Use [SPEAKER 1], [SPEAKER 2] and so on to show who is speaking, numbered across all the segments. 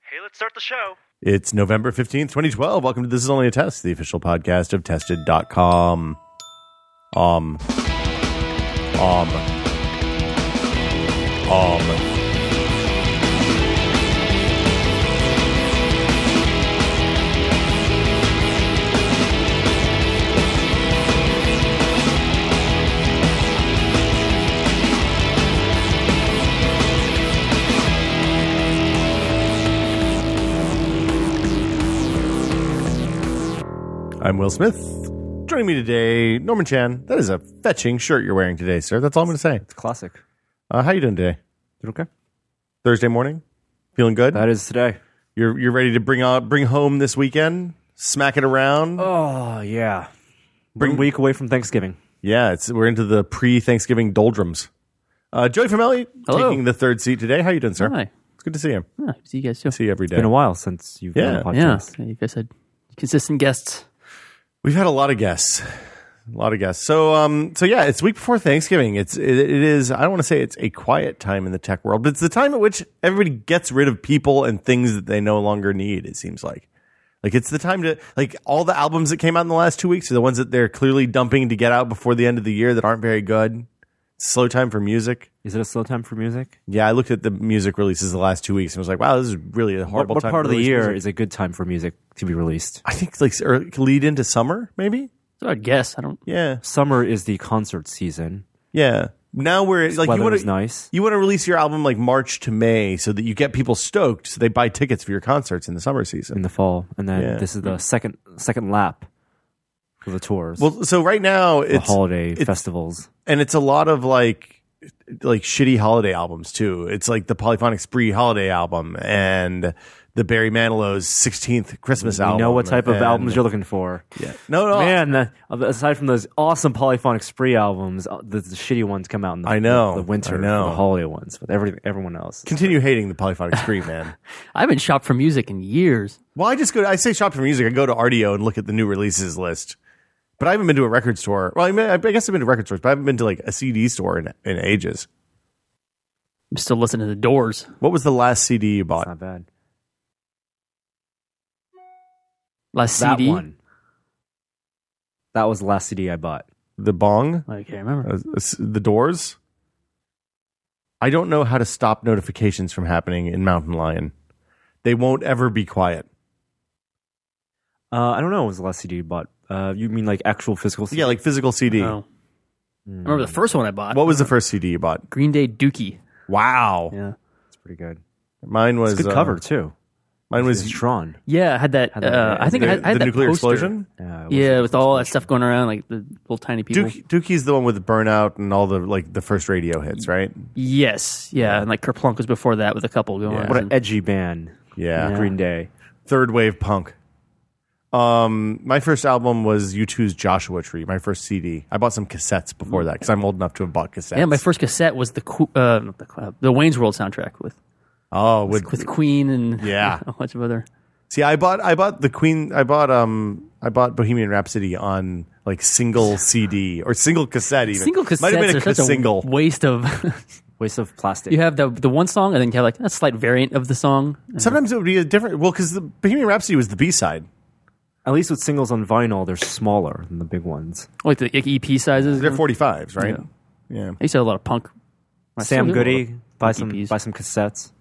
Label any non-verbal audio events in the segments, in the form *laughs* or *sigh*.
[SPEAKER 1] Hey, let's start the show.
[SPEAKER 2] It's November 15th, 2012. Welcome to This Is Only a Test, the official podcast of tested.com. Um. Um. Um. I'm Will Smith. Joining me today, Norman Chan. That is a fetching shirt you're wearing today, sir. That's all I'm going to say.
[SPEAKER 3] It's classic.
[SPEAKER 2] Uh, how you doing today?
[SPEAKER 3] Okay.
[SPEAKER 2] Thursday morning? Feeling good?
[SPEAKER 4] Uh,
[SPEAKER 3] That is today.
[SPEAKER 2] You're you're ready to bring on, bring home this weekend? Smack it around?
[SPEAKER 3] Oh yeah.
[SPEAKER 2] Mm.
[SPEAKER 3] Bring week away from Thanksgiving.
[SPEAKER 2] Yeah, it's we're into the pre-Thanksgiving doldrums. Uh, Joey Famelli
[SPEAKER 4] Hello.
[SPEAKER 2] taking the third seat today. How you doing, sir?
[SPEAKER 4] Hi.
[SPEAKER 2] It's good to see you.
[SPEAKER 4] Yeah, see you guys too.
[SPEAKER 2] See you every day.
[SPEAKER 3] Been a while since you've
[SPEAKER 2] Yeah.
[SPEAKER 3] done a
[SPEAKER 4] yeah,
[SPEAKER 3] podcast.
[SPEAKER 4] you guys had consistent guests.
[SPEAKER 2] We've had a lot of guests. A lot of guests. So um so yeah, it's week before Thanksgiving. It's it, it is I don't want to say it's a quiet time in the tech world, but it's the time at which everybody gets rid of people and things that they no longer need, it seems like. Like it's the time to like all the albums that came out in the last 2 weeks are the ones that they're clearly dumping to get out before the end of the year that aren't very good. Slow time for music.
[SPEAKER 3] Is it a slow time for music?
[SPEAKER 2] Yeah, I looked at the music releases the last 2 weeks and was like, wow, this is really a
[SPEAKER 3] What,
[SPEAKER 2] horrible
[SPEAKER 3] what
[SPEAKER 2] time
[SPEAKER 3] part
[SPEAKER 2] to
[SPEAKER 3] of the
[SPEAKER 2] release
[SPEAKER 3] year
[SPEAKER 2] music.
[SPEAKER 3] is a good time for music to be released?
[SPEAKER 2] I think like early, lead into summer maybe?
[SPEAKER 4] So I guess I don't.
[SPEAKER 2] Yeah.
[SPEAKER 3] Summer is the concert season.
[SPEAKER 2] Yeah. Now we're like you
[SPEAKER 3] weather
[SPEAKER 2] want
[SPEAKER 3] was
[SPEAKER 2] to
[SPEAKER 3] nice.
[SPEAKER 2] You want to release your album like March to May so that you get people stoked so they buy tickets for your concerts in the summer
[SPEAKER 3] in
[SPEAKER 2] season.
[SPEAKER 3] the fall, and then
[SPEAKER 2] Yeah.
[SPEAKER 3] this is the second second lap of the tours,
[SPEAKER 2] Well, so right now
[SPEAKER 3] the
[SPEAKER 2] it's
[SPEAKER 3] holiday
[SPEAKER 2] it's-
[SPEAKER 3] festivals.
[SPEAKER 2] and it's a lot of like like shitty holiday albums too. It's like the Polyphonic Spree holiday album and the Barry Manilow's 16th Christmas
[SPEAKER 3] You
[SPEAKER 2] album.
[SPEAKER 3] know what type of
[SPEAKER 2] and-
[SPEAKER 3] albums you're looking for.
[SPEAKER 2] Yeah. No, no.
[SPEAKER 3] Man, the, aside from those awesome Polyphonic Spree albums, uh, the, the shitty ones come out in the,
[SPEAKER 2] I know,
[SPEAKER 3] the winter,
[SPEAKER 2] I know.
[SPEAKER 3] the holiday ones, but every, everyone else.
[SPEAKER 2] Continue hating the Polyphonic Spree, man.
[SPEAKER 4] I haven't shopped for music in years.
[SPEAKER 2] Well, I just go. I say shop for music. I go to RDO and look at the new releases list. But I haven't been to a record store. Well, I, mean, I guess I've been to record stores, but I haven't been to like a CD store in, in ages.
[SPEAKER 4] I'm still listening to the Doors.
[SPEAKER 2] What was the last CD you bought?
[SPEAKER 3] Not bad.
[SPEAKER 4] Last
[SPEAKER 3] That
[SPEAKER 4] CD.
[SPEAKER 3] one. That was the last CD I bought.
[SPEAKER 2] The Bong,
[SPEAKER 4] I can't remember.
[SPEAKER 2] Uh, s- The Doors. I don't know how to stop notifications from happening in Mountain Lion. They won't ever be quiet.
[SPEAKER 3] Uh, I don't know. What was the last CD you bought? Uh, you mean like actual physical? CD?
[SPEAKER 2] Yeah, like physical CD.
[SPEAKER 4] No. Oh. I remember the first one I bought.
[SPEAKER 2] What was the first CD you bought?
[SPEAKER 4] Green Day Dookie.
[SPEAKER 2] Wow,
[SPEAKER 4] Yeah.
[SPEAKER 3] it's pretty good.
[SPEAKER 2] mine was
[SPEAKER 3] It's a good
[SPEAKER 2] uh,
[SPEAKER 3] cover too.
[SPEAKER 2] Mine
[SPEAKER 3] It's
[SPEAKER 2] was
[SPEAKER 3] Tron.
[SPEAKER 4] Yeah, I had that.
[SPEAKER 3] Had that,
[SPEAKER 4] uh,
[SPEAKER 3] yeah.
[SPEAKER 4] I think I
[SPEAKER 2] the,
[SPEAKER 4] had, I had
[SPEAKER 2] the
[SPEAKER 4] that
[SPEAKER 2] nuclear
[SPEAKER 4] poster.
[SPEAKER 2] explosion.
[SPEAKER 3] Uh, it was-
[SPEAKER 4] Yeah, with all that stuff going around, like the little tiny people.
[SPEAKER 2] Dookie, Dookie's the one with burnout and all the like the first radio hits, right?
[SPEAKER 4] Yes, yeah, and like Kerplunk was before that with a couple going.
[SPEAKER 2] Yeah.
[SPEAKER 4] on.
[SPEAKER 3] What an edgy band.
[SPEAKER 2] Yeah.
[SPEAKER 3] Green Day.
[SPEAKER 2] Third wave punk. Um, my first album was U2's Joshua Tree. My first CD. I bought some cassettes before that because I'm old enough to have bought cassettes.
[SPEAKER 4] yeah, my first cassette was the Qu- uh, not the, Cloud, the Wayne's World soundtrack with
[SPEAKER 2] oh, with,
[SPEAKER 4] with Queen and
[SPEAKER 2] Yeah.
[SPEAKER 4] *laughs* a bunch of other.
[SPEAKER 2] see, I bought I bought the Queen. I bought um I bought Bohemian Rhapsody on like single CD or single cassette. Even
[SPEAKER 4] Single cassettes
[SPEAKER 2] might have been
[SPEAKER 4] are
[SPEAKER 2] a
[SPEAKER 4] such a
[SPEAKER 2] single.
[SPEAKER 4] waste of. *laughs*
[SPEAKER 3] Waste of plastic.
[SPEAKER 4] you have the the one song, and then you have like a slight variant of the song.
[SPEAKER 2] Sometimes it would be a different. Well, because the Bohemian Rhapsody was the B side.
[SPEAKER 3] At least with singles on vinyl, they're smaller than the big ones.
[SPEAKER 4] Like the like EP sizes.
[SPEAKER 2] They're
[SPEAKER 4] I
[SPEAKER 2] 45s, right? yeah.
[SPEAKER 4] used to have a lot of punk. I still
[SPEAKER 3] Sam
[SPEAKER 4] do.
[SPEAKER 3] Goody, buy some
[SPEAKER 4] EPs.
[SPEAKER 3] buy some cassettes.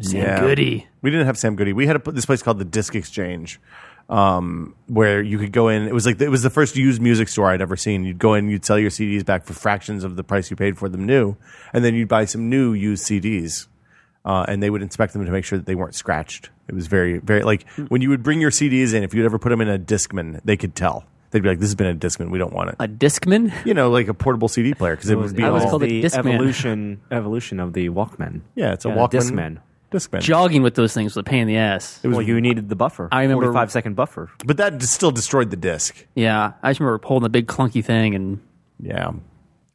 [SPEAKER 4] Sam
[SPEAKER 2] Yeah.
[SPEAKER 4] Goody.
[SPEAKER 2] We didn't have Sam Goody. We had a, this place called the Disc Exchange, um, where you could go in. It was like it was the first used music store I'd ever seen. You'd go in, you'd sell your CDs back for fractions of the price you paid for them new, and then you'd buy some new used CDs, uh, and they would inspect them to make sure that they weren't scratched. It was very, very like when you would bring your CDs in. If you'd ever put them in a Discman, they could tell. They'd be like, "This has been a Discman. We don't want it."
[SPEAKER 4] A Discman.
[SPEAKER 2] You know, like a portable CD player because it, would be
[SPEAKER 4] I was
[SPEAKER 2] all.
[SPEAKER 4] called a
[SPEAKER 3] the
[SPEAKER 4] Discman.
[SPEAKER 3] evolution evolution of the Walkman.
[SPEAKER 2] yeah, it's a
[SPEAKER 3] Yeah,
[SPEAKER 2] Walkman.
[SPEAKER 3] Discman.
[SPEAKER 2] Discman.
[SPEAKER 4] Jogging with those things was a pain in the ass.
[SPEAKER 3] Well, you needed the buffer.
[SPEAKER 4] I remember-
[SPEAKER 3] forty five second buffer.
[SPEAKER 2] but that d- still destroyed the disc.
[SPEAKER 4] Yeah, I just remember pulling the big clunky thing and
[SPEAKER 2] Yeah.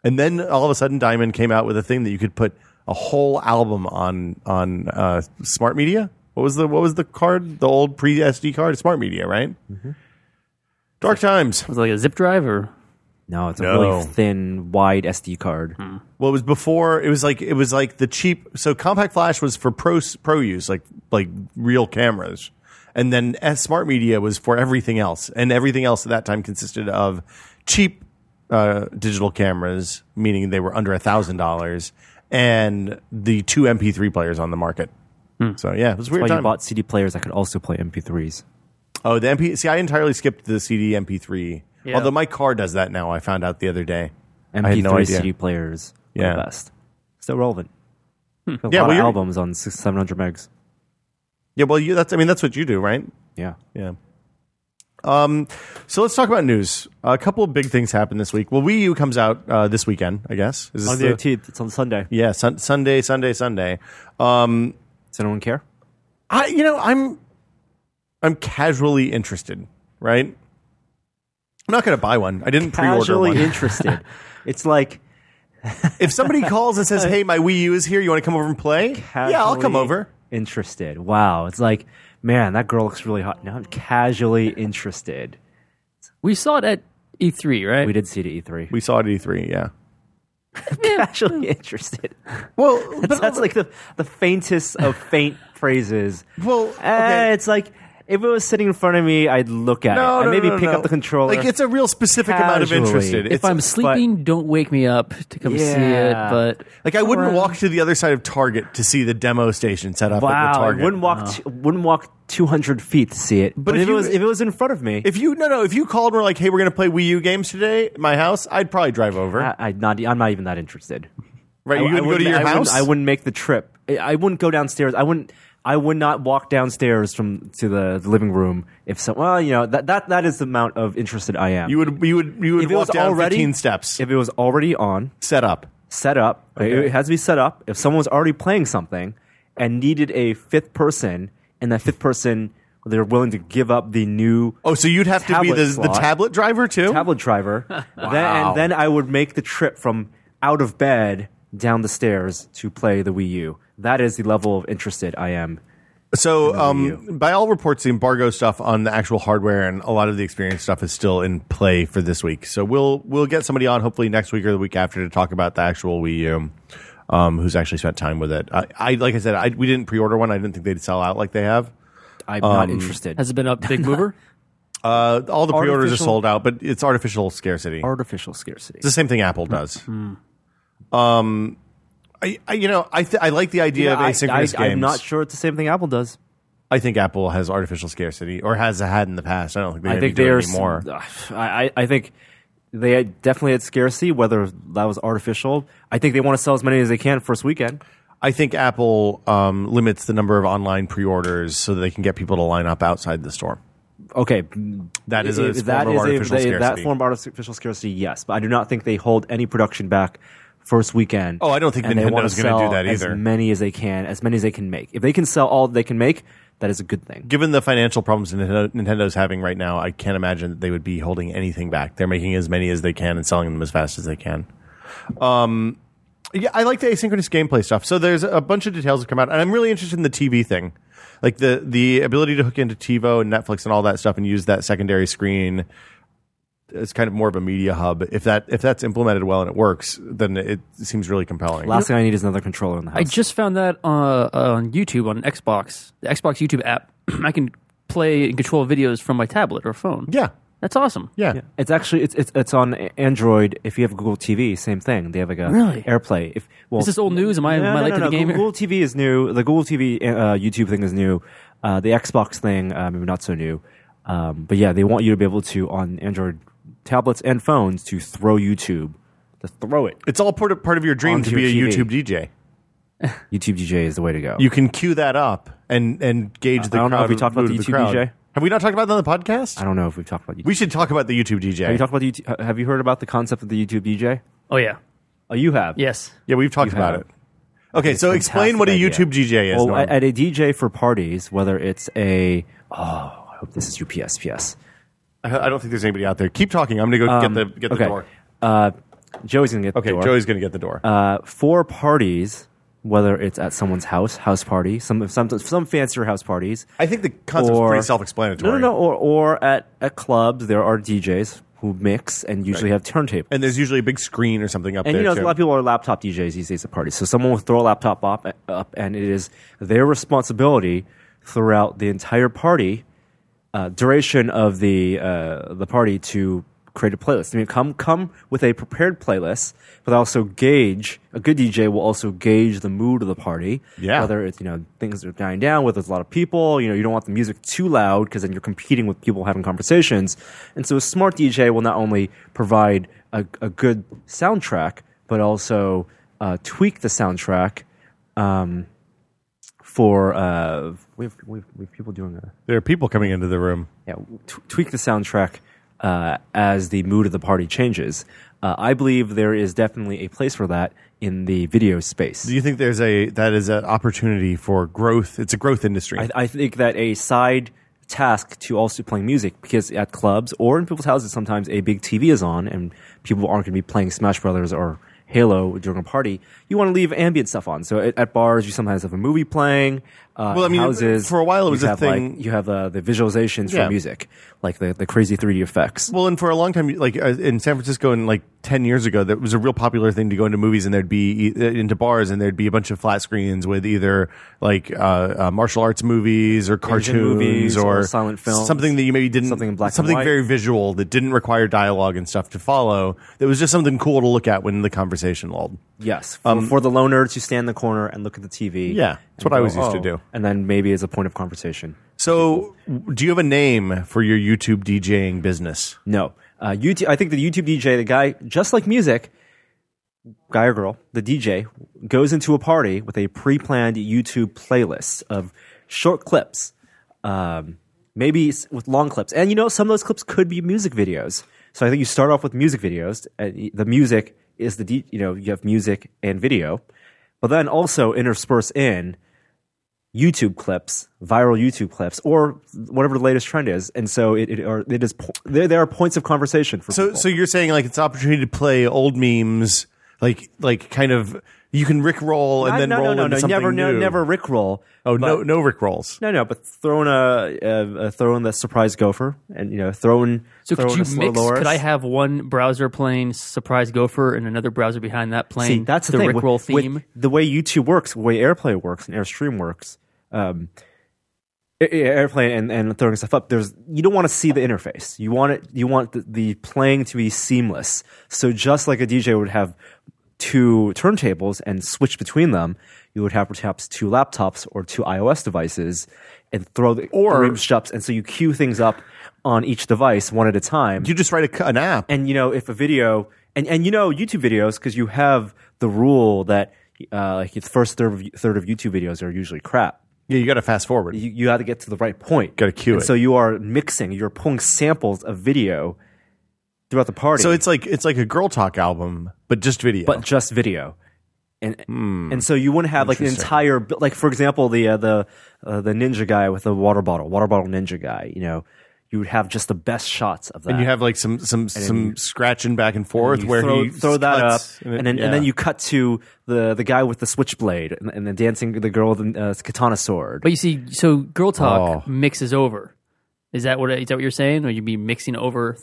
[SPEAKER 2] And then all of a sudden, Diamond came out with a thing that you could put a whole album on on uh, smart media. What was the what was the card? The old pre SD card, smart media, right? Dark times.
[SPEAKER 4] was it like a zip drive or
[SPEAKER 3] No, it's a
[SPEAKER 2] No.
[SPEAKER 3] really thin, wide SD card.
[SPEAKER 2] Well, it was before. It was like it was like the cheap. So compact flash was for pro pro use, like like real cameras, and then S smart media was for everything else, and everything else at that time consisted of cheap uh, digital cameras, meaning they were under a thousand dollars, and the two MP3 players on the market. So yeah, it was a
[SPEAKER 3] Hmm. That's
[SPEAKER 2] weird
[SPEAKER 3] why you
[SPEAKER 2] time.
[SPEAKER 3] bought CD players that could also play MP3s.
[SPEAKER 2] oh, the MP. See, I entirely skipped the CD MP3.
[SPEAKER 4] Yeah.
[SPEAKER 2] Although my car does that now, I found out the other day.
[SPEAKER 3] MP3
[SPEAKER 2] I had no idea.
[SPEAKER 3] CD players are
[SPEAKER 2] Yeah.
[SPEAKER 3] the best. Still relevant. A
[SPEAKER 2] Yeah,
[SPEAKER 3] lot
[SPEAKER 2] well,
[SPEAKER 3] of
[SPEAKER 2] you're-
[SPEAKER 3] albums on six, 700 megs.
[SPEAKER 2] Yeah, well, you, that's. I mean, that's what you do, right?
[SPEAKER 3] Yeah.
[SPEAKER 2] Yeah. Um, so let's talk about news. A couple of big things happened this week. Well, Wii U comes out uh, this weekend, I guess. Is this
[SPEAKER 3] On the 18th, it's on Sunday.
[SPEAKER 2] yeah, sun- Sunday, Sunday, Sunday. Um,
[SPEAKER 3] Does anyone care?
[SPEAKER 2] I, you know, I'm, I'm casually interested, right? I'm not going to buy one. I didn't pre-order
[SPEAKER 3] Casually
[SPEAKER 2] *laughs* one.
[SPEAKER 3] interested. It's like
[SPEAKER 2] if somebody calls and says,
[SPEAKER 3] *laughs*
[SPEAKER 2] "Hey, my Wii U is here. You want to come over and play?" yeah, I'll come
[SPEAKER 3] casually
[SPEAKER 2] over.
[SPEAKER 3] Interested. Wow. It's like, man, that girl looks really hot. Now I'm casually interested.
[SPEAKER 4] We saw it at E3, right?
[SPEAKER 3] We did see the E3.
[SPEAKER 2] We saw it at E E3. Yeah.
[SPEAKER 3] *laughs* casually interested. *laughs*
[SPEAKER 2] Well,
[SPEAKER 3] That's, that's like the, the
[SPEAKER 2] *laughs*
[SPEAKER 3] faintest of faint phrases.
[SPEAKER 2] Well, okay.
[SPEAKER 3] Eh, it's like if it was sitting in front of me, I'd look at
[SPEAKER 2] no,
[SPEAKER 3] it and
[SPEAKER 2] no,
[SPEAKER 3] maybe
[SPEAKER 2] no,
[SPEAKER 3] pick
[SPEAKER 2] no.
[SPEAKER 3] up the controller.
[SPEAKER 2] Like it's a real specific amount of
[SPEAKER 3] Casually.
[SPEAKER 2] interested.
[SPEAKER 3] If
[SPEAKER 2] It's-
[SPEAKER 4] if I'm sleeping, don't wake me up to come see it.
[SPEAKER 3] Yeah.
[SPEAKER 4] But
[SPEAKER 2] Like I wouldn't
[SPEAKER 4] Alright.
[SPEAKER 2] walk to the other side of Target to see the demo station set up at the
[SPEAKER 3] wow, I
[SPEAKER 2] Target. Uh-huh.
[SPEAKER 3] wouldn't walk t- wouldn't walk two hundred feet to see it. But,
[SPEAKER 2] if
[SPEAKER 3] if,
[SPEAKER 2] you-
[SPEAKER 3] it was if it was in front of me,
[SPEAKER 2] if you no no if you called and were like, hey, we're gonna play Wii U games today at my house, I'd probably drive over.
[SPEAKER 3] I, I'd not. I'm not even that interested.
[SPEAKER 2] right?
[SPEAKER 3] I-
[SPEAKER 2] You
[SPEAKER 3] I
[SPEAKER 2] wouldn't go to your
[SPEAKER 3] I
[SPEAKER 2] house.
[SPEAKER 3] I wouldn't make the trip. I- I wouldn't go downstairs. I wouldn't. I would not walk downstairs from to the, the living room if so. Well, you know that, that that is the amount of interested I am.
[SPEAKER 2] You would you would you would
[SPEAKER 3] if it
[SPEAKER 2] walk
[SPEAKER 3] was
[SPEAKER 2] down
[SPEAKER 3] already
[SPEAKER 2] 15 steps.
[SPEAKER 3] If it was already on,
[SPEAKER 2] set up.
[SPEAKER 3] set up. It has to be set up. If someone was already playing something and needed a fifth person, and that fifth person they're willing to give up the new
[SPEAKER 2] Oh, so you'd have to be
[SPEAKER 3] Tablet
[SPEAKER 2] the, the
[SPEAKER 3] slot.
[SPEAKER 2] tablet driver too.
[SPEAKER 3] tablet *laughs* driver, then,
[SPEAKER 2] Wow.
[SPEAKER 3] and then I would make the trip from out of bed down the stairs to play the Wii U. That is the level of interested I am.
[SPEAKER 2] So, um, by all reports, the embargo stuff on the actual hardware and a lot of the experience stuff is still in play for this week. So we'll we'll get somebody on hopefully next week or the week after to talk about the actual Wii U, um, who's actually spent time with it. I, I like I said, I, we didn't pre-order one. I didn't think they'd sell out like they have.
[SPEAKER 3] I'm not interested.
[SPEAKER 4] has it been a big *laughs* mover?
[SPEAKER 2] Uh, all the pre-orders are
[SPEAKER 3] Artificial-
[SPEAKER 2] sold out, but it's artificial scarcity.
[SPEAKER 3] Artificial scarcity.
[SPEAKER 2] it's the same thing Apple does.
[SPEAKER 3] Hmm.
[SPEAKER 2] Um, I, I you know I th- I like the idea of asynchronous
[SPEAKER 3] I,
[SPEAKER 2] games.
[SPEAKER 3] I, I'm not sure it's the same thing Apple does.
[SPEAKER 2] I think Apple has artificial scarcity or has had in the past. I don't think they
[SPEAKER 3] I think
[SPEAKER 2] do it
[SPEAKER 3] there's
[SPEAKER 2] anymore.
[SPEAKER 3] I, I I think they had- definitely had scarcity, whether that was artificial. I think they want to sell as many as they can first weekend.
[SPEAKER 2] I think Apple um, limits the number of online pre-orders so that they can get people to line up outside the store.
[SPEAKER 3] Okay,
[SPEAKER 2] That is a
[SPEAKER 3] If
[SPEAKER 2] form of
[SPEAKER 3] is a-
[SPEAKER 2] artificial
[SPEAKER 3] they- that
[SPEAKER 2] scarcity.
[SPEAKER 3] form of artificial scarcity. Yes, but I do not think they hold any production back first weekend.
[SPEAKER 2] Oh, I don't think
[SPEAKER 3] and they
[SPEAKER 2] Nintendo's
[SPEAKER 3] want
[SPEAKER 2] gonna do
[SPEAKER 3] sell
[SPEAKER 2] that either.
[SPEAKER 3] As many as they can, as many as they can make. If they can sell all they can make, that is a good thing.
[SPEAKER 2] Given the financial problems Nintendo, Nintendo's having right now, I can't imagine that they would be holding anything back. They're making as many as they can and selling them as fast as they can. Um, yeah, I like the asynchronous gameplay stuff. So there's a bunch of details that come out, and I'm really interested in the TV thing, like the the ability to hook into TiVo and Netflix and all that stuff, and use that secondary screen. It's kind of more of a media hub. If that if that's implemented well and it works, then it seems really compelling.
[SPEAKER 3] Last thing I need is another controller in the house.
[SPEAKER 4] I just found that uh, on YouTube on Xbox, the Xbox YouTube app. *clears throat* I can play and control videos from my tablet or phone.
[SPEAKER 2] yeah,
[SPEAKER 4] that's awesome.
[SPEAKER 2] yeah.
[SPEAKER 3] Yeah. It's actually it's, it's it's on A- Android. If you have Google TV, same thing. They have like a
[SPEAKER 4] Really?
[SPEAKER 3] AirPlay. If well,
[SPEAKER 4] Is this old news? Am I- am I late to the game here?
[SPEAKER 3] Google TV is new. The Google TV uh, YouTube thing is new. Uh, the Xbox thing uh, maybe not so new. Um, but yeah, they want you to be able to on Android tablets and phones to throw YouTube, to throw it.
[SPEAKER 2] It's all part of, part of your dream
[SPEAKER 3] Onto
[SPEAKER 2] to be
[SPEAKER 3] your
[SPEAKER 2] a
[SPEAKER 3] TV.
[SPEAKER 2] YouTube DJ.
[SPEAKER 3] YouTube DJ is the way to go.
[SPEAKER 2] you can cue that up and and gauge the
[SPEAKER 3] I don't know
[SPEAKER 2] crowd.
[SPEAKER 3] if we talked about
[SPEAKER 2] mood
[SPEAKER 3] the E
[SPEAKER 2] of
[SPEAKER 3] YouTube
[SPEAKER 2] crowd.
[SPEAKER 3] DJ.
[SPEAKER 2] Have we not talked about that on the podcast?
[SPEAKER 3] I don't know if we've talked about YouTube.
[SPEAKER 2] We should talk about the YouTube DJ.
[SPEAKER 3] have you talked about YouTube? Have you heard about the concept of the YouTube DJ?
[SPEAKER 4] Oh yeah,
[SPEAKER 3] Oh, you have.
[SPEAKER 4] yes.
[SPEAKER 2] yeah, we've talked
[SPEAKER 3] You
[SPEAKER 2] about
[SPEAKER 3] have.
[SPEAKER 2] it. Okay, so explain what a
[SPEAKER 3] Fantastic
[SPEAKER 2] YouTube DJ is.
[SPEAKER 3] Well,
[SPEAKER 2] Norm.
[SPEAKER 3] at, at a DJ for parties, whether it's a oh, I hope this is UPSPS.
[SPEAKER 2] I I don't think there's anybody out there. Keep talking. I'm going to go get the get the
[SPEAKER 3] Um, okay,
[SPEAKER 2] door.
[SPEAKER 3] Uh, Joey's gonna get
[SPEAKER 2] Okay,
[SPEAKER 3] the door.
[SPEAKER 2] Joey's going to get the door.
[SPEAKER 3] uh, for parties, whether it's at someone's house, house party, some some some fancier house parties.
[SPEAKER 2] I think the concept's
[SPEAKER 3] or-
[SPEAKER 2] pretty self-explanatory.
[SPEAKER 3] No, no, no. Or or at at clubs, there are DJs who who mix and usually have turntables.
[SPEAKER 2] And there's usually a big screen or something up
[SPEAKER 3] And
[SPEAKER 2] there
[SPEAKER 3] you know,
[SPEAKER 2] too.
[SPEAKER 3] a lot of people are laptop DJs these days at parties. So someone will throw a laptop up, up and it is their responsibility throughout the entire party uh, duration of the uh, the party to create a playlist. I mean, come come with a prepared playlist, but also gauge. A good DJ will also gauge the mood of the party.
[SPEAKER 2] Yeah.
[SPEAKER 3] whether it's you know things are dying down, whether there's a lot of people. You know, you don't want the music too loud because then you're competing with people having conversations. And so, a smart DJ will not only provide a, a good soundtrack, but also uh, tweak the soundtrack. Um, for uh, we have, we have we have people doing a
[SPEAKER 2] there are people coming into the room.
[SPEAKER 3] yeah, t- tweak the soundtrack uh, as the mood of the party changes. Uh, I believe there is definitely a place for that in the video space.
[SPEAKER 2] Do you think there's a that is an opportunity for growth? It's a growth industry.
[SPEAKER 3] I, I think that a side task to also playing music because at clubs or in people's houses sometimes a big TV is on and people aren't going to be playing Smash Brothers or Halo during a party. You want to leave ambient stuff on. So at, at bars, you sometimes have a movie playing. Uh,
[SPEAKER 2] Well, I
[SPEAKER 3] in
[SPEAKER 2] mean,
[SPEAKER 3] houses
[SPEAKER 2] for a while it
[SPEAKER 3] you
[SPEAKER 2] was a
[SPEAKER 3] have, like-
[SPEAKER 2] thing-
[SPEAKER 3] you have uh, the visualizations
[SPEAKER 2] Yeah.
[SPEAKER 3] for music, like the the crazy 3D effects.
[SPEAKER 2] Well, and for a long time, like uh, in San Francisco, and like ten years ago, that was a real popular thing to go into movies, and there'd be uh, into bars, and there'd be a bunch of flat screens with either like uh, uh, martial arts movies or cartoons
[SPEAKER 3] movies
[SPEAKER 2] or,
[SPEAKER 3] or silent films.
[SPEAKER 2] something that you maybe didn't
[SPEAKER 3] Something in black and
[SPEAKER 2] something
[SPEAKER 3] white.
[SPEAKER 2] very visual that didn't require dialogue and stuff to follow. That was just something cool to look at when the conversation lulled.
[SPEAKER 3] Yes, for, for the loner to stand in the corner and look at the TV.
[SPEAKER 2] Um, Yeah, that's what
[SPEAKER 3] and "Oh."
[SPEAKER 2] I always used to do.
[SPEAKER 3] And then maybe as a point of conversation.
[SPEAKER 2] So, w- do you have a name for your YouTube DJing business?
[SPEAKER 3] No, uh, YouTube. I think the YouTube DJ, the guy, just like music, guy or girl, the DJ goes into a party with a pre-planned YouTube playlist of short clips, um, maybe s- with long clips, and you know some of those clips could be music videos. So I think you start off with music videos. And y- the music is the D, you know you have music and video, but then also intersperse in YouTube clips, viral YouTube clips, or whatever the latest trend is. And so it, it are it is po- there there are points of conversation for
[SPEAKER 2] So,
[SPEAKER 3] people.
[SPEAKER 2] so you're saying like it's an opportunity to play old memes, like like kind of you can rickroll and
[SPEAKER 3] I-
[SPEAKER 2] then
[SPEAKER 3] no,
[SPEAKER 2] roll
[SPEAKER 3] no, no,
[SPEAKER 2] into
[SPEAKER 3] no,
[SPEAKER 2] something
[SPEAKER 3] never, no,
[SPEAKER 2] new.
[SPEAKER 3] never Rickroll.
[SPEAKER 2] Oh
[SPEAKER 3] but-
[SPEAKER 2] no, no rickrolls.
[SPEAKER 3] No, no, but throw in a, a, a throw in the surprise gopher, and you know, throw in.
[SPEAKER 4] So
[SPEAKER 3] throw
[SPEAKER 4] could
[SPEAKER 3] in
[SPEAKER 4] you
[SPEAKER 3] a slow
[SPEAKER 4] mix?
[SPEAKER 3] Loris.
[SPEAKER 4] Could I have one browser playing Surprise Gopher and another browser behind that playing
[SPEAKER 3] See, that's the, thing. with-
[SPEAKER 4] Rickroll
[SPEAKER 3] with
[SPEAKER 4] theme?
[SPEAKER 3] the way YouTube works, the way AirPlay works and AirStream works, um, A- A- AirPlay and, and throwing stuff up. There's you don't want to see the interface. You want it. You want the, the playing to be seamless. So just like a DJ would have two turntables and switch between them, you would have perhaps two laptops or two iOS devices and throw the
[SPEAKER 2] Or-
[SPEAKER 3] throw shops. And so you queue things up on each device one at a time
[SPEAKER 2] You just write a, c- an app.
[SPEAKER 3] and you know if a video and and you know YouTube videos because you have the rule that uh, like the first third of, third of YouTube videos are usually crap.
[SPEAKER 2] yeah, you got to fast forward.
[SPEAKER 3] You you got to get to the right point.
[SPEAKER 2] Gotta cue
[SPEAKER 3] And
[SPEAKER 2] it.
[SPEAKER 3] So you are mixing. You're pulling samples of video throughout the party.
[SPEAKER 2] so it's like it's like a girl talk album, but just video.
[SPEAKER 3] but just video. And and so you wouldn't have like an
[SPEAKER 2] Hmm. Interesting.
[SPEAKER 3] entire bu- like for example the uh, the uh, the ninja guy with the water bottle water bottle ninja guy you know you would have just the best shots of that
[SPEAKER 2] and you have like some some some scratching back and forth
[SPEAKER 3] you
[SPEAKER 2] where
[SPEAKER 3] throw,
[SPEAKER 2] he
[SPEAKER 3] throw that up,
[SPEAKER 2] cuts
[SPEAKER 3] and,
[SPEAKER 2] it-
[SPEAKER 3] then
[SPEAKER 2] yeah.
[SPEAKER 3] and then you cut to the the guy with the switchblade and, and the dancing the girl with the uh, katana sword.
[SPEAKER 4] But you see, so girl talk
[SPEAKER 2] Oh.
[SPEAKER 4] mixes over. Is that what is that what you're saying? Or you'd be mixing over,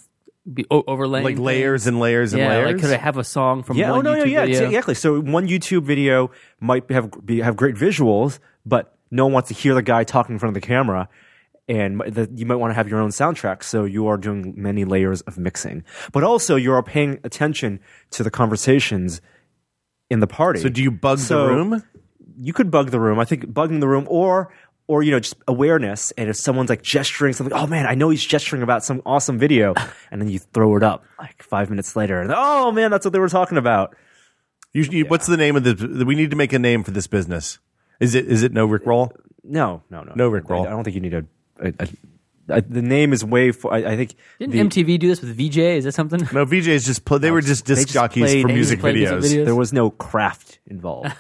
[SPEAKER 4] be o- overlaying
[SPEAKER 2] like
[SPEAKER 4] things?
[SPEAKER 2] layers and layers and
[SPEAKER 4] Yeah,
[SPEAKER 2] layers.
[SPEAKER 4] like could I have a song from
[SPEAKER 3] yeah,
[SPEAKER 4] one
[SPEAKER 3] oh no,
[SPEAKER 4] YouTube
[SPEAKER 3] no, yeah,
[SPEAKER 4] video?
[SPEAKER 3] exactly. So one YouTube video might have be, have great visuals, but no one wants to hear the guy talking in front of the camera. And the, you might want to have your own soundtrack, so you are doing many layers of mixing. But also, you are paying attention to the conversations in the party.
[SPEAKER 2] so do you bug
[SPEAKER 3] So-
[SPEAKER 2] the room?
[SPEAKER 3] you could bug the room. I think bugging the room or or you know just awareness and if someone's like gesturing something oh man i know he's gesturing about some awesome video and then you throw it up like five minutes later and oh man that's what they were talking about
[SPEAKER 2] You, you, What's the name of the? We need to make a name for this business. Is it is it no rickroll?
[SPEAKER 3] no no no
[SPEAKER 2] No Rickroll.
[SPEAKER 3] i don't think you need a, a, a- I- the name is way for i, I think
[SPEAKER 4] Didn't
[SPEAKER 3] the,
[SPEAKER 4] MTV do this with VJ? Is that something?
[SPEAKER 2] No, VJs just play. They were just disc
[SPEAKER 3] just
[SPEAKER 2] jockeys
[SPEAKER 3] played-
[SPEAKER 2] for
[SPEAKER 3] they just
[SPEAKER 2] music
[SPEAKER 4] played music
[SPEAKER 2] videos.
[SPEAKER 4] videos.
[SPEAKER 3] there was no craft involved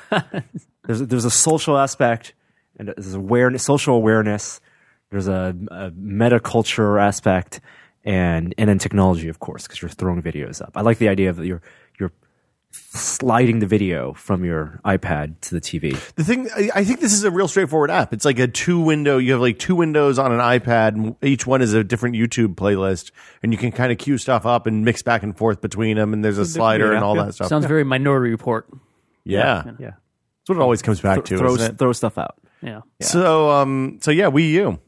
[SPEAKER 3] there's, a, there's a social aspect and there's awareness social awareness there's a, a meta culture aspect and and then technology of course because you're throwing videos up i like the idea of your your sliding the video from your iPad to the TV.
[SPEAKER 2] The thing I, I think this is a real straightforward app. It's like a two window. You have like two windows on an iPad. and Each one is a different YouTube playlist, and you can kind of queue stuff up and mix back and forth between them. And there's a slider and all
[SPEAKER 3] yeah.
[SPEAKER 2] that stuff.
[SPEAKER 4] Sounds very Minority Report.
[SPEAKER 2] yeah. that's
[SPEAKER 3] Yeah,
[SPEAKER 2] what it always comes back to.
[SPEAKER 3] throw
[SPEAKER 2] isn't it?
[SPEAKER 3] throw stuff out.
[SPEAKER 4] Yeah.
[SPEAKER 2] So um so yeah, Wii U.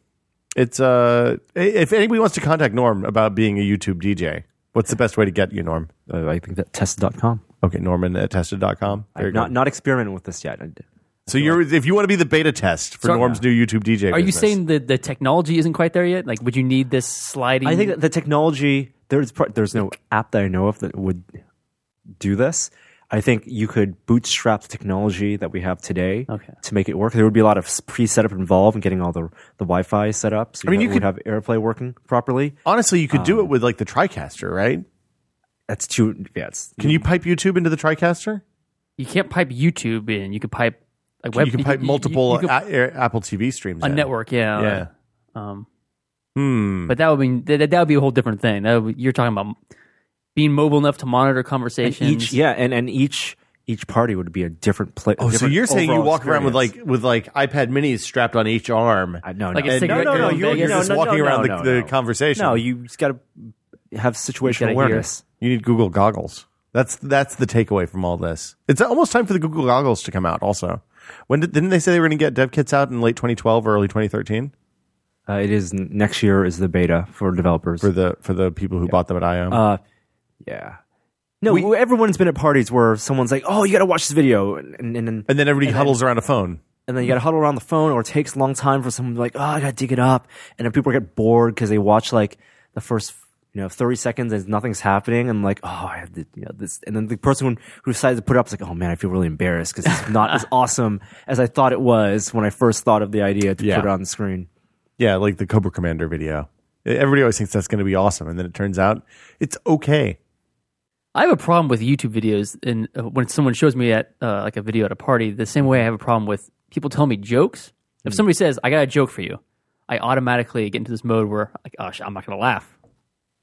[SPEAKER 2] It's uh i- if anybody wants to contact Norm about being a YouTube DJ, what's the best way to get you, Norm?
[SPEAKER 3] Uh, I think that Tesla.com.
[SPEAKER 2] Okay, Norman at tested.com. There you
[SPEAKER 3] Not
[SPEAKER 2] go.
[SPEAKER 3] not experimenting with this yet. I did.
[SPEAKER 2] So you're if you want to be the beta test for
[SPEAKER 4] So-
[SPEAKER 2] Norm's new YouTube DJ.
[SPEAKER 4] Are you
[SPEAKER 2] business.
[SPEAKER 4] saying that the technology isn't quite there yet? Like, would you need this sliding?
[SPEAKER 3] I think that the technology there's pro- there's no app that I know of that would do this. I think you could bootstrap the technology that we have today
[SPEAKER 4] Okay.
[SPEAKER 3] to make it work. There would be a lot of s- pre-setup involved and getting all the the Wi-Fi set up. So
[SPEAKER 2] I mean,
[SPEAKER 3] ha-
[SPEAKER 2] you
[SPEAKER 3] would
[SPEAKER 2] could-
[SPEAKER 3] have AirPlay working properly.
[SPEAKER 2] honestly you could do
[SPEAKER 4] Oh.
[SPEAKER 2] it with like the TriCaster, right?
[SPEAKER 3] That's too. Yeah, it's
[SPEAKER 2] Can you pipe YouTube into the TriCaster?
[SPEAKER 4] you can't pipe YouTube in. You could pipe like web.
[SPEAKER 2] you can pipe multiple
[SPEAKER 4] you could-
[SPEAKER 2] a- a- Apple TV streams.
[SPEAKER 4] a
[SPEAKER 2] in.
[SPEAKER 4] network. Yeah.
[SPEAKER 2] Yeah.
[SPEAKER 4] Um, hmm. But that would mean that, that would be a whole different thing. That would, you're talking about being mobile enough to monitor conversations.
[SPEAKER 3] each. Yeah, and and each each party would be a different place.
[SPEAKER 2] Oh, so you're saying you walk around with like with like iPad minis strapped on each arm.
[SPEAKER 3] I, no,
[SPEAKER 4] Like
[SPEAKER 3] no,
[SPEAKER 4] a
[SPEAKER 3] And-
[SPEAKER 4] cigarette
[SPEAKER 3] no, no, no,
[SPEAKER 4] girl in
[SPEAKER 3] you're,
[SPEAKER 4] Vegas.
[SPEAKER 3] no,
[SPEAKER 2] just
[SPEAKER 3] no,
[SPEAKER 2] walking
[SPEAKER 3] no,
[SPEAKER 2] around
[SPEAKER 3] no,
[SPEAKER 2] the, the
[SPEAKER 3] no.
[SPEAKER 2] conversation.
[SPEAKER 3] No, you just got to have situational
[SPEAKER 4] hear.
[SPEAKER 3] awareness.
[SPEAKER 2] You need Google goggles. That's that's the takeaway from all this. It's almost time for the Google goggles to come out. Also, when did, didn't they say they were going to get dev kits out in late 2012 or early 2013
[SPEAKER 3] Uh, it is n- next year is the beta for developers.
[SPEAKER 2] for the for the people who bought them at IOM?
[SPEAKER 4] Uh,
[SPEAKER 3] yeah. No, everyone's been at parties where someone's like, "Oh, you got to watch this video," and and, and, then,
[SPEAKER 2] and then everybody huddles around a phone.
[SPEAKER 3] and then you got to huddle around the phone, or it takes a long time for someone to be like, "Oh, I got to dig it up," and then people get bored because they watch like the first you know thirty seconds and nothing's happening, and like, "Oh, I had to, you know this," and then the person who, who decided to put it up is like, "Oh man, I feel really embarrassed because it's not *laughs* as awesome as I thought it was when I first thought of the idea to
[SPEAKER 2] Yeah.
[SPEAKER 3] put it on the screen."
[SPEAKER 2] Yeah, like the Cobra Commander video. E, Everybody always thinks that's going to be awesome, and then it turns out it's okay.
[SPEAKER 4] I have a problem with YouTube videos, and uh, when someone shows me at uh, like a video at a party, the same way I have a problem with people telling me jokes. If
[SPEAKER 2] Hmm.
[SPEAKER 4] somebody says, "I got a joke for you," I automatically get into this mode where, like, "Oh, shit, I'm not gonna laugh."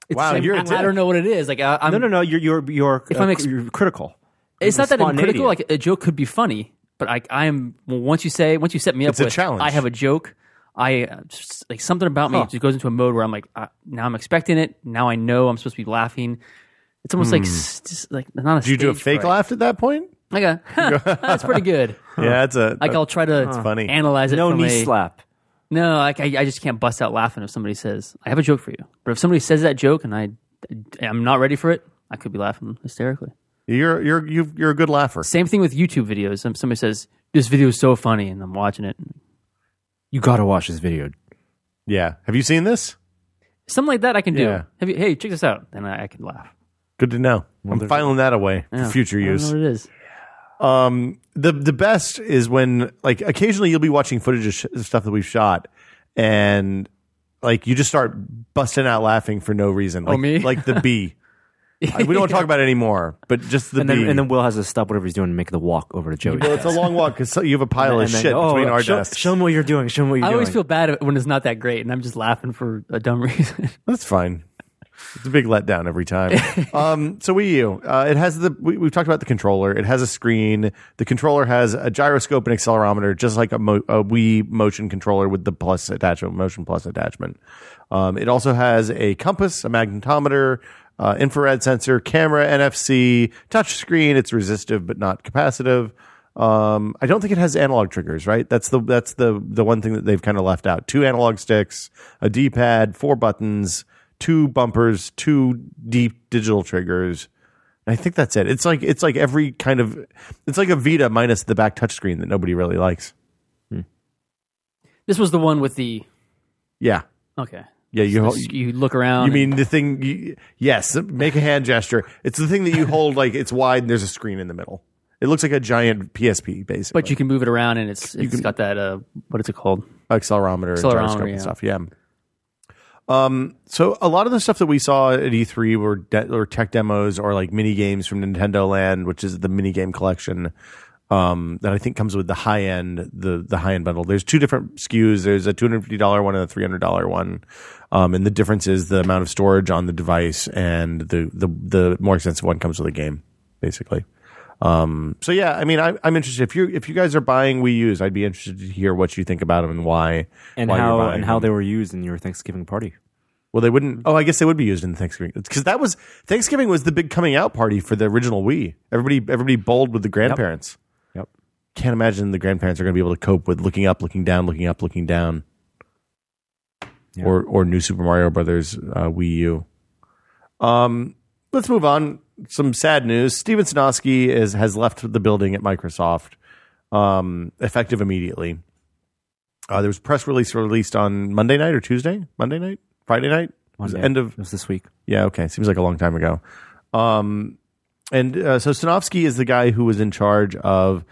[SPEAKER 2] wow,
[SPEAKER 4] I,
[SPEAKER 2] you're a
[SPEAKER 4] I don't know what it is. Like, I, I'm
[SPEAKER 3] No, no, no, you're you're you're, uh,
[SPEAKER 4] If I'm ex-
[SPEAKER 3] you're critical.
[SPEAKER 4] It's not that I'm
[SPEAKER 3] Spontaneity.
[SPEAKER 4] critical. Like a joke could be funny, but I, I'm well, once you say once you set me up
[SPEAKER 2] It's a
[SPEAKER 4] with
[SPEAKER 2] challenge.
[SPEAKER 4] I have a joke. I uh, just, like something about me just goes into a mode where I'm like, uh, now I'm expecting it. Now I know I'm supposed to be laughing. It's almost like s- just like not a.
[SPEAKER 2] Did you Hmm. do a fake laugh at that point?
[SPEAKER 4] Like a, *laughs* that's pretty good.
[SPEAKER 2] Yeah, it's a
[SPEAKER 4] Like I'll try to
[SPEAKER 2] funny.
[SPEAKER 4] analyze it.
[SPEAKER 3] No
[SPEAKER 4] from
[SPEAKER 3] knee
[SPEAKER 4] a-
[SPEAKER 3] slap.
[SPEAKER 4] No, like I, I just can't bust out laughing if somebody says I have a joke for you. But if somebody says that joke and I, I'm not ready for it, I could be laughing hysterically.
[SPEAKER 2] you're you're you've, you're a good laugher.
[SPEAKER 4] Same thing with YouTube videos. Um, Somebody says this video is so funny, and I'm watching it.
[SPEAKER 3] You gotta watch this video.
[SPEAKER 2] Yeah, have you seen this?
[SPEAKER 4] Something like that I can do.
[SPEAKER 2] Yeah.
[SPEAKER 4] Have you, hey, check this out, and I, I can laugh.
[SPEAKER 2] Good to know. I'm filing that away
[SPEAKER 4] Yeah.
[SPEAKER 2] for future
[SPEAKER 4] I don't
[SPEAKER 2] use.
[SPEAKER 4] know what it is.
[SPEAKER 2] the the best is when like occasionally you'll be watching footage of sh- stuff that we've shot and like you just start busting out laughing for no reason
[SPEAKER 3] Oh,
[SPEAKER 2] like,
[SPEAKER 4] me?
[SPEAKER 2] like the
[SPEAKER 3] *laughs*
[SPEAKER 2] bee I- we don't want to talk about it anymore but just the
[SPEAKER 3] And
[SPEAKER 2] bee
[SPEAKER 3] then, and then Will has to stop whatever he's doing and make the walk over to Joey.
[SPEAKER 2] well, it's a long walk because you have a pile of shit
[SPEAKER 3] oh,
[SPEAKER 2] between our
[SPEAKER 3] show,
[SPEAKER 2] desks
[SPEAKER 3] show him what you're doing. Show him what you're
[SPEAKER 4] I
[SPEAKER 3] doing.
[SPEAKER 4] always feel bad when it's not that great, and I'm just laughing for a dumb *laughs* reason.
[SPEAKER 2] That's fine. It's a big letdown every time. um, so Wii U, uh, it has the we, we've talked about the controller. It has a screen. The controller has a gyroscope and accelerometer, just like a, mo- a Wii motion controller with the plus attachment, motion plus attachment. Um, it also has a compass, a magnetometer, uh, infrared sensor, camera, NFC, touch screen. It's resistive but not capacitive. Um, I don't think it has analog triggers, right? That's the that's the the one thing that they've kind of left out. Two analog sticks, a D-pad, four buttons, two bumpers, two deep digital triggers. And I think that's it. It's like it's like every kind of it's like a Vita minus the back touchscreen that nobody really likes.
[SPEAKER 4] this was the one with the
[SPEAKER 2] Yeah.
[SPEAKER 4] okay.
[SPEAKER 2] Yeah, you
[SPEAKER 4] This- you look around.
[SPEAKER 2] you mean
[SPEAKER 4] and-
[SPEAKER 2] the thing you, yes, make a hand gesture. It's the thing that you hold like it's wide and there's a screen in the middle. It looks like a giant PSP basically.
[SPEAKER 4] but you can move it around, and it's it's got that uh, what is it called?
[SPEAKER 2] accelerometer, and
[SPEAKER 4] Accelerometer,
[SPEAKER 2] gyroscope
[SPEAKER 4] yeah.
[SPEAKER 2] and stuff. Yeah. Um. So a lot of the stuff that we saw at E3 were de- or tech demos or like mini games from Nintendo Land, which is the mini game collection. Um, that I think comes with the high end, the the high end bundle. There's two different SKUs. There's a two hundred fifty dollar one and a three hundred dollar one, um, and the difference is the amount of storage on the device, and the the the more expensive one comes with a game, basically. Um, so yeah, I mean, I, I'm interested. If you if you guys are buying Wii U's, I'd be interested to hear what you think about them and why
[SPEAKER 3] and
[SPEAKER 2] why you're
[SPEAKER 3] how
[SPEAKER 2] buying
[SPEAKER 3] and how
[SPEAKER 2] them.
[SPEAKER 3] they were used in your Thanksgiving party.
[SPEAKER 2] Well, they wouldn't. Oh, I guess they would be used in Thanksgiving because that was Thanksgiving was the big coming out party for the original Wii. Everybody, everybody bowled with the grandparents.
[SPEAKER 3] Yep.
[SPEAKER 2] Can't imagine the grandparents are going to be able to cope with looking up, looking down, looking up, looking down,
[SPEAKER 3] Yeah.
[SPEAKER 2] or or New Super Mario Brothers uh, Wii U. Um, let's move on. Some sad news: Steven Sinosky is has left the building at Microsoft, um, effective immediately. Uh, there was a press release released on Monday night or Tuesday, Monday night, Friday night. It was
[SPEAKER 3] Monday.
[SPEAKER 2] end of
[SPEAKER 3] it was this week.
[SPEAKER 2] yeah, okay. Seems like a long time ago. Um, and uh, so Sanofsky is the guy who was in charge of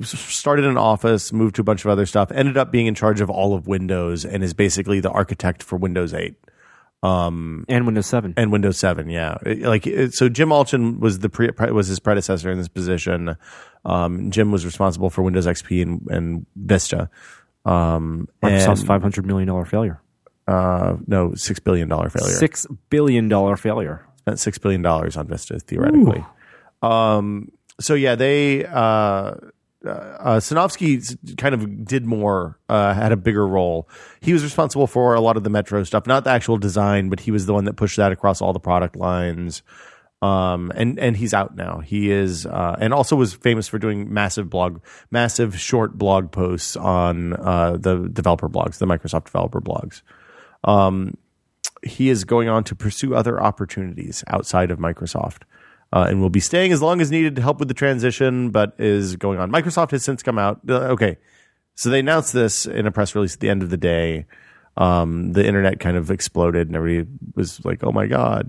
[SPEAKER 2] started an office, moved to a bunch of other stuff, ended up being in charge of all of Windows, and is basically the architect for Windows 8
[SPEAKER 3] And Windows Seven.
[SPEAKER 2] and Windows 7. Yeah, It- like it, so, Jim Alchin was the pre, pre- was his predecessor in this position. Um, Jim was responsible for Windows XP and, and Vista. Um,
[SPEAKER 3] Microsoft's
[SPEAKER 2] and,
[SPEAKER 3] five hundred million dollar failure.
[SPEAKER 2] uh, no, six billion dollar failure.
[SPEAKER 3] Six billion dollar failure.
[SPEAKER 2] spent six billion dollars on Vista theoretically. Um, so yeah, they uh, uh, uh, Sanofsky s- kind of did more, uh, had a bigger role. He was responsible for a lot of the Metro stuff, not the actual design, but he was the one that pushed that across all the product lines. Um, and and he's out now. He is, uh, and also was famous for doing massive blog, massive short blog posts on uh, the developer blogs, the Microsoft developer blogs he is going on to pursue other opportunities outside of Microsoft uh, and will be staying as long as needed to help with the transition, but is going on. Microsoft has since come out. uh, okay. So they announced this in a press release at the end of the day. Um, the internet kind of exploded and everybody was like, oh my God.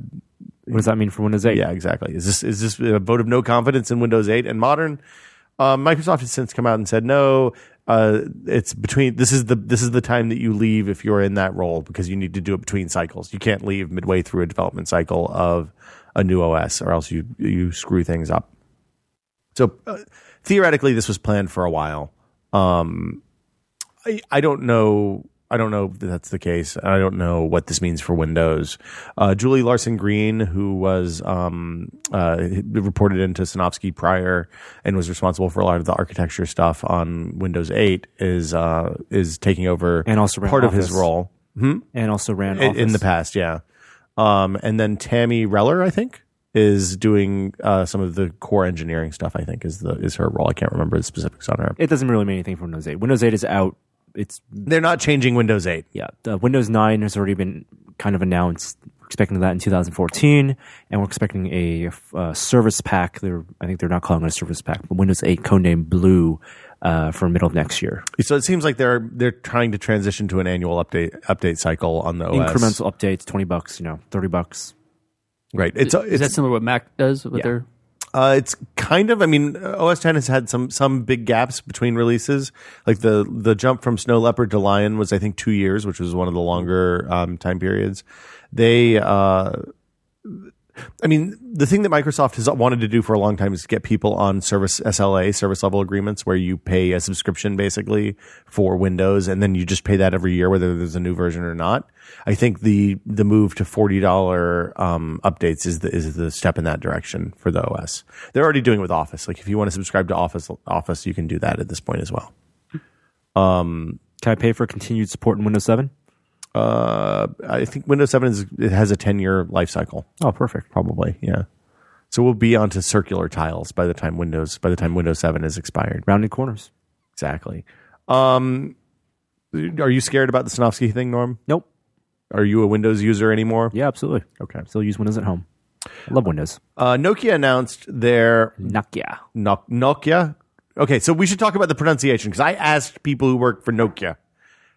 [SPEAKER 3] What does that mean for Windows Eight?
[SPEAKER 2] Yeah, exactly. Is this, is this a vote of no confidence in Windows 8 and modern? Uh, Microsoft has since come out and said, no, uh, it's between, this is the, this is the time that you leave if you're in that role because you need to do it between cycles. You can't leave midway through a development cycle of a new OS or else you, you screw things up. So uh, theoretically, this was planned for a while. I, I don't know. I don't know if that's the case. I don't know what this means for Windows. Uh, Julie Larson Green, who was um, uh, reported into Sanofsky prior and was responsible for a lot of the architecture stuff on Windows 8, is uh, is taking over
[SPEAKER 3] And also ran
[SPEAKER 2] part of his
[SPEAKER 3] Office.
[SPEAKER 2] role Hmm?
[SPEAKER 3] And also ran
[SPEAKER 2] in, in the
[SPEAKER 3] Office.
[SPEAKER 2] past. Yeah, um, and then Tammy Reller, I think, is doing uh, some of the core engineering stuff. I think is the is her role. I can't remember the specifics on her.
[SPEAKER 3] It doesn't really mean anything for Windows Eight. Windows Eight is out. It's
[SPEAKER 2] They're not changing Windows 8.
[SPEAKER 3] yeah, uh, Windows 9 has already been kind of announced. We're expecting that in 2014, and we're expecting a uh, service pack. They're, I think they're not calling it a service pack, but Windows 8 codename Blue uh, for middle of next year.
[SPEAKER 2] So it seems like they're they're trying to transition to an annual update update cycle on the OS.
[SPEAKER 3] Incremental updates, 20 bucks, you know, 30 bucks.
[SPEAKER 2] right? It's
[SPEAKER 4] is that
[SPEAKER 2] it's,
[SPEAKER 4] similar to what Mac does with
[SPEAKER 3] Yeah.
[SPEAKER 4] their?
[SPEAKER 2] uh, it's kind of. I mean, OS 10 has had some some big gaps between releases. Like the the jump from Snow Leopard to Lion was I think two years, which was one of the longer um, time periods. They. Uh, I mean, the thing that Microsoft has wanted to do for a long time is get people on service SLA, service level agreements, where you pay a subscription basically for Windows, and then you just pay that every year, whether there's a new version or not. I think the the move to forty dollar um, updates is the is the step in that direction for the OS. They're already doing it with Office. Like if you want to subscribe to Office Office, you can do that at this point as well.
[SPEAKER 3] Can I pay for continued support in Windows 7?
[SPEAKER 2] Uh, I think Windows Seven is it has a ten year life cycle.
[SPEAKER 3] Oh, perfect.
[SPEAKER 2] probably yeah so we'll be onto circular tiles by the time windows by the time windows 7 is expired
[SPEAKER 3] Rounded corners.
[SPEAKER 2] exactly um are you scared about the Sanofsky thing norm
[SPEAKER 3] Nope.
[SPEAKER 2] are you a windows user anymore
[SPEAKER 3] Yeah, absolutely.
[SPEAKER 2] okay
[SPEAKER 3] Still use Windows at home. I love Windows.
[SPEAKER 2] uh, nokia announced their
[SPEAKER 3] Nokia.
[SPEAKER 2] Nok- nokia okay so we should talk about the pronunciation because i asked people who work for nokia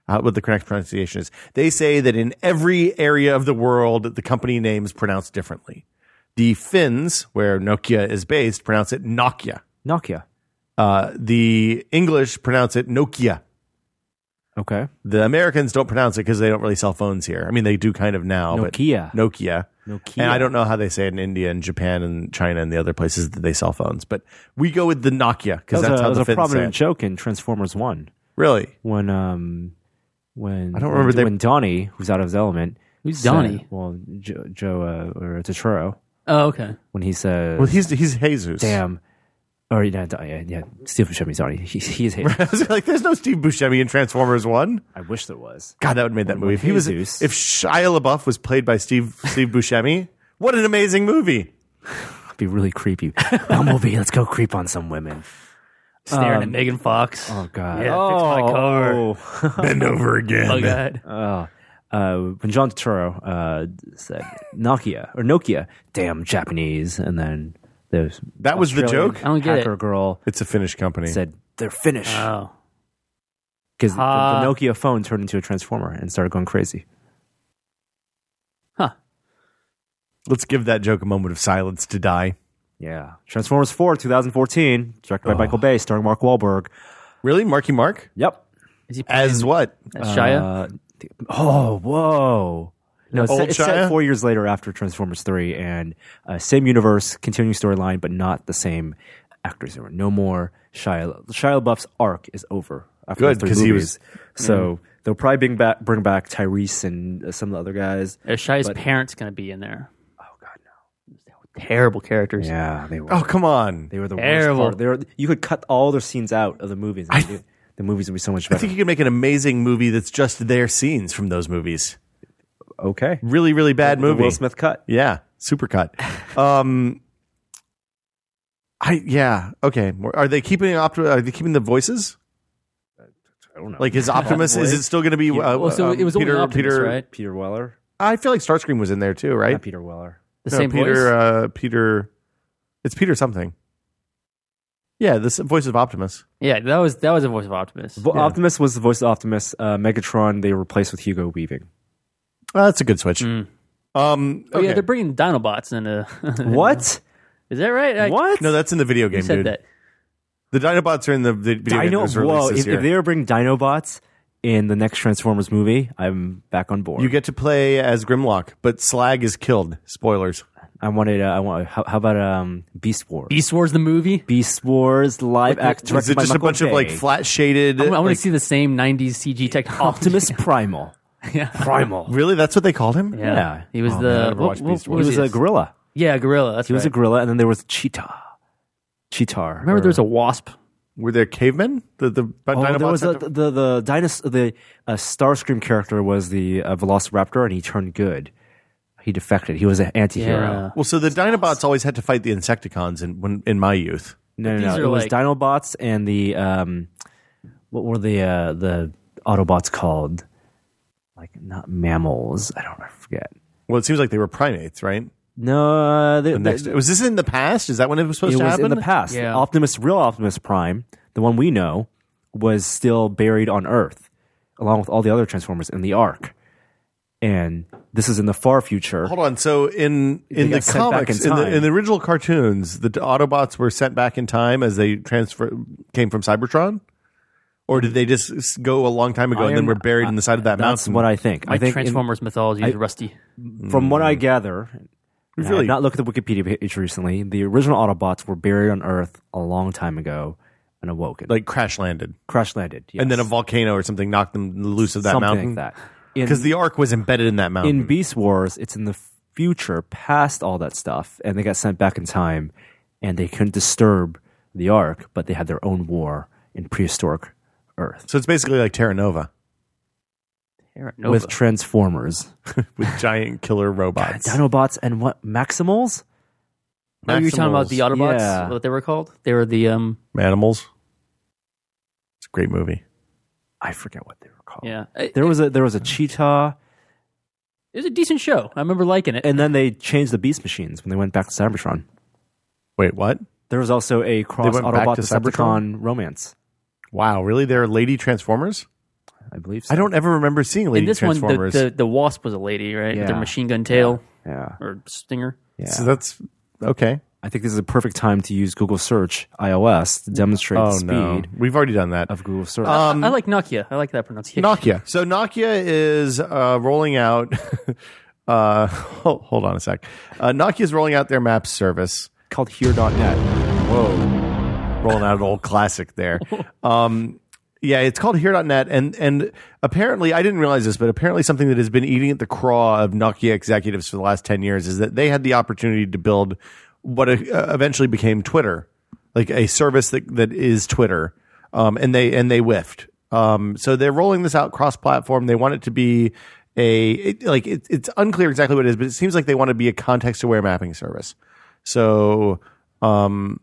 [SPEAKER 2] uh, what the correct pronunciation is they say that in every area of the world the company name is pronounced differently the finns where nokia is based pronounce it nokia
[SPEAKER 3] Nokia.
[SPEAKER 2] Uh, the English pronounce it Nokia.
[SPEAKER 3] Okay.
[SPEAKER 2] The Americans don't pronounce it because they don't really sell phones here. I mean, they do kind of now,
[SPEAKER 3] Nokia.
[SPEAKER 2] but Nokia.
[SPEAKER 3] Nokia.
[SPEAKER 2] And I don't know how they say it in India and Japan and China and the other places that they sell phones, but we go with the Nokia because
[SPEAKER 3] That
[SPEAKER 2] that's
[SPEAKER 3] was
[SPEAKER 2] how
[SPEAKER 3] a, that was
[SPEAKER 2] the
[SPEAKER 3] a
[SPEAKER 2] Finns say
[SPEAKER 3] prominent
[SPEAKER 2] it.
[SPEAKER 3] joke in Transformers 1.
[SPEAKER 2] Really?
[SPEAKER 3] when um when
[SPEAKER 2] I don't remember
[SPEAKER 3] when,
[SPEAKER 2] they-
[SPEAKER 3] when Donnie, who's out of his element,
[SPEAKER 4] Who's Donnie?
[SPEAKER 3] said- well, Joe, Joe uh, or Totoro,
[SPEAKER 4] Oh, okay.
[SPEAKER 3] when he says,
[SPEAKER 2] Well, he's he's Jesus.
[SPEAKER 3] "Damn, Or yeah, yeah, yeah Steve Buscemi. Sorry, he's
[SPEAKER 2] *laughs*
[SPEAKER 3] he's hated.
[SPEAKER 2] *laughs* I was like, there's no Steve Buscemi in Transformers One.
[SPEAKER 3] I wish there was.
[SPEAKER 2] God, that would have made that movie. If he was,
[SPEAKER 3] Jesus.
[SPEAKER 2] if Shia LaBeouf was played by Steve Steve Buscemi, what an amazing movie!
[SPEAKER 3] It'd be really creepy. Bumblebee, let's go creep on some women.
[SPEAKER 4] Staring at Megan Fox.
[SPEAKER 3] Um, Oh God.
[SPEAKER 4] Yeah, fix my
[SPEAKER 3] *laughs*
[SPEAKER 4] car.
[SPEAKER 2] Bend over again.
[SPEAKER 4] Bug that.
[SPEAKER 3] uh, when John Turturro uh, said Nokia or Nokia, damn Japanese, and then there's
[SPEAKER 2] That was the
[SPEAKER 3] Australian
[SPEAKER 2] joke? Ah.
[SPEAKER 4] I don't get
[SPEAKER 3] hacker
[SPEAKER 4] it.
[SPEAKER 3] girl
[SPEAKER 2] It's a Finnish company.
[SPEAKER 3] said they're Finnish
[SPEAKER 4] oh.
[SPEAKER 3] because
[SPEAKER 4] Ah.
[SPEAKER 3] the, the Nokia phone turned into a transformer and started going crazy.
[SPEAKER 4] Huh.
[SPEAKER 2] Let's give that joke a moment of silence to die.
[SPEAKER 3] Yeah, Transformers Four, 2014, directed by Michael Bay, starring Mark Wahlberg.
[SPEAKER 2] Really, Marky Mark
[SPEAKER 3] Yep.
[SPEAKER 4] Is he playing
[SPEAKER 2] as what?
[SPEAKER 4] as Shia?
[SPEAKER 3] Uh, th- oh, whoa. No, it's,
[SPEAKER 2] Old
[SPEAKER 3] set, it's set
[SPEAKER 2] Shia?
[SPEAKER 3] four years later after Transformers 3 and uh, same universe, continuing storyline, but not the same actors. There were no more Shia. Shia LaBeouf's arc is over after
[SPEAKER 2] Good,
[SPEAKER 3] those three
[SPEAKER 2] 'cause he
[SPEAKER 3] movies. So they'll probably bring back, bring back Tyrese and uh, some of the other guys.
[SPEAKER 4] Are Shia's parents going to be in there?
[SPEAKER 3] Oh, God, no.
[SPEAKER 4] Terrible characters.
[SPEAKER 3] Yeah, they were.
[SPEAKER 2] Oh, come on.
[SPEAKER 3] They were the
[SPEAKER 4] terrible.
[SPEAKER 3] worst part. They were, you could cut all their scenes out of the movies. and the- the movies would be so much
[SPEAKER 2] I
[SPEAKER 3] better.
[SPEAKER 2] think you could make an amazing movie that's just their scenes from those movies.
[SPEAKER 3] okay.
[SPEAKER 2] Really, really bad
[SPEAKER 3] The
[SPEAKER 2] movie.
[SPEAKER 3] Will Smith cut.
[SPEAKER 2] Yeah, supercut. um, I yeah okay. Are they keeping Opti- Are they keeping the voices?
[SPEAKER 3] I don't know.
[SPEAKER 2] Like is Optimus? is it still going to be? Uh,
[SPEAKER 4] Well, so
[SPEAKER 2] um,
[SPEAKER 4] it was
[SPEAKER 2] Peter.
[SPEAKER 4] only Optimus,
[SPEAKER 2] Peter.
[SPEAKER 4] right? Uh,
[SPEAKER 3] Peter Weller.
[SPEAKER 2] I feel like Starscream was in there too, right?
[SPEAKER 3] Not Peter Weller.
[SPEAKER 4] The
[SPEAKER 2] No,
[SPEAKER 4] same
[SPEAKER 2] Peter.
[SPEAKER 4] voice.
[SPEAKER 2] Uh, Peter. It's Peter something. Yeah, the s- voice of Optimus.
[SPEAKER 4] yeah, that was that was the voice of Optimus.
[SPEAKER 3] Vo- Optimus was the voice of Optimus. Uh, Megatron they replaced with Hugo Weaving.
[SPEAKER 2] Oh, that's a good switch. Um,
[SPEAKER 4] Mm. Oh
[SPEAKER 2] okay.
[SPEAKER 4] yeah, they're bringing Dinobots *laughs* into.
[SPEAKER 3] Uh, What?
[SPEAKER 4] is that right? I,
[SPEAKER 3] what?
[SPEAKER 2] no, that's in the video game,
[SPEAKER 4] Who said
[SPEAKER 2] dude.
[SPEAKER 4] that?
[SPEAKER 2] The Dinobots are in the, the video game. that
[SPEAKER 3] Dino.
[SPEAKER 2] was released
[SPEAKER 3] Whoa!
[SPEAKER 2] this
[SPEAKER 3] If,
[SPEAKER 2] year.
[SPEAKER 3] if they were bringing Dinobots in the next Transformers movie, I'm back on board.
[SPEAKER 2] You get to play as Grimlock, but Slag is killed. Spoilers.
[SPEAKER 3] I wanted. Uh, I want. How, how about um, Beast Wars?
[SPEAKER 4] Beast Wars the movie.
[SPEAKER 3] Beast Wars live act.
[SPEAKER 2] Is
[SPEAKER 3] directed
[SPEAKER 2] it
[SPEAKER 3] by
[SPEAKER 2] just a
[SPEAKER 3] Michael
[SPEAKER 2] bunch of like
[SPEAKER 3] Bay.
[SPEAKER 2] flat shaded?
[SPEAKER 4] I want
[SPEAKER 2] like-
[SPEAKER 4] to see the same '90s CG technology.
[SPEAKER 3] *laughs* Optimus Primal?
[SPEAKER 4] yeah.
[SPEAKER 3] Primal.
[SPEAKER 2] really? That's what they called him?
[SPEAKER 4] yeah,
[SPEAKER 3] Yeah.
[SPEAKER 4] He was
[SPEAKER 2] Oh, man, I
[SPEAKER 4] the.
[SPEAKER 2] never
[SPEAKER 4] what,
[SPEAKER 2] watched
[SPEAKER 4] what-
[SPEAKER 2] Beast
[SPEAKER 4] what
[SPEAKER 3] He was a
[SPEAKER 4] his?
[SPEAKER 3] gorilla.
[SPEAKER 4] yeah, gorilla. That's
[SPEAKER 3] He was a
[SPEAKER 4] right.
[SPEAKER 3] gorilla, and then there was Cheetah. Cheetah.
[SPEAKER 4] Remember, there's a wasp.
[SPEAKER 2] Were there cavemen? The the
[SPEAKER 3] Oh,
[SPEAKER 2] Dinobots
[SPEAKER 3] there was a,
[SPEAKER 2] had to-
[SPEAKER 3] the the dinosaur. The uh, Starscream character was the uh, Velociraptor, and he turned good. He defected. He was an anti-hero.
[SPEAKER 2] well, so the Dinobots always had to fight the Insecticons in when, in my youth.
[SPEAKER 3] No,
[SPEAKER 4] But
[SPEAKER 3] no,
[SPEAKER 4] these
[SPEAKER 3] no.
[SPEAKER 4] are
[SPEAKER 3] It was
[SPEAKER 4] like-
[SPEAKER 3] Dinobots and the um, what were the uh, the Autobots called? Like not mammals. I don't I forget.
[SPEAKER 2] Well, it seems like they were primates, right?
[SPEAKER 3] No, uh, they,
[SPEAKER 2] The next
[SPEAKER 3] they-
[SPEAKER 2] was this in the past? Is that when it was supposed
[SPEAKER 3] it
[SPEAKER 2] to
[SPEAKER 3] was
[SPEAKER 2] happen?
[SPEAKER 3] in the past.
[SPEAKER 4] Yeah.
[SPEAKER 3] Optimus, real Optimus Prime, the one we know, was still buried on Earth, along with all the other Transformers in the Ark. And this is in the far future.
[SPEAKER 2] Hold on. So in in the
[SPEAKER 3] got sent back
[SPEAKER 2] comics,
[SPEAKER 3] in
[SPEAKER 2] in,
[SPEAKER 3] time.
[SPEAKER 2] the, in the original cartoons, the Autobots were sent back in time as they transfer came from Cybertron, or did they just s- go a long time ago and then
[SPEAKER 3] Iron-
[SPEAKER 2] were buried in the side of that
[SPEAKER 3] That's
[SPEAKER 2] mountain?
[SPEAKER 3] what I think.
[SPEAKER 4] My
[SPEAKER 3] I think in-
[SPEAKER 4] Transformers mythology is rusty.
[SPEAKER 3] from what I gather, and I
[SPEAKER 2] really-
[SPEAKER 3] have not looked at the Wikipedia page recently. The original Autobots were buried on Earth a long time ago and awoken,
[SPEAKER 2] like crash landed,
[SPEAKER 3] crash landed, yes.
[SPEAKER 2] and then a volcano or something knocked them loose of that
[SPEAKER 3] something
[SPEAKER 2] mountain.
[SPEAKER 3] like that. In,
[SPEAKER 2] because the Ark was embedded in that mountain.
[SPEAKER 3] in Beast Wars, it's in the future, past all that stuff, and they got sent back in time, and they couldn't disturb the Ark, but they had their own war in prehistoric Earth
[SPEAKER 2] so it's basically like Terra Nova
[SPEAKER 4] Terra Nova.
[SPEAKER 2] *laughs*
[SPEAKER 3] with Transformers, *sighs*
[SPEAKER 2] with giant killer robots.
[SPEAKER 3] Dinobots, and what Maximals?
[SPEAKER 4] Are you talking about the
[SPEAKER 2] Maximals.
[SPEAKER 4] Autobots?
[SPEAKER 3] Yeah.
[SPEAKER 4] What they were called? They were the um.
[SPEAKER 2] animals? It's a great movie.
[SPEAKER 3] I forget what they were called.
[SPEAKER 4] Yeah, it,
[SPEAKER 3] There was a there was a cheetah.
[SPEAKER 4] it was a decent show. I remember liking it.
[SPEAKER 3] And then they changed the Beast Machines when they went back to Cybertron.
[SPEAKER 2] Wait, what?
[SPEAKER 3] There was also a cross
[SPEAKER 2] went back
[SPEAKER 3] Autobot
[SPEAKER 2] to
[SPEAKER 3] Decepticon romance,
[SPEAKER 2] Wow, really? There are lady Transformers?
[SPEAKER 3] I believe. So.
[SPEAKER 2] I don't ever remember seeing lady
[SPEAKER 4] In this one, the,
[SPEAKER 2] Transformers.
[SPEAKER 4] the the wasp was a lady, right? With her
[SPEAKER 3] Yeah.
[SPEAKER 4] machine gun tail
[SPEAKER 3] Yeah,
[SPEAKER 4] or stinger.
[SPEAKER 3] yeah.
[SPEAKER 2] So that's okay.
[SPEAKER 3] I think this is a perfect time to use Google Search iOS to demonstrate the
[SPEAKER 2] Oh
[SPEAKER 3] speed
[SPEAKER 2] no, we've already done that.
[SPEAKER 3] of Google Search.
[SPEAKER 2] Um,
[SPEAKER 4] I like Nokia. I like that pronunciation.
[SPEAKER 2] Nokia. *laughs* So Nokia is uh, rolling out. *laughs* uh, *laughs* hold, hold on a sec. Uh, Nokia is rolling out their maps service.
[SPEAKER 3] called Here.net.
[SPEAKER 2] rolling out an old classic there. Um, yeah, it's called Here.net, and and apparently I didn't realize this, but apparently something that has been eating at the craw of Nokia executives for the last ten years is that they had the opportunity to build what uh, eventually became Twitter, like a service that, that is Twitter, um, and they and they whiffed. Um, so they're rolling this out cross-platform. They want it to be a it, like it, it's unclear exactly what it is, but it seems like they want to be a context-aware mapping service. So um,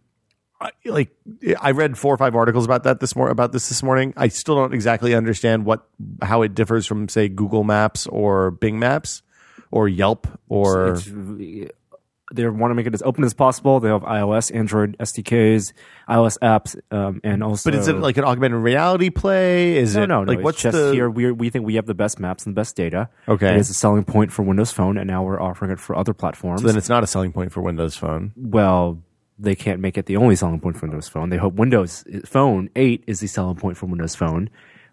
[SPEAKER 2] I- like I read four or five articles about that this mor- about this this morning. I still don't exactly understand what how it differs from say Google Maps or Bing Maps or Yelp or
[SPEAKER 3] It's- they want to make it as open as possible. They have iOS, Android SDKs, iOS apps, um, and also.
[SPEAKER 2] but is it like an augmented reality play? Is
[SPEAKER 3] no,
[SPEAKER 2] it
[SPEAKER 3] no, no.
[SPEAKER 2] like
[SPEAKER 3] it's
[SPEAKER 2] what's
[SPEAKER 3] just
[SPEAKER 2] the
[SPEAKER 3] here? We we think we have the best maps and the best data.
[SPEAKER 2] Okay.
[SPEAKER 3] it is a selling point for Windows Phone, and now we're offering it for other platforms.
[SPEAKER 2] then it's not a selling point for Windows Phone.
[SPEAKER 3] well, they can't make it the only selling point for Windows Phone. They hope Windows Phone 8 is the selling point for Windows Phone,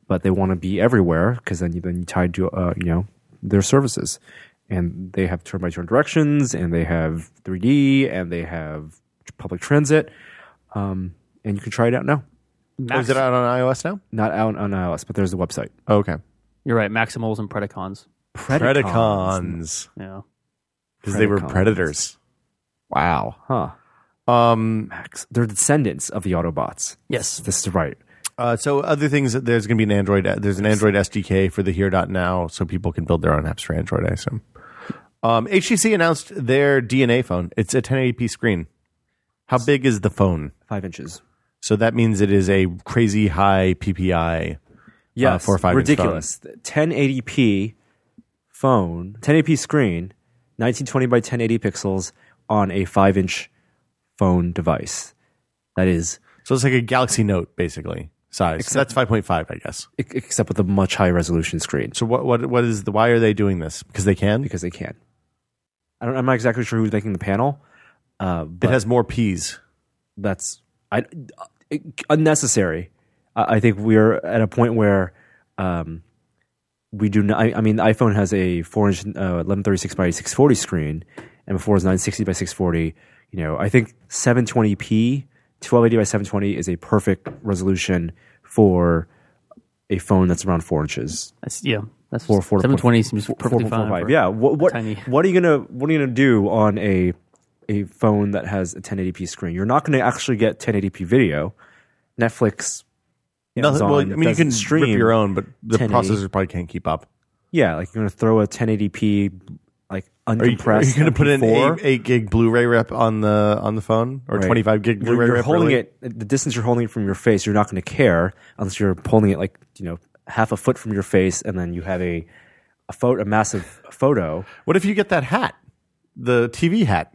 [SPEAKER 3] but they want to be everywhere because then you then you tied to uh, you know their services, and they have turn by turn directions, and they have 3D, and they have public transit, um, and you can try it out now.
[SPEAKER 2] Oh,
[SPEAKER 4] Max,
[SPEAKER 2] is it out on iOS now?
[SPEAKER 3] Not out on iOS, but there's a website.
[SPEAKER 2] Oh, okay,
[SPEAKER 4] you're right. Maximals and Predacons.
[SPEAKER 2] Predacons
[SPEAKER 4] Yeah.
[SPEAKER 2] because they were
[SPEAKER 3] Predacons.
[SPEAKER 2] predators. Wow.
[SPEAKER 3] huh?
[SPEAKER 2] Um,
[SPEAKER 3] Max, they're descendants of the Autobots.
[SPEAKER 4] Yes.
[SPEAKER 3] This is right.
[SPEAKER 2] uh, so other things that there's going to be an Android. There's an Android SDK for the Here dot now, so people can build their own apps for Android. I assume. Um, HTC announced their DNA phone. It's a 1080p screen. How big is the phone?
[SPEAKER 3] Five inches.
[SPEAKER 2] So that means it is a crazy high PPI.
[SPEAKER 3] Yeah,
[SPEAKER 2] four or five inch
[SPEAKER 3] ridiculous. 1080p phone, 1080p screen, 1920 by 1080 pixels on a five inch phone device. That is,
[SPEAKER 2] So it's like a Galaxy Note basically size. That's 5.5, I guess.
[SPEAKER 3] e- except with a much higher resolution screen
[SPEAKER 2] So what what what is the why are they doing this? Because they can.
[SPEAKER 3] because they can. I don't, I'm not exactly sure who's making the panel. Uh, but
[SPEAKER 2] it has more P's.
[SPEAKER 3] that's I, unnecessary. I, I think we're at a point where um, we do not. I, I mean, the iPhone has a four inch uh, eleven thirty six by six forty screen, and before it's nine sixty by six forty. You know, I think seven twenty p twelve eighty by seven twenty is a perfect resolution for a phone that's around four inches.
[SPEAKER 4] That's yeah. That's
[SPEAKER 3] Four- four to
[SPEAKER 4] seven twenty seems perfectly
[SPEAKER 3] 4.45.
[SPEAKER 4] fine. for-
[SPEAKER 3] Yeah. What what,
[SPEAKER 4] tiny-
[SPEAKER 3] what are you gonna what are you gonna do on a a phone that has a 1080p screen? You're not gonna actually get 1080p video. Netflix,
[SPEAKER 2] Nothing,
[SPEAKER 3] Amazon
[SPEAKER 2] well, I mean, you
[SPEAKER 3] doesn't
[SPEAKER 2] can
[SPEAKER 3] stream
[SPEAKER 2] strip your own, but the
[SPEAKER 3] 1080.
[SPEAKER 2] processor probably can't keep up.
[SPEAKER 3] Yeah, like you're gonna throw a 1080p like uncompressed.
[SPEAKER 2] Are you, are you going to put in
[SPEAKER 3] MP4?
[SPEAKER 2] eight, eight gig Blu-ray rep on the on the phone or
[SPEAKER 3] Right.
[SPEAKER 2] 25 gig
[SPEAKER 3] You're,
[SPEAKER 2] Blu-ray
[SPEAKER 3] you're
[SPEAKER 2] rep?
[SPEAKER 3] holding
[SPEAKER 2] really?
[SPEAKER 3] it the distance you're holding it from your face. You're not going to care unless you're holding it like you know half a foot from your face, and then you have a a photo, a massive photo.
[SPEAKER 2] What if you get that hat, the TV hat?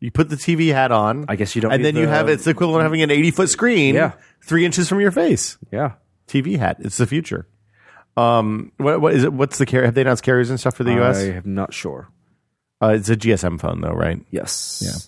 [SPEAKER 2] You put the TV hat on.
[SPEAKER 3] I guess you don't
[SPEAKER 2] And
[SPEAKER 3] need
[SPEAKER 2] then you
[SPEAKER 3] the-
[SPEAKER 2] have it's the equivalent of having an 80 foot screen,
[SPEAKER 3] Yeah.
[SPEAKER 2] three inches from your face.
[SPEAKER 3] Yeah,
[SPEAKER 2] TV hat. It's the future. Um, what, what is it? What's the carrier? Have they announced carriers and stuff for the
[SPEAKER 3] I
[SPEAKER 2] U.S.?
[SPEAKER 3] am not sure.
[SPEAKER 2] Uh, it's a GSM phone though, right?
[SPEAKER 3] Yes. Yeah.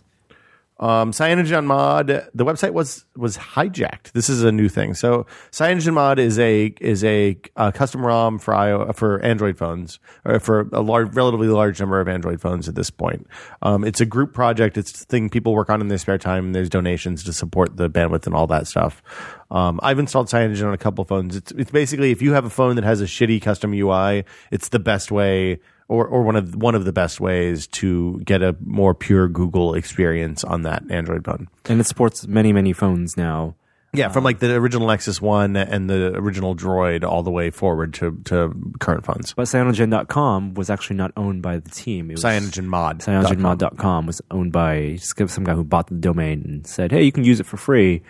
[SPEAKER 2] Um, Cyanogen Mod, the website was was hijacked. This is a new thing. So Cyanogen Mod is a is a, uh custom ROM for IO, for Android phones or for a large, relatively large number of Android phones at this point. Um, it's a group project. It's a thing people work on in their spare time. There's donations to support the bandwidth and all that stuff. Um, I've installed Cyanogen on a couple phones. It's it's basically if you have a phone that has a shitty custom UI, it's the best way or, or one of one of the best ways to get a more pure Google experience on that Android phone.
[SPEAKER 3] And it supports many, many phones now.
[SPEAKER 2] Yeah, from like the original Nexus One and the original Droid all the way forward to, to current phones.
[SPEAKER 3] But cyanogen.com was actually not owned by the team. It was
[SPEAKER 2] Cyanogen Mod.
[SPEAKER 3] cyanogenmod.com was owned by just some guy who bought the domain and said, hey, you can use it for free.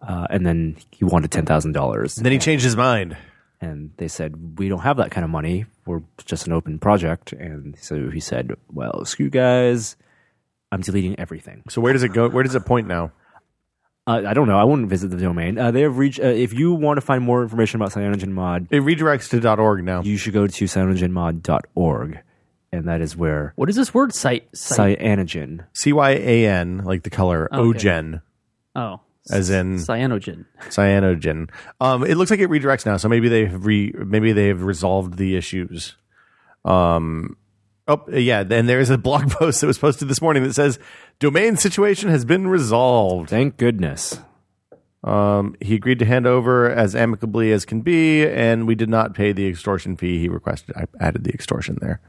[SPEAKER 3] Uh, and then he wanted $10,000.
[SPEAKER 2] Then he changed his mind.
[SPEAKER 3] And they said, we don't have that kind of money. We're just an open project. And so he said, well, screw you guys. I'm deleting everything.
[SPEAKER 2] So where does it go? Where does it point now?
[SPEAKER 3] Uh, I don't know. I wouldn't visit the domain. Uh, they have reached. Uh, if you want to find more information about Cyanogen Mod,
[SPEAKER 2] It redirects to .org now.
[SPEAKER 3] you should go to cyanogenmod.org, and that is where
[SPEAKER 4] What is this word? Site. Site.
[SPEAKER 3] cyanogen
[SPEAKER 2] C y a n like the color
[SPEAKER 4] Okay.
[SPEAKER 2] Ogen
[SPEAKER 4] Oh.
[SPEAKER 2] as in
[SPEAKER 4] Cyanogen.
[SPEAKER 2] cyanogen. Um, it looks like it redirects now, so maybe they've re maybe they've resolved the issues. Um, oh yeah, and there is a *laughs* blog post that was posted this morning that says domain situation has been resolved.
[SPEAKER 3] Thank goodness.
[SPEAKER 2] Um, he agreed to hand over as amicably as can be, and we did not pay the extortion fee he requested. I added the extortion there.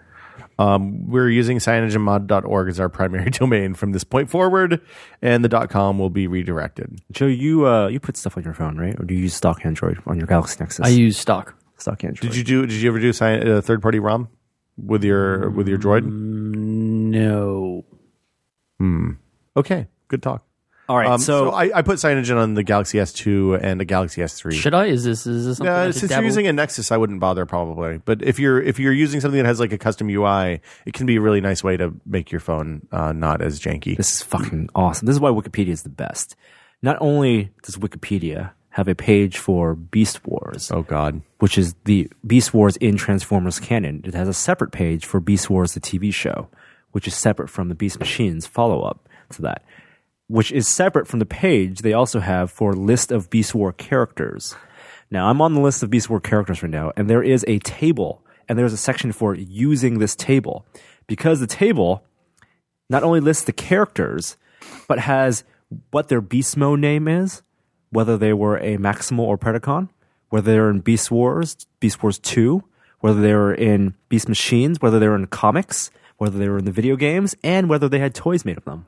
[SPEAKER 2] Um, we're using cyanogenmod.org as our primary *laughs* domain from this point forward, and the .com will be redirected.
[SPEAKER 3] Joe, you uh, you put stuff on your phone, right? Or do you use stock Android on your Galaxy Nexus?
[SPEAKER 4] I use stock.
[SPEAKER 3] stock Android.
[SPEAKER 2] Did you do? Did you ever do cyan- uh, third party ROM with your with your Droid?
[SPEAKER 4] No.
[SPEAKER 2] Okay, good talk.
[SPEAKER 3] All right,
[SPEAKER 2] Um, so
[SPEAKER 3] so,
[SPEAKER 2] I, I put Cyanogen on the Galaxy S2 and the Galaxy S3.
[SPEAKER 4] Should I? Is this is this something? I
[SPEAKER 2] Uh,
[SPEAKER 4] should
[SPEAKER 2] since
[SPEAKER 4] dabble-
[SPEAKER 2] you're using a Nexus, I wouldn't bother probably. But if you're if you're using something that has like a custom UI, it can be a really nice way to make your phone uh, not as janky.
[SPEAKER 3] this is fucking awesome. This is why Wikipedia is the best. Not only does Wikipedia have a page for Beast Wars,
[SPEAKER 2] Oh God,
[SPEAKER 3] which is the Beast Wars in Transformers canon. It has a separate page for Beast Wars, the TV show, which is separate from the Beast Machines follow up to that, which is separate from the page they also have for list of Beast War characters. Now, I'm on the list of Beast War characters right now, and there is a table, and there's a section for using this table because the table not only lists the characters, but has what their beast mode name is, whether they were a Maximal or Predacon, whether they're in Beast Wars, Beast Wars 2, whether they were in Beast Machines, whether they were in comics, whether they were in the video games, and whether they had toys made of them.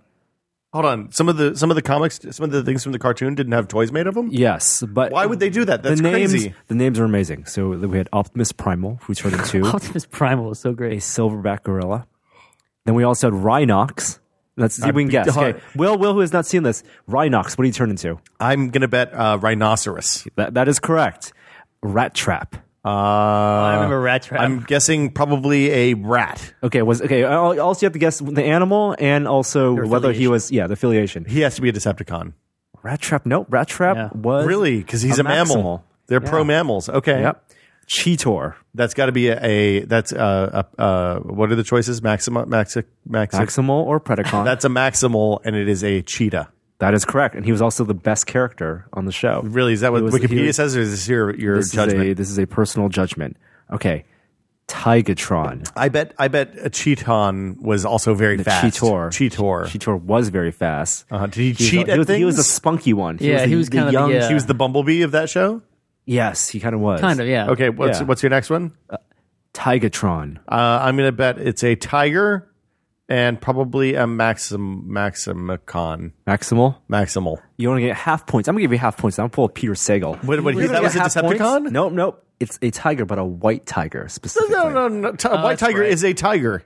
[SPEAKER 2] hold on. Some of the some of the comics, some of the things from the cartoon didn't have toys made of them.
[SPEAKER 3] Yes, but
[SPEAKER 2] Why would they do that? That's
[SPEAKER 3] the names,
[SPEAKER 2] crazy.
[SPEAKER 3] The names are amazing. So we had Optimus Primal, who
[SPEAKER 2] *laughs*
[SPEAKER 3] turned
[SPEAKER 4] *laughs*
[SPEAKER 3] into
[SPEAKER 4] Optimus Primal is so
[SPEAKER 3] a
[SPEAKER 4] great.
[SPEAKER 3] silverback gorilla. Then we also had Rhinox. Let's see if we can guess. Okay. Will, Will, who has not seen this, Rhinox, what did he turn into?
[SPEAKER 2] I'm gonna bet uh, rhinoceros.
[SPEAKER 3] That, that is correct. Rat Trap.
[SPEAKER 2] Uh, I
[SPEAKER 4] remember Rat Trap.
[SPEAKER 2] Uh, I'm guessing probably a rat.
[SPEAKER 3] Okay, was okay. I'll- Also, you have to guess the animal and also whether he
[SPEAKER 4] affiliation.
[SPEAKER 3] was yeah the affiliation.
[SPEAKER 2] He has to be a Decepticon.
[SPEAKER 3] Rat trap? No, rat trap
[SPEAKER 4] Yeah.
[SPEAKER 3] was
[SPEAKER 2] Really? Because he's a,
[SPEAKER 3] a
[SPEAKER 2] mammal.
[SPEAKER 3] maximal.
[SPEAKER 2] They're pro
[SPEAKER 3] Yeah.
[SPEAKER 2] mammals. Okay.
[SPEAKER 3] Yep. Cheetor.
[SPEAKER 2] That's got to be a, a that's uh, a, uh what are the choices? Maxima, maxi, maxi,
[SPEAKER 3] Maximal or Predacon.
[SPEAKER 2] That's a maximal, and it is a cheetah.
[SPEAKER 3] that is correct. And he was also the best character on the show.
[SPEAKER 2] Really, is that what
[SPEAKER 3] It was-
[SPEAKER 2] Wikipedia
[SPEAKER 3] he was-
[SPEAKER 2] says, or is this your your
[SPEAKER 3] This is a
[SPEAKER 2] judgment?
[SPEAKER 3] this is a personal judgment. Okay. Tigatron.
[SPEAKER 2] I bet I bet a cheeton was also very fast.
[SPEAKER 3] Cheetor.
[SPEAKER 2] cheetor.
[SPEAKER 3] Cheetor was very fast.
[SPEAKER 4] Uh-huh.
[SPEAKER 2] uh, did he,
[SPEAKER 3] He was-
[SPEAKER 2] cheat
[SPEAKER 3] he
[SPEAKER 2] at
[SPEAKER 3] was,
[SPEAKER 2] things?
[SPEAKER 3] He was a spunky one. He
[SPEAKER 4] Yeah,
[SPEAKER 3] was the,
[SPEAKER 4] he was
[SPEAKER 3] the
[SPEAKER 4] kinda the-
[SPEAKER 3] young.
[SPEAKER 4] yeah.
[SPEAKER 2] He was the Bumblebee of that show.
[SPEAKER 3] Yes, he kind of was.
[SPEAKER 4] Kind of, yeah.
[SPEAKER 2] Okay, what's
[SPEAKER 3] Yeah.
[SPEAKER 2] what's your next one?
[SPEAKER 3] Tigatron.
[SPEAKER 2] Uh, I'm gonna bet it's a tiger, and probably a maxim maximicon
[SPEAKER 3] Maximal.
[SPEAKER 2] maximal.
[SPEAKER 3] You want to get half points. I'm gonna give you half points. I'm gonna pull a Peter Sagal.
[SPEAKER 2] Wait, wait,
[SPEAKER 3] You're
[SPEAKER 2] that
[SPEAKER 3] gonna
[SPEAKER 2] was a
[SPEAKER 3] get half points?
[SPEAKER 2] Decepticon?
[SPEAKER 3] Nope, nope. It's a tiger, but a white tiger specifically.
[SPEAKER 2] No, no, no. T- White
[SPEAKER 4] that's
[SPEAKER 2] tiger
[SPEAKER 4] right.
[SPEAKER 2] is a tiger.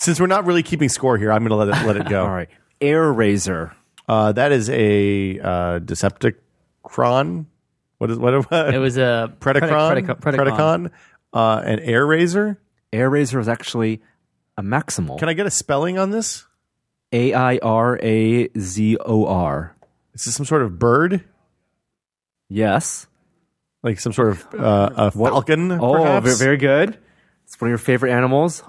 [SPEAKER 2] Since we're not really keeping score here, I'm gonna let it let it go.
[SPEAKER 3] All right, Air Razor.
[SPEAKER 2] Uh, that is a uh, Decepticron. What is what? *laughs* what
[SPEAKER 4] It was a
[SPEAKER 2] Predacron.
[SPEAKER 4] Predacon. Predacon.
[SPEAKER 2] Uh, an air razor.
[SPEAKER 3] Air Razor is actually a maximal.
[SPEAKER 2] Can I get a spelling on this?
[SPEAKER 3] A I R A Z O R.
[SPEAKER 2] Is this some sort of bird?
[SPEAKER 3] Yes.
[SPEAKER 2] Like some sort of uh, a falcon?
[SPEAKER 3] Oh,
[SPEAKER 2] perhaps?
[SPEAKER 3] ve- very good. It's one of your favorite animals.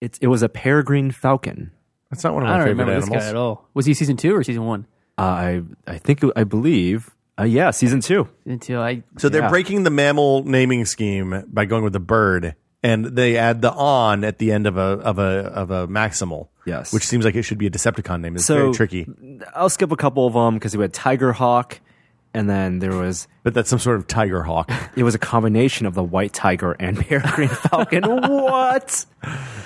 [SPEAKER 3] It, it was a peregrine falcon.
[SPEAKER 2] That's not one of
[SPEAKER 4] I
[SPEAKER 2] my
[SPEAKER 4] don't
[SPEAKER 2] favorite
[SPEAKER 4] remember this guy at
[SPEAKER 2] animals.
[SPEAKER 4] all. Was he season two or season one?
[SPEAKER 3] Uh, I I think I believe. Uh, yeah, season two.
[SPEAKER 4] Season two. I
[SPEAKER 2] So they're
[SPEAKER 3] Yeah.
[SPEAKER 2] breaking the mammal naming scheme by going with the bird, and they add the on at the end of a of a of a maximal.
[SPEAKER 3] Yes.
[SPEAKER 2] which seems like it should be a Decepticon name. It's
[SPEAKER 3] So-
[SPEAKER 2] very tricky,
[SPEAKER 3] I'll skip a couple of them because we had Tiger Hawk, and then there was
[SPEAKER 2] but that's some sort of tiger
[SPEAKER 3] *laughs*
[SPEAKER 2] hawk.
[SPEAKER 3] it was a combination of the white tiger and *laughs* peregrine
[SPEAKER 2] *laughs*
[SPEAKER 3] falcon. what?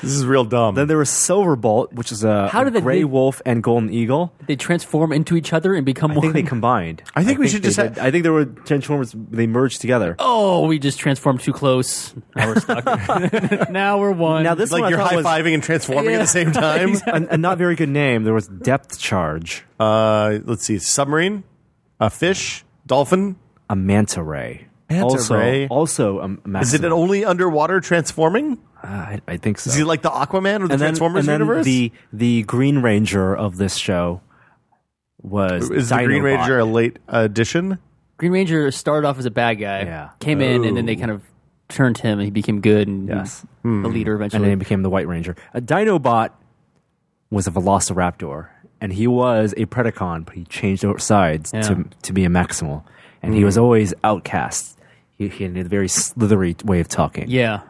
[SPEAKER 2] this is real dumb.
[SPEAKER 3] Then there was Silverbolt, which is a,
[SPEAKER 4] How
[SPEAKER 3] a
[SPEAKER 4] did they-
[SPEAKER 3] gray wolf and golden eagle.
[SPEAKER 4] they transform into each other and become
[SPEAKER 3] I
[SPEAKER 4] one.
[SPEAKER 3] think they combined.
[SPEAKER 2] I think we should
[SPEAKER 3] they
[SPEAKER 2] just
[SPEAKER 3] did. I think there were transformers. They merged together.
[SPEAKER 4] oh, we just transformed too close. Now we're *laughs* stuck. now we're one.
[SPEAKER 3] Now this
[SPEAKER 2] like
[SPEAKER 3] one
[SPEAKER 2] you're
[SPEAKER 3] I
[SPEAKER 2] high
[SPEAKER 3] thought was
[SPEAKER 2] fiving and transforming at the
[SPEAKER 3] *laughs*
[SPEAKER 2] same time.
[SPEAKER 3] a, a not very good name. There was Depth Charge,
[SPEAKER 2] Uh, let's see, submarine, a fish, dolphin.
[SPEAKER 3] a manta ray.
[SPEAKER 2] Manta
[SPEAKER 3] also,
[SPEAKER 2] ray?
[SPEAKER 3] also a
[SPEAKER 2] Is it
[SPEAKER 3] maxima.
[SPEAKER 2] an only underwater transforming?
[SPEAKER 3] Uh, I, I think so.
[SPEAKER 2] Is he like the Aquaman of the
[SPEAKER 3] and then,
[SPEAKER 2] Transformers
[SPEAKER 3] and then
[SPEAKER 2] universe?
[SPEAKER 3] the the Green Ranger of this show was
[SPEAKER 2] is the Green
[SPEAKER 3] Dinobot.
[SPEAKER 2] Ranger a late addition?
[SPEAKER 4] Green Ranger started off as a bad guy.
[SPEAKER 3] Yeah.
[SPEAKER 4] Came in and then they kind of turned him and he became good and
[SPEAKER 3] Yes.
[SPEAKER 4] he's the leader
[SPEAKER 3] and then
[SPEAKER 4] eventually.
[SPEAKER 3] he became the White Ranger. A Dinobot was a Velociraptor, and he was a Predacon, but he changed o- sides
[SPEAKER 4] Yeah.
[SPEAKER 3] to to be a Maximal, and
[SPEAKER 2] Hmm.
[SPEAKER 3] he was always outcast. He, he had a very slithery way of talking.
[SPEAKER 4] yeah.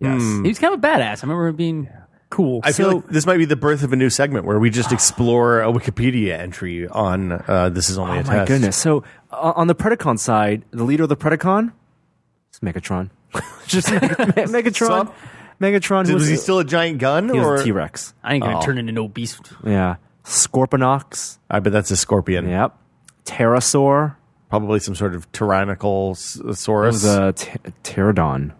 [SPEAKER 3] Yes.
[SPEAKER 2] Hmm.
[SPEAKER 3] Oh
[SPEAKER 4] He was kind of a badass. I remember him being cool.
[SPEAKER 2] I feel
[SPEAKER 3] So-
[SPEAKER 2] like this might be the birth of a new segment where we just explore a Wikipedia entry on uh, this is only a
[SPEAKER 3] Oh my
[SPEAKER 2] test.
[SPEAKER 3] goodness! So uh, on the Predacon side, the leader of the Predacon is Megatron.
[SPEAKER 2] *laughs*
[SPEAKER 3] *laughs* just Meg- Megatron.
[SPEAKER 2] Some-
[SPEAKER 3] Megatron
[SPEAKER 2] Did-
[SPEAKER 3] was,
[SPEAKER 2] was he still a giant gun
[SPEAKER 3] he was
[SPEAKER 2] or
[SPEAKER 3] a T Rex.
[SPEAKER 4] I ain't gonna turn into no beast.
[SPEAKER 3] Yeah, Scorponox.
[SPEAKER 2] I bet that's a scorpion.
[SPEAKER 3] Yep, Pterosaur.
[SPEAKER 2] Probably some sort of tyrannical s- uh,
[SPEAKER 3] It
[SPEAKER 2] saurus.
[SPEAKER 3] was a t- pterodon.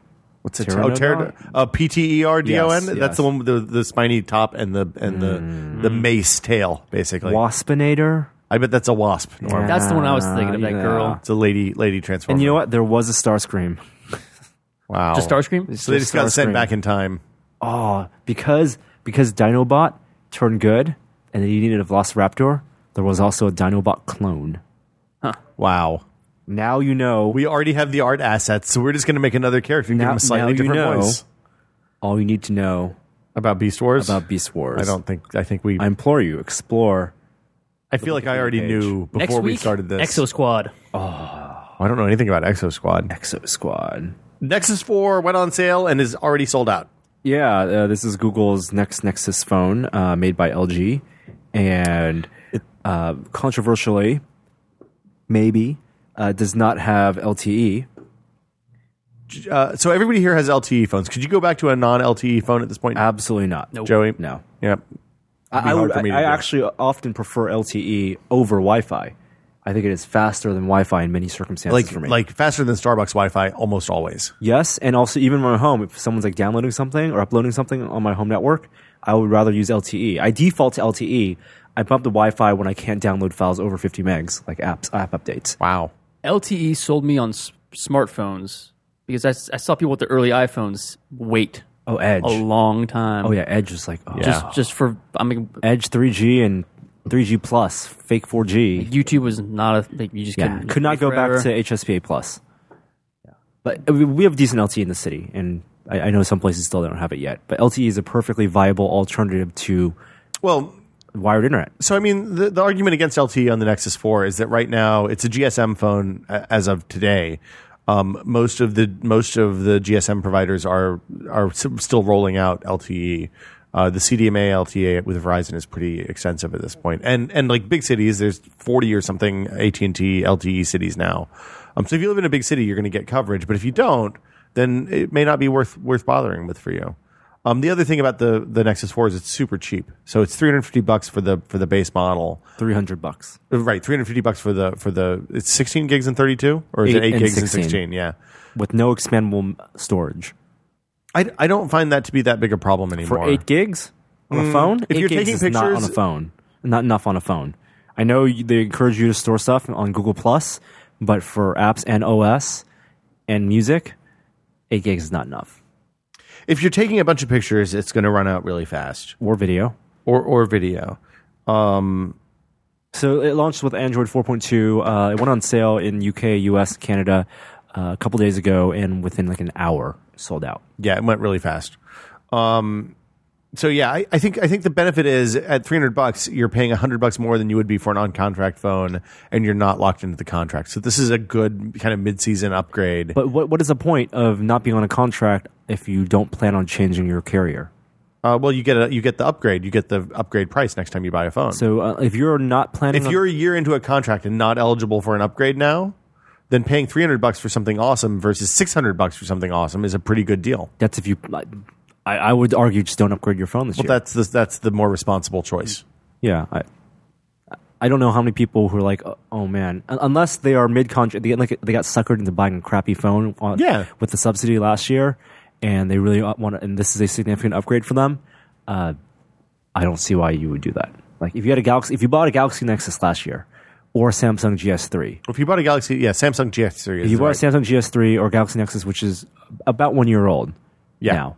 [SPEAKER 2] What's a
[SPEAKER 3] pteranodon?
[SPEAKER 2] pterodon? Uh, P T E R D O N.
[SPEAKER 3] Yes,
[SPEAKER 2] That's the
[SPEAKER 3] yes. Mm.
[SPEAKER 2] one with the, the spiny top and the and the the mace tail, basically.
[SPEAKER 3] Waspinator.
[SPEAKER 2] I bet that's a wasp. Norm.
[SPEAKER 4] That's the one I was thinking of, that
[SPEAKER 3] Yeah.
[SPEAKER 4] girl.
[SPEAKER 2] It's a lady lady transformer.
[SPEAKER 3] And you know what? There was a Starscream.
[SPEAKER 2] Wow.
[SPEAKER 4] Just Starscream?
[SPEAKER 2] So they just got sent
[SPEAKER 3] Starscream.
[SPEAKER 2] back in time.
[SPEAKER 3] Oh, because because Dinobot turned good, and then you needed a Velociraptor. There was also a Dinobot clone.
[SPEAKER 2] Wow.
[SPEAKER 3] Now you know.
[SPEAKER 2] We already have the art assets, so we're just going to make another character and give
[SPEAKER 3] Now-
[SPEAKER 2] him a slightly
[SPEAKER 3] now you
[SPEAKER 2] different
[SPEAKER 3] know.
[SPEAKER 2] voice
[SPEAKER 3] all you need to know
[SPEAKER 2] about Beast Wars.
[SPEAKER 3] about Beast Wars.
[SPEAKER 2] I don't think. I think we.
[SPEAKER 3] I implore you, explore.
[SPEAKER 2] I feel like I already
[SPEAKER 3] page.
[SPEAKER 2] knew
[SPEAKER 4] Next
[SPEAKER 2] before
[SPEAKER 4] week,
[SPEAKER 2] we started this.
[SPEAKER 4] Exo Squad.
[SPEAKER 2] I don't know anything about Exo Squad.
[SPEAKER 3] Exo Squad.
[SPEAKER 2] Nexus Four went on sale and is already sold out.
[SPEAKER 3] Yeah, uh, this is Google's next Nexus phone, uh, made by LG, and uh, controversially, maybe uh, does not have E. LTE.
[SPEAKER 2] Uh, so everybody here has LTE phones. Could you go back to a non-LTE phone at this point,
[SPEAKER 3] Absolutely not.
[SPEAKER 4] Nope.
[SPEAKER 2] Joey?
[SPEAKER 3] No.
[SPEAKER 2] Yep.
[SPEAKER 3] I, I
[SPEAKER 2] hard
[SPEAKER 3] would.
[SPEAKER 2] for me to
[SPEAKER 3] I, I
[SPEAKER 2] do.
[SPEAKER 3] actually often prefer LTE over Wi-Fi. I think it is faster than Wi-Fi in many circumstances
[SPEAKER 2] Like
[SPEAKER 3] for me.
[SPEAKER 2] like faster than Starbucks Wi-Fi almost always.
[SPEAKER 3] yes, and also even when I'm home, if someone's like downloading something or uploading something on my home network, I would rather use LTE. I default to LTE. I bump the Wi-Fi when I can't download files over 50 megs, like apps, app updates.
[SPEAKER 2] Wow.
[SPEAKER 4] LTE E sold me on s- smartphones because I, s- I saw people with the early iPhones wait
[SPEAKER 3] Oh, Edge.
[SPEAKER 4] a long time.
[SPEAKER 3] Oh yeah, Edge was like oh,
[SPEAKER 4] Just, just for, I mean,
[SPEAKER 3] Edge 3G and 3G plus, fake 4G.
[SPEAKER 4] YouTube was not a, like, you just
[SPEAKER 3] Yeah,
[SPEAKER 4] couldn't.
[SPEAKER 3] could not go
[SPEAKER 4] forever.
[SPEAKER 3] back to HSPA plus. But we- we have decent LTE in the city, and I, I know some places still don't have it yet. But LTE is a perfectly viable alternative to
[SPEAKER 2] Well,
[SPEAKER 3] wired internet.
[SPEAKER 2] so I mean, the, the argument against LTE on the Nexus 4 is that right now it's a GSM phone a- as of today. Um, most of the most of the GSM providers are are s- still rolling out LTE. Uh, the CDMA LTE E with Verizon is pretty extensive at this point, and and like big cities, there's 40 or something AT and T LTE cities now. Um, so if you live in a big city, you're going to get coverage, but if you don't, then it may not be worth worth bothering with for you. Um, the other thing about the the Nexus Four is it's super cheap. So it's 350 bucks for the for the base model.
[SPEAKER 3] Three hundred bucks.
[SPEAKER 2] Uh, Right, 350 bucks for the for the it's 16 gigs and 32 or is it
[SPEAKER 3] Eight
[SPEAKER 2] 8
[SPEAKER 3] and
[SPEAKER 2] gigs
[SPEAKER 3] 16.
[SPEAKER 2] and 16? Yeah.
[SPEAKER 3] with no expandable m- storage
[SPEAKER 2] I, I don't find that to be that big a problem
[SPEAKER 3] for
[SPEAKER 2] anymore.
[SPEAKER 3] eight gigs on a phone.
[SPEAKER 2] Mm. if
[SPEAKER 3] eight
[SPEAKER 2] you're
[SPEAKER 3] gigs
[SPEAKER 2] taking
[SPEAKER 3] is not on a
[SPEAKER 2] pictures-
[SPEAKER 3] phone, not enough on a phone. I know you, they encourage you to store stuff on Google Plus, but for apps and OS and music, eight gigs is not enough.
[SPEAKER 2] if you're taking a bunch of pictures, it's going to run out really fast
[SPEAKER 3] Or video.
[SPEAKER 2] or or video.
[SPEAKER 3] So it launched with Android 4.2. Uh, it went on sale in UK, US, Canada uh, a couple days ago, and within like an hour, sold out.
[SPEAKER 2] Yeah, it went really fast. Um, so yeah, I, I think I think the benefit is at 300 bucks, you're paying 100 bucks more than you would be for an on-contract phone, and you're not locked into the contract. So this is a good kind of mid-season upgrade.
[SPEAKER 3] But what what is the point of not being on a contract if you don't plan on changing your carrier?
[SPEAKER 2] Uh, well, you get a, you get the upgrade. You get the upgrade price next time you buy a phone.
[SPEAKER 3] So uh, if you're not planning,
[SPEAKER 2] if
[SPEAKER 3] on-
[SPEAKER 2] you're a year into a contract and not eligible for an upgrade now, then paying three hundred bucks for something awesome versus six hundred bucks for something awesome is a pretty good deal.
[SPEAKER 3] that's if you. I, I would argue just don't upgrade your phone this year.
[SPEAKER 2] That's the that's the more responsible choice.
[SPEAKER 3] yeah, I, I don't know how many people who are like, oh, oh man, Un- unless they are mid contract, they get like they got suckered into buying a crappy phone, on,
[SPEAKER 2] Yeah.
[SPEAKER 3] with the subsidy last year, and they really want to, and this is a significant upgrade for them. Uh, I don't see why you would do that. Like if you had a Galaxy, if you bought a Galaxy Nexus last year, or a Samsung GS3,
[SPEAKER 2] If you bought a Galaxy, yeah, Samsung GS three.
[SPEAKER 3] if
[SPEAKER 2] Is
[SPEAKER 3] you bought
[SPEAKER 2] right.
[SPEAKER 3] a Samsung GS3 or Galaxy Nexus, which is about one year old
[SPEAKER 2] Yeah.
[SPEAKER 3] now,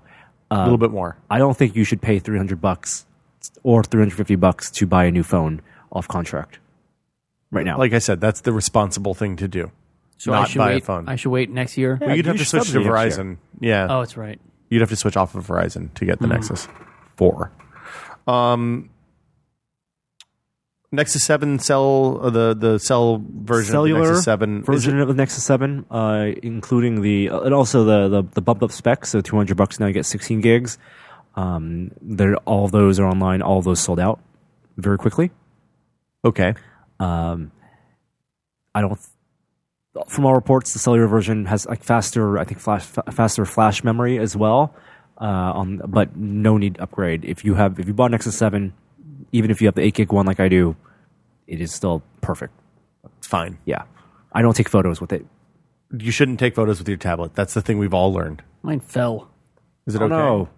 [SPEAKER 2] a little bit more.
[SPEAKER 3] I don't think you should pay 300 bucks or 350 bucks to buy a new phone off contract right now.
[SPEAKER 2] Like I said, that's the responsible thing to do.
[SPEAKER 4] so I
[SPEAKER 2] not
[SPEAKER 4] should
[SPEAKER 2] buy
[SPEAKER 4] wait,
[SPEAKER 2] a phone.
[SPEAKER 4] I should wait next year.
[SPEAKER 2] Well, you'd
[SPEAKER 3] you
[SPEAKER 2] have to
[SPEAKER 3] should
[SPEAKER 2] switch to
[SPEAKER 3] subsidy next
[SPEAKER 2] Verizon. Yeah.
[SPEAKER 4] Oh, that's right.
[SPEAKER 2] you'd have to switch off of Verizon to
[SPEAKER 4] Hmm.
[SPEAKER 2] get the Nexus 4. Um, Nexus 7 cell, uh, the, the cell version of the
[SPEAKER 3] cellular
[SPEAKER 2] Nexus 7. Is
[SPEAKER 3] version of the Nexus 7, uh, including the uh, and also the, the the bumped up specs. So 200 bucks now you get 16 gigs. Um, they're all those are online. All those sold out very quickly.
[SPEAKER 2] it- okay.
[SPEAKER 3] Um, I don't. from all reports, the cellular version has like faster, I think, flash, fa- faster flash memory as well. Uh, on, but no need to upgrade. If you have, if you bought Nexus Seven, even if you have the eight gig one like I do, it is still perfect.
[SPEAKER 2] It's fine.
[SPEAKER 3] Yeah, I don't take photos with it.
[SPEAKER 2] You shouldn't take photos with your tablet. That's the thing we've all learned.
[SPEAKER 4] Mine fell.
[SPEAKER 2] Is it
[SPEAKER 3] Oh
[SPEAKER 2] okay?
[SPEAKER 3] no,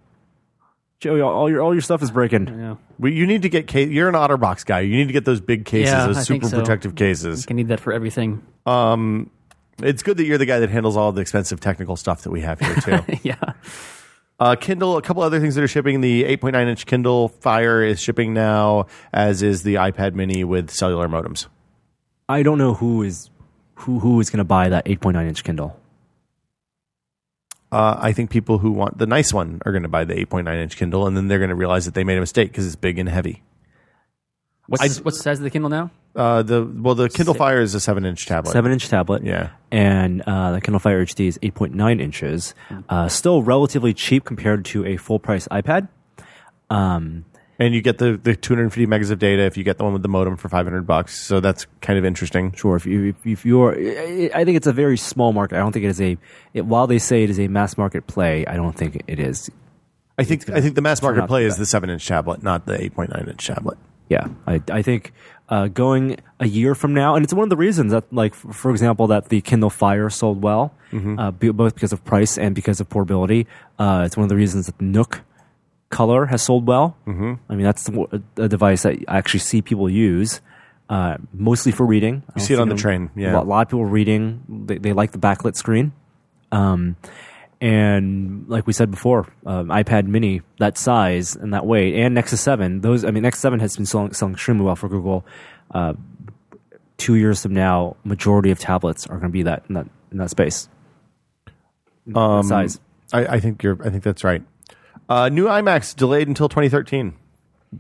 [SPEAKER 3] Joey, all all your all your stuff is breaking.
[SPEAKER 4] Yeah.
[SPEAKER 2] We, you need to get case. You're an OtterBox guy. You need to get those big cases,
[SPEAKER 4] Yeah,
[SPEAKER 2] those
[SPEAKER 4] I think
[SPEAKER 2] super
[SPEAKER 4] so.
[SPEAKER 2] protective cases. Um,
[SPEAKER 4] I need that for everything. *laughs*
[SPEAKER 2] It's good that you're the guy that handles all the expensive technical stuff that we have here
[SPEAKER 4] *laughs*
[SPEAKER 2] too.
[SPEAKER 4] yeah.
[SPEAKER 2] uh, Kindle, a couple other things that are shipping. The 8.9 inch Kindle Fire is shipping now, as is the iPad Mini with cellular modems.
[SPEAKER 3] I don't know who is who who is going to buy that 8.9 inch Kindle.
[SPEAKER 2] Uh, I think people who want the nice one are going to buy the 8.9 inch Kindle, and then they're going to realize that they made a mistake because it's big and heavy.
[SPEAKER 4] What's, what's the size of the Kindle now?
[SPEAKER 2] Uh, the well, the Kindle Fire is a seven inch tablet.
[SPEAKER 3] Seven inch tablet.
[SPEAKER 2] Yeah.
[SPEAKER 3] and uh, the Kindle Fire HD is 8.9 inches. Uh, still relatively cheap compared to a full price iPad. Um,
[SPEAKER 2] and you get the the 250 megas of data if you get the one with the modem for 500 bucks. So that's kind of interesting.
[SPEAKER 3] sure, if you if, if you're, I I think it's a very small market. I don't think it is a. It, while they say it is a mass market play, I don't think it is.
[SPEAKER 2] I think I think the mass market
[SPEAKER 3] out
[SPEAKER 2] play
[SPEAKER 3] to
[SPEAKER 2] is the seven inch tablet, not the 8.9 inch tablet.
[SPEAKER 3] Yeah, I, I think uh, going a year from now, and it's one of the reasons that, like, f- for example, that the Kindle Fire sold well,
[SPEAKER 2] Mm-hmm.
[SPEAKER 3] uh, be- both because of price and because of portability. Uh, it's one of the reasons that Nook Color has sold well. Mm-hmm. I mean, that's the, w- a device that I actually see people use, uh, mostly for reading. I don't
[SPEAKER 2] see it on the
[SPEAKER 3] them-
[SPEAKER 2] train, yeah.
[SPEAKER 3] a lot, lot of people reading. They, they like the backlit screen. Um, and like we said before, um, iPad Mini that size and that weight, and Nexus Seven. Those, I mean, Nexus Seven has been selling, selling extremely well for Google. Uh, two years from now, majority of tablets are going to be that in that in that space. Um, size.
[SPEAKER 2] I, I think you're. I think that's right. Uh, new IMAX delayed until 2013,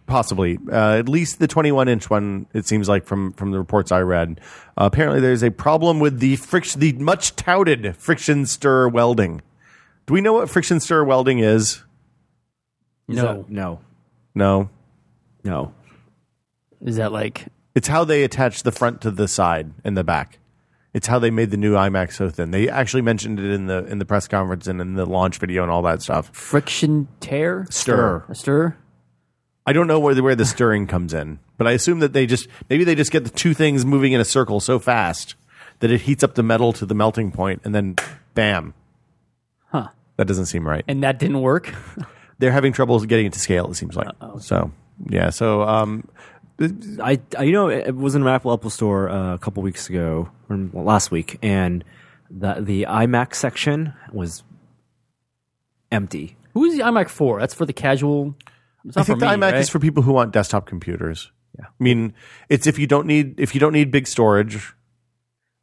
[SPEAKER 2] possibly. Uh, at least the 21 inch one. It seems like from from the reports I read. Uh, apparently, there's a problem with the friction, the much touted friction stir welding. Do we know what friction stir welding is?
[SPEAKER 4] No.
[SPEAKER 3] no,
[SPEAKER 2] No.
[SPEAKER 3] no.
[SPEAKER 4] Is that like
[SPEAKER 2] It's how they attach the front to the side and the back. It's how they made the new iMac so thin. They actually mentioned it in the in the press conference and in the launch video and all that stuff.
[SPEAKER 4] friction tear?
[SPEAKER 2] Stir.
[SPEAKER 4] A stir?
[SPEAKER 2] I don't know where the, where the stirring comes in, but I assume that they just maybe they just get the two things moving in a circle so fast that it heats up the metal to the melting point and then bam.
[SPEAKER 4] Huh.
[SPEAKER 2] That doesn't seem right.
[SPEAKER 4] And that didn't work? *laughs*
[SPEAKER 2] They're having trouble getting it to scale. It seems like so. Yeah. So um,
[SPEAKER 3] I, I you know it was in an Apple Apple store uh, a couple weeks ago or last week, and the the iMac section was empty.
[SPEAKER 4] Who's the iMac for? That's for the casual. It's not
[SPEAKER 2] I think
[SPEAKER 4] for
[SPEAKER 2] the
[SPEAKER 4] me,
[SPEAKER 2] iMac
[SPEAKER 4] right?
[SPEAKER 2] is for people who want desktop computers. Yeah. I mean, it's if you don't need if you don't need big storage.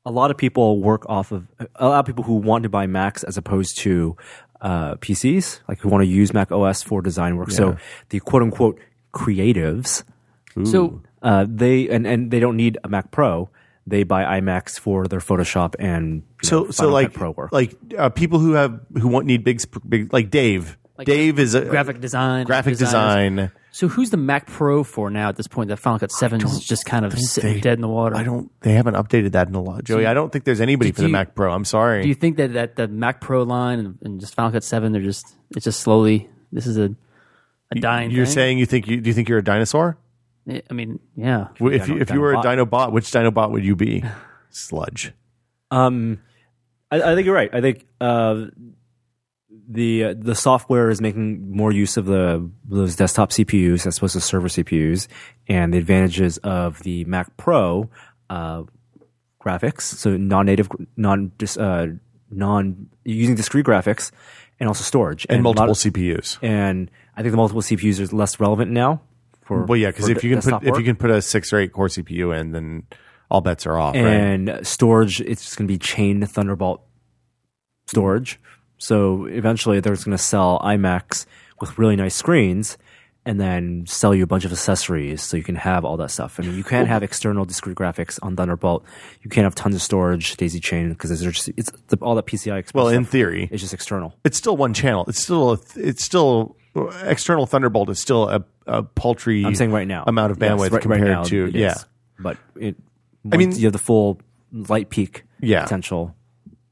[SPEAKER 3] a lot of people work off of a lot of people who want to buy Macs as opposed to uh, PCs, like who want to use Mac OS for design work. So the quote unquote creatives,
[SPEAKER 4] So
[SPEAKER 3] uh, they and, and they don't need a Mac Pro. They buy iMacs for their Photoshop and you
[SPEAKER 2] So
[SPEAKER 3] know,
[SPEAKER 2] so
[SPEAKER 3] Final
[SPEAKER 2] like
[SPEAKER 3] Cut Pro work.
[SPEAKER 2] like uh, people who have who want need big sp- big like Dave. Dave is a
[SPEAKER 4] graphic design.
[SPEAKER 2] graphic
[SPEAKER 4] designers.
[SPEAKER 2] design.
[SPEAKER 4] So who's the Mac Pro for now at this point? That Final Cut 7 is just kind of sitting
[SPEAKER 2] they-
[SPEAKER 4] dead in the water.
[SPEAKER 2] I don't. They haven't updated that in a lot, Joey. I don't think there's anybody for the
[SPEAKER 4] you-
[SPEAKER 2] Mac Pro. I'm sorry.
[SPEAKER 4] Do you think that, that the Mac Pro line and, and just Final Cut 7, they're just, it's just slowly, this is a, a dying
[SPEAKER 2] are
[SPEAKER 4] thing?
[SPEAKER 2] saying you think you do you think you're a dinosaur?
[SPEAKER 4] Yeah, I mean, yeah.
[SPEAKER 2] Well, If you,
[SPEAKER 3] Dino-
[SPEAKER 2] if you were a
[SPEAKER 3] Dinobot.
[SPEAKER 2] Dinobot, which Dinobot would you
[SPEAKER 3] *sighs*
[SPEAKER 2] be? Sludge.
[SPEAKER 3] Um, I, I think you're right. I think uh, the uh, the software is making more use of the those desktop CPUs as opposed to server CPUs, and the advantages of the Mac Pro uh, graphics, so non-native, non dis- uh, non using discrete graphics, and also storage
[SPEAKER 2] And
[SPEAKER 3] a lot
[SPEAKER 2] multiple
[SPEAKER 3] of-
[SPEAKER 2] CPUs.
[SPEAKER 3] and I think the multiple CPUs is less relevant now. For
[SPEAKER 2] Well, yeah, because
[SPEAKER 3] for
[SPEAKER 2] if you can
[SPEAKER 3] desktop
[SPEAKER 2] put if
[SPEAKER 3] work.
[SPEAKER 2] you can put a six or eight core CPU in, then all bets are off. right?
[SPEAKER 3] and storage it's just going to be chain thunderbolt storage so eventually they're just going to sell imacs with really nice screens and then sell you a bunch of accessories so you can have all that stuff i mean you can't have external discrete graphics on thunderbolt you can't have tons of storage daisy chain because it's just it's the, all that pci express
[SPEAKER 2] Well, in
[SPEAKER 3] stuff
[SPEAKER 2] theory,
[SPEAKER 3] is just external
[SPEAKER 2] it's still one channel. It's still a, it's still external Thunderbolt is still a, a paltry.
[SPEAKER 3] i'm saying right now
[SPEAKER 2] amount of
[SPEAKER 3] Yes,
[SPEAKER 2] bandwidth
[SPEAKER 3] right- right
[SPEAKER 2] compared
[SPEAKER 3] now
[SPEAKER 2] to
[SPEAKER 3] it
[SPEAKER 2] yeah.
[SPEAKER 3] is. but it,
[SPEAKER 2] I
[SPEAKER 3] i
[SPEAKER 2] mean-
[SPEAKER 3] mean you have the full light peak
[SPEAKER 2] Yeah.
[SPEAKER 3] potential.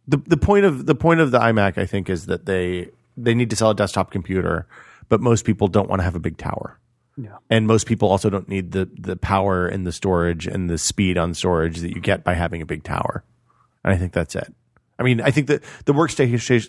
[SPEAKER 2] the the point of the point of the iMac, I think, is that they they need to sell a desktop computer, but most people don't want to have a big tower.
[SPEAKER 4] Yeah.
[SPEAKER 2] And most people also don't need the the power and the storage and the speed on storage that you get by having a big tower. And I think that's it. I mean, I think that the workstation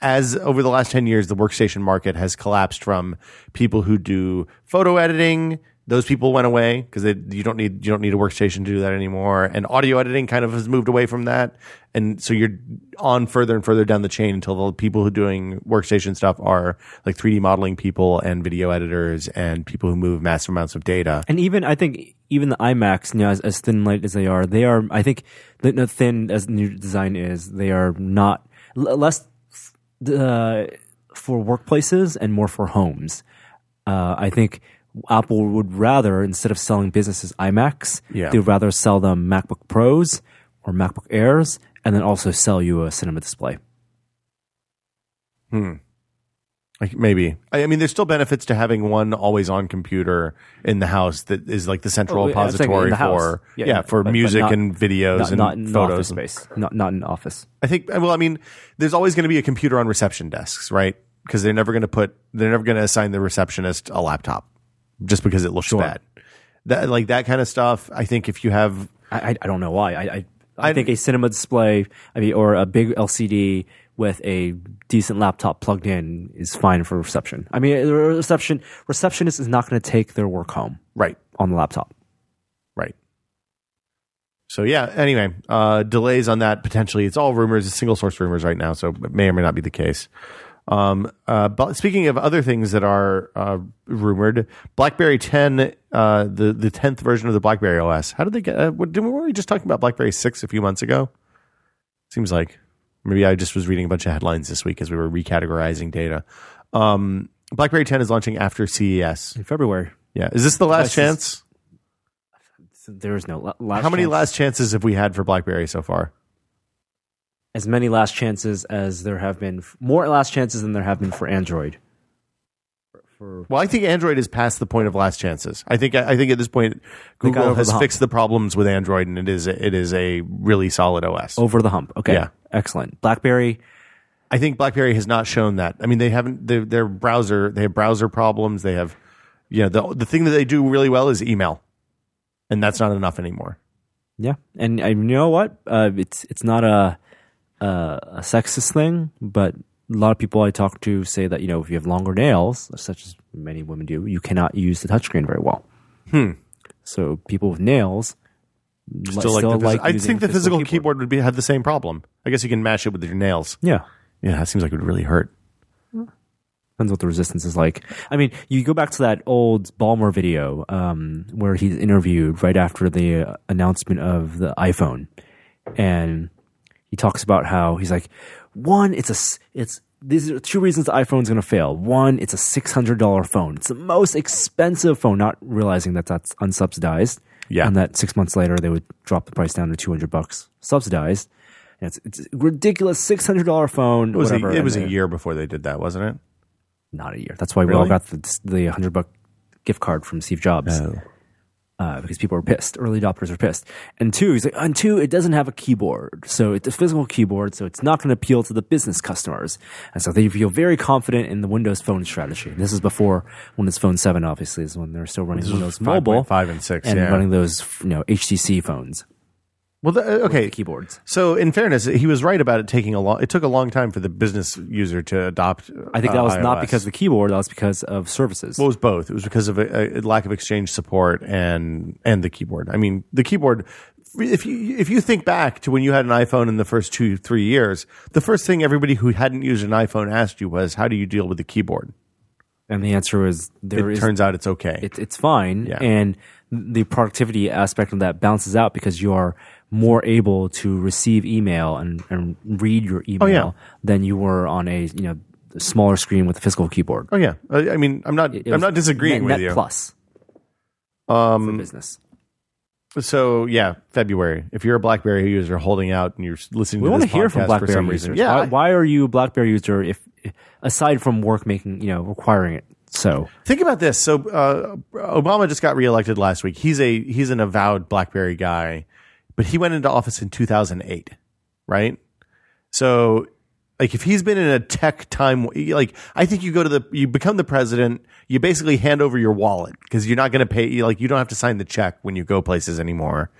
[SPEAKER 2] as over the last 10 years the workstation market has collapsed from people who do photo editing those people went away because you don't need you don't need a workstation to do that anymore and audio editing kind of has moved away from that and so you're on further and further down the chain until the people who are doing workstation stuff are like 3D modeling people and video editors and people who move massive amounts of data
[SPEAKER 3] And even I think even the IMAX, you know, as, as thin light as they are, they are I think the, no, thin as new design is, they are not l- less uh, for workplaces and more for homes. Uh, I think Apple would rather instead of selling businesses IMAX,
[SPEAKER 2] Yeah.
[SPEAKER 3] they'd rather sell them MacBook Pros or MacBook Airs, and then also sell you a cinema display.
[SPEAKER 2] Like maybe. I, I mean, there's still benefits to having one always on computer in the house that is like the central
[SPEAKER 3] Oh, yeah, I'm saying in
[SPEAKER 2] repository
[SPEAKER 3] the house.
[SPEAKER 2] for yeah,
[SPEAKER 3] Yeah,
[SPEAKER 2] for
[SPEAKER 3] but- but
[SPEAKER 2] music
[SPEAKER 3] not-
[SPEAKER 2] and videos
[SPEAKER 3] Not,
[SPEAKER 2] and
[SPEAKER 3] not in
[SPEAKER 2] photos
[SPEAKER 3] office
[SPEAKER 2] and-
[SPEAKER 3] space, not not in office.
[SPEAKER 2] I think. Well, I mean, there's always going to be a computer on reception desks, right? Because they're never going to put they're never going to assign the receptionist a laptop just because it looks bad. That like that kind of stuff. I think if you have
[SPEAKER 3] I, I- I don't know why. I, I, I
[SPEAKER 2] I-
[SPEAKER 3] think a cinema display, I mean, or a big LCD with a decent laptop plugged in is fine for reception. I mean, the reception receptionist is not going to take their work home
[SPEAKER 2] right,
[SPEAKER 3] on the laptop.
[SPEAKER 2] Right. So yeah. Anyway, uh, delays on that potentially. It's all rumors. It's single source rumors right now, so it may or may not be the case. Um, uh, but speaking of other things that are uh, rumored, BlackBerry 10, uh, the the tenth version of the BlackBerry OS. How did they get? Uh, what, didn't- were we just talking about BlackBerry 6 a few months ago? Seems like maybe I just was reading a bunch of headlines this week as we were recategorizing data. Um, BlackBerry 10 is launching after CES.
[SPEAKER 3] In February,
[SPEAKER 2] Yeah, is this the last
[SPEAKER 3] This is-
[SPEAKER 2] chance?
[SPEAKER 3] there is no la- last.
[SPEAKER 2] How many
[SPEAKER 3] chance-
[SPEAKER 2] last chances have we had for BlackBerry so far?
[SPEAKER 3] As many last chances as there have been, f- more last chances than there have been for Android.
[SPEAKER 2] Well, I think Android is past the point of last chances. I think I think at this point
[SPEAKER 3] They got
[SPEAKER 2] Google
[SPEAKER 3] over
[SPEAKER 2] has
[SPEAKER 3] the hump.
[SPEAKER 2] fixed the problems with Android, and it is it is a really solid OS.
[SPEAKER 3] Over the hump. Okay,
[SPEAKER 2] Yeah.
[SPEAKER 3] excellent. BlackBerry.
[SPEAKER 2] I think BlackBerry has not shown that. I mean, they haven't their, their browser they have browser problems. They have you know the the thing that they do really well is email, and that's not enough anymore.
[SPEAKER 3] Yeah, and I, you know what? Uh, it's it's not a, a a sexist thing, but a lot of people I talk to say that you know if you have longer nails, such as many women do, you cannot use the touchscreen very well. Hmm. So people with nails li-
[SPEAKER 2] Still like, the, phys- I
[SPEAKER 3] using
[SPEAKER 2] think the physical, keyboard.
[SPEAKER 3] keyboard.
[SPEAKER 2] would be have the same problem. I guess you can mash it with your nails.
[SPEAKER 3] Yeah.
[SPEAKER 2] Yeah, that seems like it would really hurt.
[SPEAKER 3] Depends what the resistance is like. I mean, you go back to that old Ballmer video um, where he's interviewed right after the uh, announcement of the iPhone, and he talks about how he's like, one, it's a, s- it's these are two reasons the iPhone's going to fail. One, it's a six hundred dollar phone. It's the most expensive phone, not realizing that that's unsubsidized.
[SPEAKER 2] Yeah.
[SPEAKER 3] and that six months later they would drop the price down to two hundred bucks subsidized. And it's, it's a ridiculous six hundred dollar phone.
[SPEAKER 2] It was
[SPEAKER 3] whatever,
[SPEAKER 2] a, it
[SPEAKER 3] and
[SPEAKER 2] was a
[SPEAKER 3] they-
[SPEAKER 2] year before they did that, wasn't it?
[SPEAKER 3] not a year. That's why we all
[SPEAKER 2] Really?
[SPEAKER 3] got the the hundred buck gift card from Steve Jobs
[SPEAKER 2] Oh.
[SPEAKER 3] uh, because people were pissed. Early adopters were pissed. And two, he's like, and two, it doesn't have a keyboard, so it's a physical keyboard, so it's not going to appeal to the business customers. And so they feel very confident in the Windows Phone strategy. This is before Windows Phone Seven, obviously, is when they're still running Windows Mobile
[SPEAKER 2] 5.5 and 6,
[SPEAKER 3] and
[SPEAKER 2] yeah.
[SPEAKER 3] running those you know HTC phones,
[SPEAKER 2] Well, the, uh, okay.
[SPEAKER 3] keyboards.
[SPEAKER 2] So, in fairness, he was right about it taking a long. It took a long time for the business user to adopt.
[SPEAKER 3] I think that
[SPEAKER 2] uh,
[SPEAKER 3] was not
[SPEAKER 2] iOS.
[SPEAKER 3] because of the keyboard; that was because of services.
[SPEAKER 2] Well, it was both. It was because of a, a lack of exchange support and and the keyboard. I mean, the keyboard. If you if you think back to when you had an iPhone in the first two three years, the first thing everybody who hadn't used an iPhone asked you was, "How do you deal with the keyboard?"
[SPEAKER 3] and the answer is there
[SPEAKER 2] It
[SPEAKER 3] is
[SPEAKER 2] turns out it's okay.
[SPEAKER 3] it, it's fine
[SPEAKER 2] Yeah.
[SPEAKER 3] and the productivity aspect of that bounces out because you are more able to receive email and, and read your email
[SPEAKER 2] Oh, yeah.
[SPEAKER 3] than you were on a you know smaller screen with a physical keyboard.
[SPEAKER 2] oh yeah. I, I mean, I'm not
[SPEAKER 3] It
[SPEAKER 2] I'm
[SPEAKER 3] was
[SPEAKER 2] not disagreeing
[SPEAKER 3] net,
[SPEAKER 2] with
[SPEAKER 3] net
[SPEAKER 2] you.
[SPEAKER 3] Plus, um, for business.
[SPEAKER 2] So yeah, February. If you're a BlackBerry user holding out and you're listening
[SPEAKER 3] We
[SPEAKER 2] to
[SPEAKER 3] want
[SPEAKER 2] this
[SPEAKER 3] to hear from
[SPEAKER 2] podcast for
[SPEAKER 3] BlackBerry
[SPEAKER 2] some
[SPEAKER 3] users.
[SPEAKER 2] reason, yeah,
[SPEAKER 3] why, why are you a BlackBerry user if aside from work making you know requiring it? So
[SPEAKER 2] Think about this. So uh, Obama just got reelected last week. He's a he's an avowed BlackBerry guy, but he went into office in 2008. right? So, like, if he's been in a tech time, like, I think you go to the, you become the president, you basically hand over your wallet because you're not going to pay, you- like, you don't have to sign the check when you go places anymore.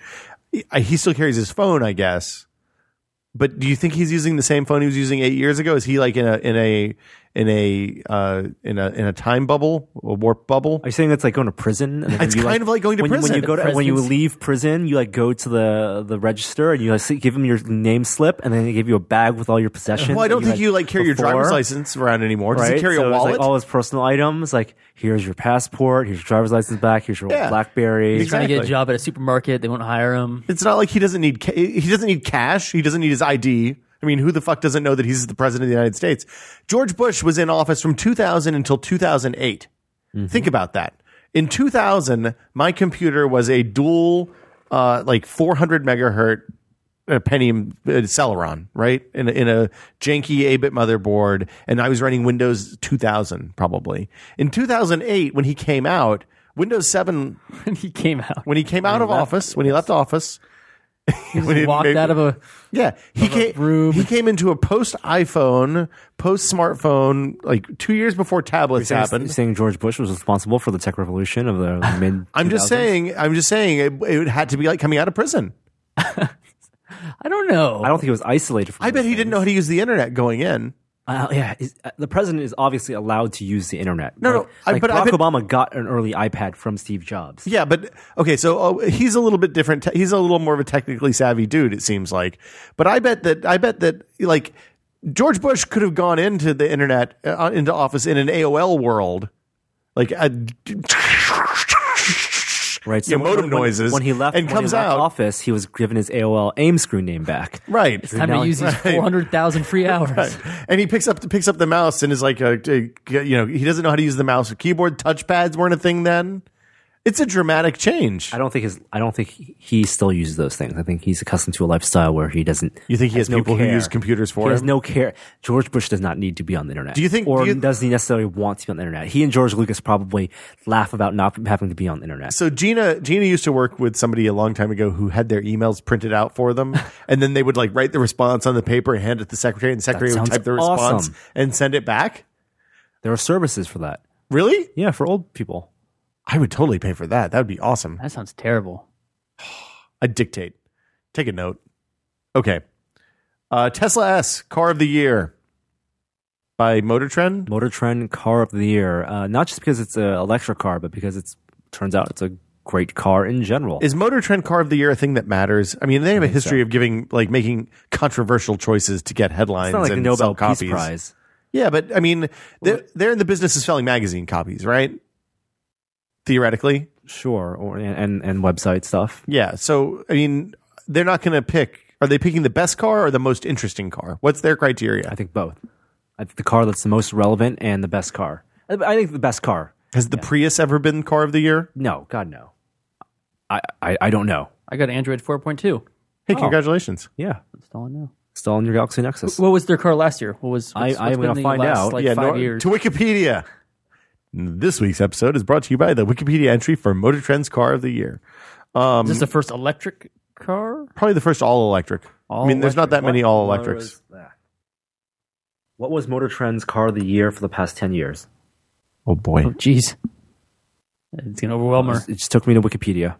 [SPEAKER 2] I- He still carries his phone, I guess. But do you think he's using the same phone he was using eight years ago? Is he like in a in a in a uh, in a in a time bubble, a warp bubble?
[SPEAKER 3] Are you saying that's like going to prison? And then
[SPEAKER 2] It's
[SPEAKER 3] you,
[SPEAKER 2] kind of like going to
[SPEAKER 3] when, you-
[SPEAKER 2] prison.
[SPEAKER 3] When you, go to, when you
[SPEAKER 4] Prisons.
[SPEAKER 3] leave prison, you like go to the, the register and you like, see- give them your name slip, and then they give you a bag with all your possessions.
[SPEAKER 2] Well, I
[SPEAKER 3] that
[SPEAKER 2] don't think
[SPEAKER 3] had
[SPEAKER 2] you like carry your driver's
[SPEAKER 3] before,
[SPEAKER 2] license around anymore. Does he
[SPEAKER 3] right?
[SPEAKER 2] carry
[SPEAKER 3] So
[SPEAKER 2] a
[SPEAKER 3] it's, like, oh,
[SPEAKER 2] wallet?
[SPEAKER 3] all his personal items, like here's your passport, here's your driver's license back, here's your
[SPEAKER 2] Yeah.
[SPEAKER 3] BlackBerry.
[SPEAKER 2] Exactly.
[SPEAKER 4] Trying to get a job at a supermarket, they won't hire him. *laughs*
[SPEAKER 2] it's not like he doesn't need ca- he doesn't need cash. He doesn't need his ID. I mean, who the fuck doesn't know that he's the president of the United States? George Bush was in office from 2000 until 2008. Think about that. In 2000, my computer was a dual, uh, like 400 megahertz a Pentium uh, Celeron, right? In a, in a janky 8-bit motherboard, and I was running Windows 2000 probably. In 2008, when he came out, Windows 7
[SPEAKER 4] And he came out.
[SPEAKER 2] when he came out of office, when he left office, when he
[SPEAKER 4] walked
[SPEAKER 2] made-
[SPEAKER 4] out of a
[SPEAKER 2] yeah, he came
[SPEAKER 4] room.
[SPEAKER 2] he came into a post iPhone, post smartphone, like two years before tablets
[SPEAKER 3] Saying-
[SPEAKER 2] happened.
[SPEAKER 3] Saying George Bush was responsible for the tech revolution
[SPEAKER 2] *sighs*
[SPEAKER 3] of the mid.
[SPEAKER 2] I'm just
[SPEAKER 3] 2000s.
[SPEAKER 2] saying, I'm just saying, it, it had to be like coming out of prison.
[SPEAKER 4] I don't know.
[SPEAKER 3] I don't think it was isolated. From
[SPEAKER 2] I bet
[SPEAKER 3] this.
[SPEAKER 2] he didn't know how to use the internet going in.
[SPEAKER 3] Uh, yeah, is- uh, the president is obviously allowed to use the internet.
[SPEAKER 2] No, no,
[SPEAKER 3] right?
[SPEAKER 2] I-
[SPEAKER 3] like
[SPEAKER 2] but I
[SPEAKER 3] Barack
[SPEAKER 2] bet-
[SPEAKER 3] Obama got an early iPad from Steve Jobs.
[SPEAKER 2] Yeah, but okay, so uh, he's a little bit different. Te- he's a little more of a technically savvy dude, it seems like. But I bet that I bet that like George Bush could have gone into the internet uh, into office in an AOL world, like uh, a,
[SPEAKER 3] right?
[SPEAKER 2] Yeah, modem noises
[SPEAKER 3] When he left,
[SPEAKER 2] and
[SPEAKER 3] when
[SPEAKER 2] comes
[SPEAKER 3] he left
[SPEAKER 2] out.
[SPEAKER 3] office, he was given his AOL AIM screen name back.
[SPEAKER 2] right.
[SPEAKER 4] it's time
[SPEAKER 3] now-
[SPEAKER 4] to use these
[SPEAKER 2] *laughs* Right.
[SPEAKER 4] 400,000 free
[SPEAKER 2] *laughs*
[SPEAKER 4] hours.
[SPEAKER 2] And he picks up picks up the mouse and is like, uh uh, you know, he doesn't know how to use the mouse or keyboard. Touchpads weren't a thing then. It's a dramatic change.
[SPEAKER 3] I don't think his. I don't think he- he still uses those things. I think he's accustomed to a lifestyle where he doesn't.
[SPEAKER 2] You think he has
[SPEAKER 3] no
[SPEAKER 2] people who
[SPEAKER 3] care.
[SPEAKER 2] use computers for
[SPEAKER 3] He has
[SPEAKER 2] him?
[SPEAKER 3] no care. George Bush does not need to be on the internet.
[SPEAKER 2] Do you think-
[SPEAKER 3] or
[SPEAKER 2] do you-
[SPEAKER 3] does he necessarily want to be on the internet? He and George Lucas probably laugh about not having to be on the internet.
[SPEAKER 2] so Gina Gina used to work with somebody a long time ago who had their emails printed out for them,
[SPEAKER 3] *laughs*
[SPEAKER 2] and then they would like write the response on the paper and hand it to the secretary, and the secretary would
[SPEAKER 3] sounds
[SPEAKER 2] type the response
[SPEAKER 3] awesome.
[SPEAKER 2] and send it back.
[SPEAKER 3] There are services for that.
[SPEAKER 2] Really?
[SPEAKER 3] Yeah, for old people.
[SPEAKER 2] I would totally pay for that. That would be awesome.
[SPEAKER 4] That sounds terrible.
[SPEAKER 2] I dictate. Take a note. Okay. Uh, Tesla S Car of the Year by Motor Trend.
[SPEAKER 3] Motor Trend Car of the Year, uh, not just because it's an electric car, but because it's turns out it's a great car in general.
[SPEAKER 2] Is Motor Trend Car of the Year a thing that matters? I mean, they have a history of giving, like, making controversial choices to get headlines
[SPEAKER 3] it's not like the
[SPEAKER 2] and sell
[SPEAKER 3] Nobel
[SPEAKER 2] copies.
[SPEAKER 3] Peace Prize.
[SPEAKER 2] Yeah, but I mean, they're, they're in the business of selling magazine copies, right? Theoretically,
[SPEAKER 3] Sure, or and, and, and website stuff.
[SPEAKER 2] yeah. So I mean, they're not going to pick. Are they picking the best car or the most interesting car? What's their criteria?
[SPEAKER 3] I think both. I think the car that's the most relevant and the best car. I I think the best car.
[SPEAKER 2] Has the Prius ever been car of the year?
[SPEAKER 3] No, God no. I I, I don't know.
[SPEAKER 4] I got Android 4.2.
[SPEAKER 2] Hey,
[SPEAKER 3] Oh.
[SPEAKER 2] congratulations!
[SPEAKER 3] Yeah,
[SPEAKER 4] That's all I know.
[SPEAKER 3] installing your Galaxy Nexus.
[SPEAKER 4] What was their car last year? What was
[SPEAKER 3] I-
[SPEAKER 4] what's-
[SPEAKER 3] I
[SPEAKER 4] what's
[SPEAKER 3] am
[SPEAKER 4] been
[SPEAKER 3] gonna
[SPEAKER 4] the
[SPEAKER 3] find
[SPEAKER 4] last,
[SPEAKER 3] out.
[SPEAKER 4] Like
[SPEAKER 2] yeah,
[SPEAKER 4] five
[SPEAKER 2] nor-
[SPEAKER 4] years.
[SPEAKER 2] to Wikipedia. This week's episode is brought to you by the Wikipedia entry for Motor Trend's Car of the Year.
[SPEAKER 4] Is this the first electric car?
[SPEAKER 2] Probably the first all electric. I mean, there's not that many all electrics.
[SPEAKER 3] What was Motor Trend's car of the year for the past ten years?
[SPEAKER 2] Oh boy!
[SPEAKER 4] Oh, jeez. It's going to overwhelm her.
[SPEAKER 3] It just took me to Wikipedia.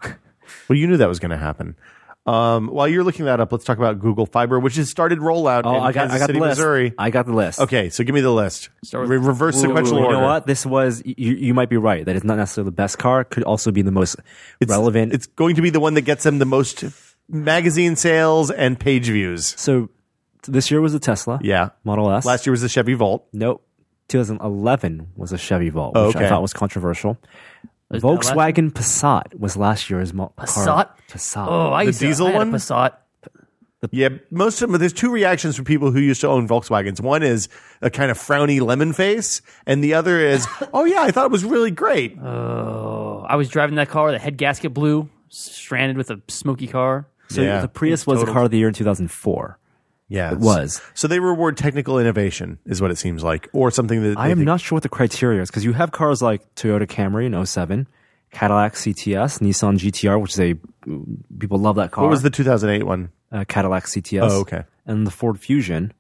[SPEAKER 2] Well, you knew that was going to happen. Um, while you're looking that up, let's talk about Google Fiber, which has started rollout
[SPEAKER 3] *laughs* Oh,
[SPEAKER 2] in
[SPEAKER 3] I got,
[SPEAKER 2] Kansas
[SPEAKER 3] I got
[SPEAKER 2] City,
[SPEAKER 3] the list.
[SPEAKER 2] Missouri.
[SPEAKER 3] I got the list.
[SPEAKER 2] Okay, so give me the list.
[SPEAKER 4] Start with-
[SPEAKER 2] Re- reverse sequential
[SPEAKER 3] you
[SPEAKER 2] order.
[SPEAKER 3] know what? This was you. You might be right that it's not necessarily the best car. Could also be the most relevant.
[SPEAKER 2] It's going to be the one that gets them the most magazine sales and page views.
[SPEAKER 3] so this year was the Tesla.
[SPEAKER 2] Yeah.
[SPEAKER 3] Model S.
[SPEAKER 2] Last year was the Chevy Volt.
[SPEAKER 3] Nope. 2011 was a Chevy Volt, which
[SPEAKER 2] Okay.
[SPEAKER 3] I thought was controversial.
[SPEAKER 4] Was that last-
[SPEAKER 3] Volkswagen Passat was last year's mo-
[SPEAKER 4] Passat?
[SPEAKER 3] car. Passat.
[SPEAKER 4] Oh, I
[SPEAKER 2] The
[SPEAKER 4] used to-
[SPEAKER 2] diesel
[SPEAKER 4] I had a
[SPEAKER 2] one?
[SPEAKER 4] Passat.
[SPEAKER 2] Yeah, most of them, there's two reactions from people who used to own Volkswagens. One is a kind of frowny lemon face, and the other is,
[SPEAKER 3] *laughs*
[SPEAKER 2] oh yeah, I thought it was really great.
[SPEAKER 3] Uh,
[SPEAKER 4] Oh, I was driving that car. The head gasket blew. Stranded with a smoky car.
[SPEAKER 3] so
[SPEAKER 2] yeah.
[SPEAKER 3] the Prius was the car of the year in 2004.
[SPEAKER 2] yeah, it
[SPEAKER 3] was.
[SPEAKER 2] So they reward technical innovation, is what it seems like, or something that
[SPEAKER 3] I am not sure what the criteria is because you have cars like Toyota Camry in 07, Cadillac CTS, Nissan GTR, which is a people love that car.
[SPEAKER 2] What was the 2008 one?
[SPEAKER 3] uh, Cadillac CTS.
[SPEAKER 2] Oh, okay.
[SPEAKER 3] And the Ford Fusion.